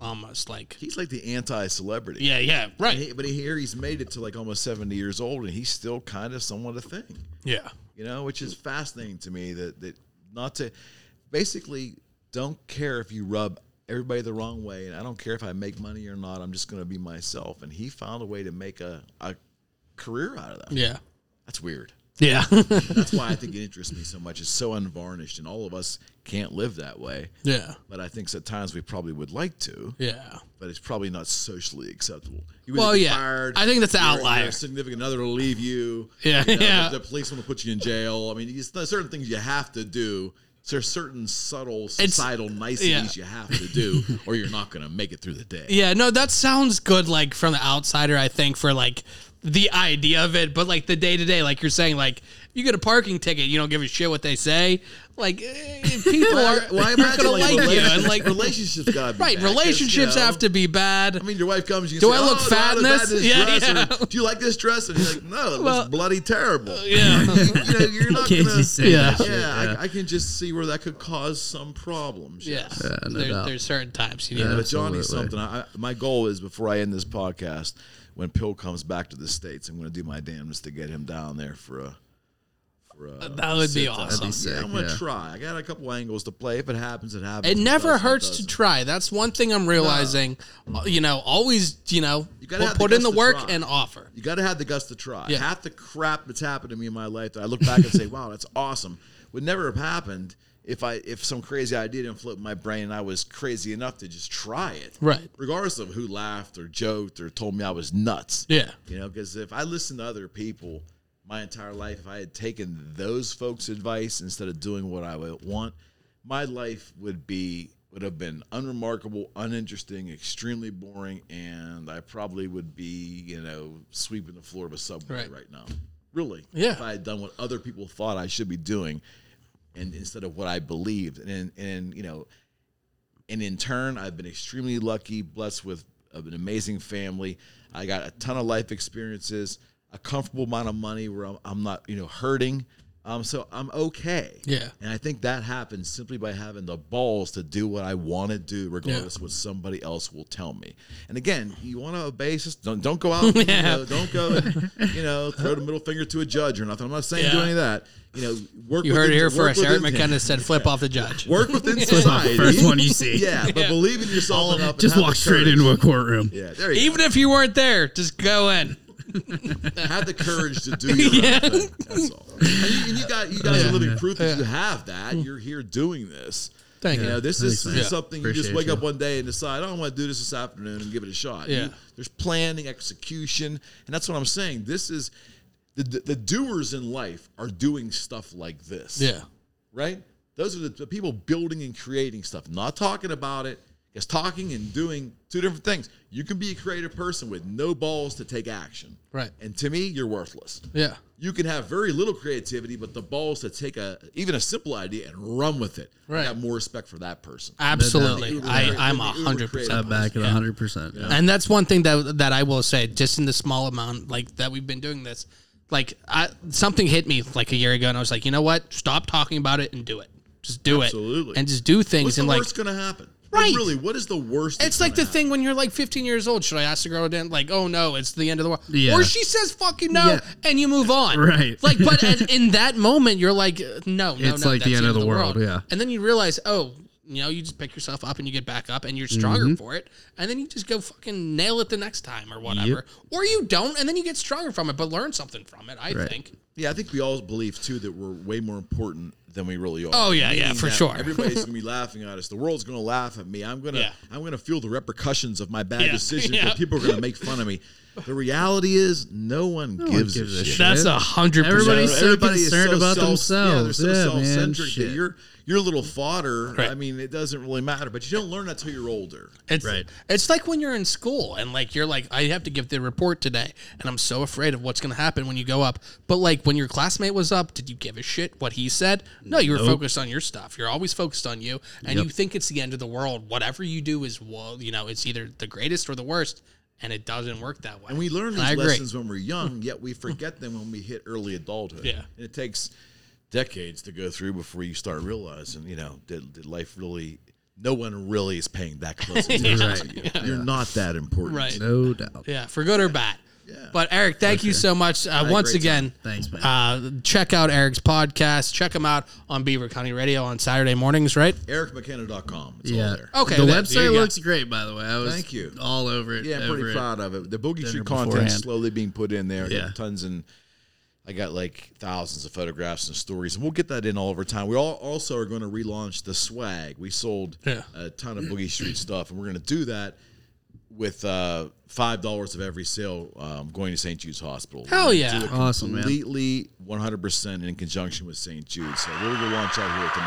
Speaker 1: almost like
Speaker 4: he's like the anti-celebrity.
Speaker 1: yeah, yeah,
Speaker 4: And
Speaker 1: right,
Speaker 4: he- but here he's made it to like almost seventy years old, and he's still kind of somewhat a thing.
Speaker 1: yeah,
Speaker 4: You know, which is fascinating to me that that not to basically don't care if you rub everybody the wrong way, and I don't care if I make money or not. I'm just going to be myself, and he found a way to make a a career out of that.
Speaker 1: yeah,
Speaker 4: That's weird.
Speaker 1: yeah,
Speaker 4: That's why I think it interests me so much. It's so unvarnished, and all of us can't live that way.
Speaker 1: yeah,
Speaker 4: But I think at times we probably would like to,
Speaker 1: yeah.
Speaker 4: but it's probably not socially acceptable. You
Speaker 1: Well,
Speaker 4: either get
Speaker 1: yeah. I think that's an
Speaker 4: your- your
Speaker 1: outlier.
Speaker 4: significant other will leave you.
Speaker 1: Yeah,
Speaker 4: you know,
Speaker 1: yeah.
Speaker 4: The, the police want to put you in jail. I mean, it's, there's certain things you have to do. There's certain subtle societal niceties you have to do, or you're not going to make it through the day.
Speaker 1: Yeah, no, that sounds good, like from the outsider, I think, for like the idea of it, but like the day to day, like you're saying, like you get a parking ticket, you don't give a shit what they say. Like eh, people are
Speaker 4: Well, I
Speaker 1: you're
Speaker 4: imagine,
Speaker 1: gonna like, you
Speaker 4: rela-
Speaker 1: and like
Speaker 4: relationships got
Speaker 1: right relationships have to be bad.
Speaker 4: I mean, your wife comes. You
Speaker 1: Do
Speaker 4: say,
Speaker 1: I look
Speaker 4: oh,
Speaker 1: fat
Speaker 4: do
Speaker 1: in
Speaker 4: I look
Speaker 1: this?
Speaker 4: bad in this
Speaker 1: Yeah,
Speaker 4: dress?
Speaker 1: yeah.
Speaker 4: Or, do you like this dress? And you're like, no, it
Speaker 1: Well-
Speaker 4: was bloody terrible.
Speaker 1: yeah.
Speaker 4: you know, you're not
Speaker 2: Can't
Speaker 4: gonna.
Speaker 2: just say
Speaker 1: Yeah.
Speaker 2: that shit,
Speaker 4: yeah,
Speaker 2: yeah.
Speaker 4: I, I can just see where that could cause some problems.
Speaker 1: Yeah,
Speaker 4: yes.
Speaker 2: no
Speaker 1: there,
Speaker 2: doubt.
Speaker 1: there's certain times you need
Speaker 4: Yeah,
Speaker 1: to
Speaker 4: but Johnny,
Speaker 2: absolutely.
Speaker 4: something. I, I- my goal is before I end this podcast, when Pill comes back to the states, I'm going to do my damnedest to get him down there for a. For a
Speaker 1: That would be
Speaker 4: sit-down.
Speaker 1: awesome. That'd be
Speaker 4: Yeah,
Speaker 2: sick,
Speaker 4: I'm going to
Speaker 2: yeah.
Speaker 4: try. I got a couple angles to play. If it happens, it happens.
Speaker 1: It
Speaker 4: If
Speaker 1: never
Speaker 4: doesn't, it
Speaker 1: hurts to
Speaker 4: doesn't.
Speaker 1: try. That's one thing I'm realizing. Uh, You know, always, you know,
Speaker 4: You gotta
Speaker 1: put,
Speaker 4: have the
Speaker 1: put in
Speaker 4: guts
Speaker 1: the
Speaker 4: to
Speaker 1: work
Speaker 4: try.
Speaker 1: and offer.
Speaker 4: You got to have the guts to try.
Speaker 1: Yeah.
Speaker 4: Half the crap that's happened to me in my life that I look back and say, "Wow, that's awesome," would never have happened if I if some crazy idea didn't float in my brain and I was crazy enough to just try it.
Speaker 1: Right.
Speaker 4: Regardless of who laughed or joked or told me I was nuts.
Speaker 1: Yeah.
Speaker 4: You know, because if I listened to other people my entire life, if I had taken those folks' advice instead of doing what I would want, my life would be would have been unremarkable, uninteresting, extremely boring, and I probably would be, you know, sweeping the floor of a subway
Speaker 1: Right.
Speaker 4: right, now. Really.
Speaker 1: Yeah.
Speaker 4: If I had done what other people thought I should be doing and instead of what I believed. And and you know, and in turn, I've been extremely lucky, blessed with an amazing family. I got a ton of life experiences, a comfortable amount of money where I'm, I'm not, you know, hurting. Um, so I'm okay.
Speaker 1: Yeah.
Speaker 4: And I think that happens simply by having the balls to do what I want to do, regardless of what somebody else will tell me. And again, you want to obey system. Don't, don't go out. you know, don't go. And, you know, throw the middle finger to a judge or nothing. I'm not saying do
Speaker 1: Yeah.
Speaker 4: any of that. You know, work.
Speaker 1: You heard it
Speaker 4: within-
Speaker 1: here
Speaker 4: work
Speaker 1: first. Eric
Speaker 4: within-
Speaker 1: McKenna said, "Flip off the judge."
Speaker 4: Work within
Speaker 2: the
Speaker 4: society.
Speaker 2: first one you see.
Speaker 4: Yeah, but believe in yourself enough. and
Speaker 2: Just
Speaker 4: have
Speaker 2: walk
Speaker 4: the
Speaker 2: straight
Speaker 4: courage.
Speaker 2: into a courtroom.
Speaker 4: Yeah, there you
Speaker 1: Even if you weren't there, just go in.
Speaker 4: go. Have the courage to do your
Speaker 1: Yeah.
Speaker 4: own thing. That's all. And you, and you got you guys are living proof that you have that.
Speaker 2: Hmm.
Speaker 4: You're here doing this.
Speaker 1: Thank
Speaker 4: You
Speaker 1: you.
Speaker 4: know, this is
Speaker 2: Thanks, man.
Speaker 4: something you
Speaker 2: Appreciate
Speaker 4: just wake
Speaker 2: you.
Speaker 4: up one day and decide, oh, I want to do this this afternoon and give it a shot. You-
Speaker 1: Yeah.
Speaker 4: there's planning, execution, and that's what I'm saying. This is the, the, the doers in life are doing stuff like this.
Speaker 1: Yeah.
Speaker 4: right? Those are the, the people building and creating stuff, not talking about it. Because talking and doing two different things. You can be a creative person with no balls to take action.
Speaker 1: Right.
Speaker 4: And to me, you're worthless.
Speaker 1: Yeah.
Speaker 4: You can have very little creativity, but the balls to take a even a simple idea and run with it.
Speaker 1: Right.
Speaker 4: I got more respect for that person.
Speaker 1: Absolutely.
Speaker 4: Uber
Speaker 1: I,
Speaker 4: creative.
Speaker 1: I'm a
Speaker 4: Uber
Speaker 1: 100%.
Speaker 4: creative.
Speaker 2: I back it
Speaker 1: Yeah.
Speaker 2: 100%. Yeah.
Speaker 1: And that's one thing that that I will say, just in the small amount like that we've been doing this, like I, something hit me like a year ago, and I was like, you know what? Stop talking about it and do it. Just do
Speaker 4: Absolutely.
Speaker 1: it, and just do things.
Speaker 4: What's the
Speaker 1: and like,
Speaker 4: worst going to happen?
Speaker 1: Right.
Speaker 4: Really, what is the worst? that's
Speaker 1: it's like the
Speaker 4: gonna happen?
Speaker 1: thing when you're like 15 years old. Should I ask the girl then? Like, oh no, it's the end of the world.
Speaker 2: Yeah.
Speaker 1: Or she says fucking no,
Speaker 2: Yeah.
Speaker 1: and you move on.
Speaker 2: Right.
Speaker 1: Like, but at, in that moment, you're like, uh, no, no,
Speaker 2: It's
Speaker 1: no,
Speaker 2: like the
Speaker 1: that's
Speaker 2: end of the world, yeah.
Speaker 1: And then you realize, oh, you know, you just pick yourself up and you get back up, and you're stronger
Speaker 2: Mm-hmm.
Speaker 1: for it. And then you just go fucking nail it the next time or whatever, or you don't, and then you get stronger from it, but learn something from it. I
Speaker 2: Right.
Speaker 1: think.
Speaker 4: Yeah, I think we all believe too that we're way more important than we really are.
Speaker 1: Oh, yeah, yeah,
Speaker 4: Meaning
Speaker 1: for
Speaker 4: that
Speaker 1: sure.
Speaker 4: Everybody's gonna be laughing at us. The world's gonna laugh at me. I'm gonna
Speaker 1: Yeah.
Speaker 4: I'm gonna feel the repercussions of my bad
Speaker 1: Yeah,
Speaker 4: decisions.
Speaker 1: yeah.
Speaker 4: That people are gonna make fun of me. The reality is, no one gives
Speaker 2: gives a
Speaker 4: a shit.
Speaker 2: shit.
Speaker 1: That's
Speaker 2: Yeah.
Speaker 1: a hundred
Speaker 4: You
Speaker 2: Everybody's-
Speaker 1: percent.
Speaker 4: know,
Speaker 2: so concerned about
Speaker 4: Yeah, they're
Speaker 2: themselves.
Speaker 4: so
Speaker 2: Yeah, man,
Speaker 4: self-centric
Speaker 2: shit.
Speaker 4: that your your little fodder.
Speaker 1: Right.
Speaker 4: I mean, it doesn't really matter. But you don't learn that till you're older.
Speaker 1: It's
Speaker 2: Right.
Speaker 1: it's like when you're in school and like you're like I have to give the report today and I'm so afraid of what's going to happen when you go up. But like when your classmate was up, did you give a shit what he said? No, you were focused on your stuff. You're always focused on you and you think it's the end of the world. Whatever you do is well, you know, it's either the greatest or the worst and it doesn't work that way.
Speaker 4: And we learn
Speaker 1: I
Speaker 4: these
Speaker 1: agree.
Speaker 4: lessons when we're young, yet we forget them when we hit early adulthood.
Speaker 1: Yeah.
Speaker 4: And it takes decades to go through before you start realizing, you know, did, did life really, no one really is paying that close attention to you. You're not that important.
Speaker 1: Right.
Speaker 2: No doubt.
Speaker 1: Yeah, for good or bad. But Eric, thank you so much uh, once
Speaker 4: great
Speaker 1: again.
Speaker 2: Thanks, man.
Speaker 1: Uh, check out Eric's podcast. Check him out on Beaver County Radio on Saturday mornings, right?
Speaker 4: EricMcKenna.com. It's all
Speaker 2: yeah.
Speaker 4: there.
Speaker 1: Okay,
Speaker 2: The
Speaker 1: that- there you
Speaker 2: website
Speaker 1: go.
Speaker 2: looks great, by the way. I was
Speaker 4: Thank you.
Speaker 2: all over it.
Speaker 4: Yeah, I'm pretty
Speaker 2: over it.
Speaker 4: proud of it. The Boogie Street content
Speaker 2: beforehand.
Speaker 4: slowly being put in there. I got
Speaker 2: Yeah.
Speaker 4: Tons and I got like thousands of photographs and stories, and we'll get that in all over time. We all also are going to relaunch the swag. We sold
Speaker 1: Yeah.
Speaker 4: a ton of Boogie Street stuff, and we're going to do that with uh, five dollars of every sale um, going to St. Jude's Hospital. We're
Speaker 1: Hell
Speaker 4: gonna
Speaker 1: yeah.
Speaker 4: do it
Speaker 2: Awesome, man.
Speaker 4: Completely, one hundred percent in conjunction with St. Jude. So we'll relaunch out here at the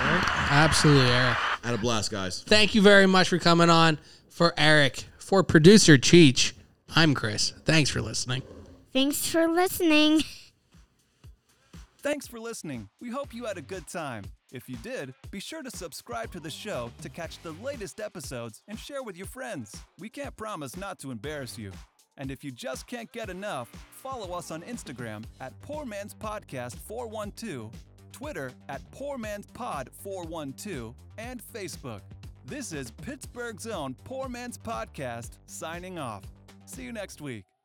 Speaker 4: moment.
Speaker 1: Absolutely, Eric.
Speaker 4: Had a blast, guys.
Speaker 1: Thank you very much for coming on. For Eric, for producer Cheech, I'm Chris. Thanks for listening.
Speaker 6: Thanks for listening.
Speaker 7: Thanks for listening. We hope you had a good time. If you did, be sure to subscribe to the show to catch the latest episodes and share with your friends. We can't promise not to embarrass you. And if you just can't get enough, follow us on Instagram at Poor Man's Podcast 412, Twitter at Poor Man's Pod 412, and Facebook. This is Pittsburgh's own Poor Man's Podcast signing off. See you next week.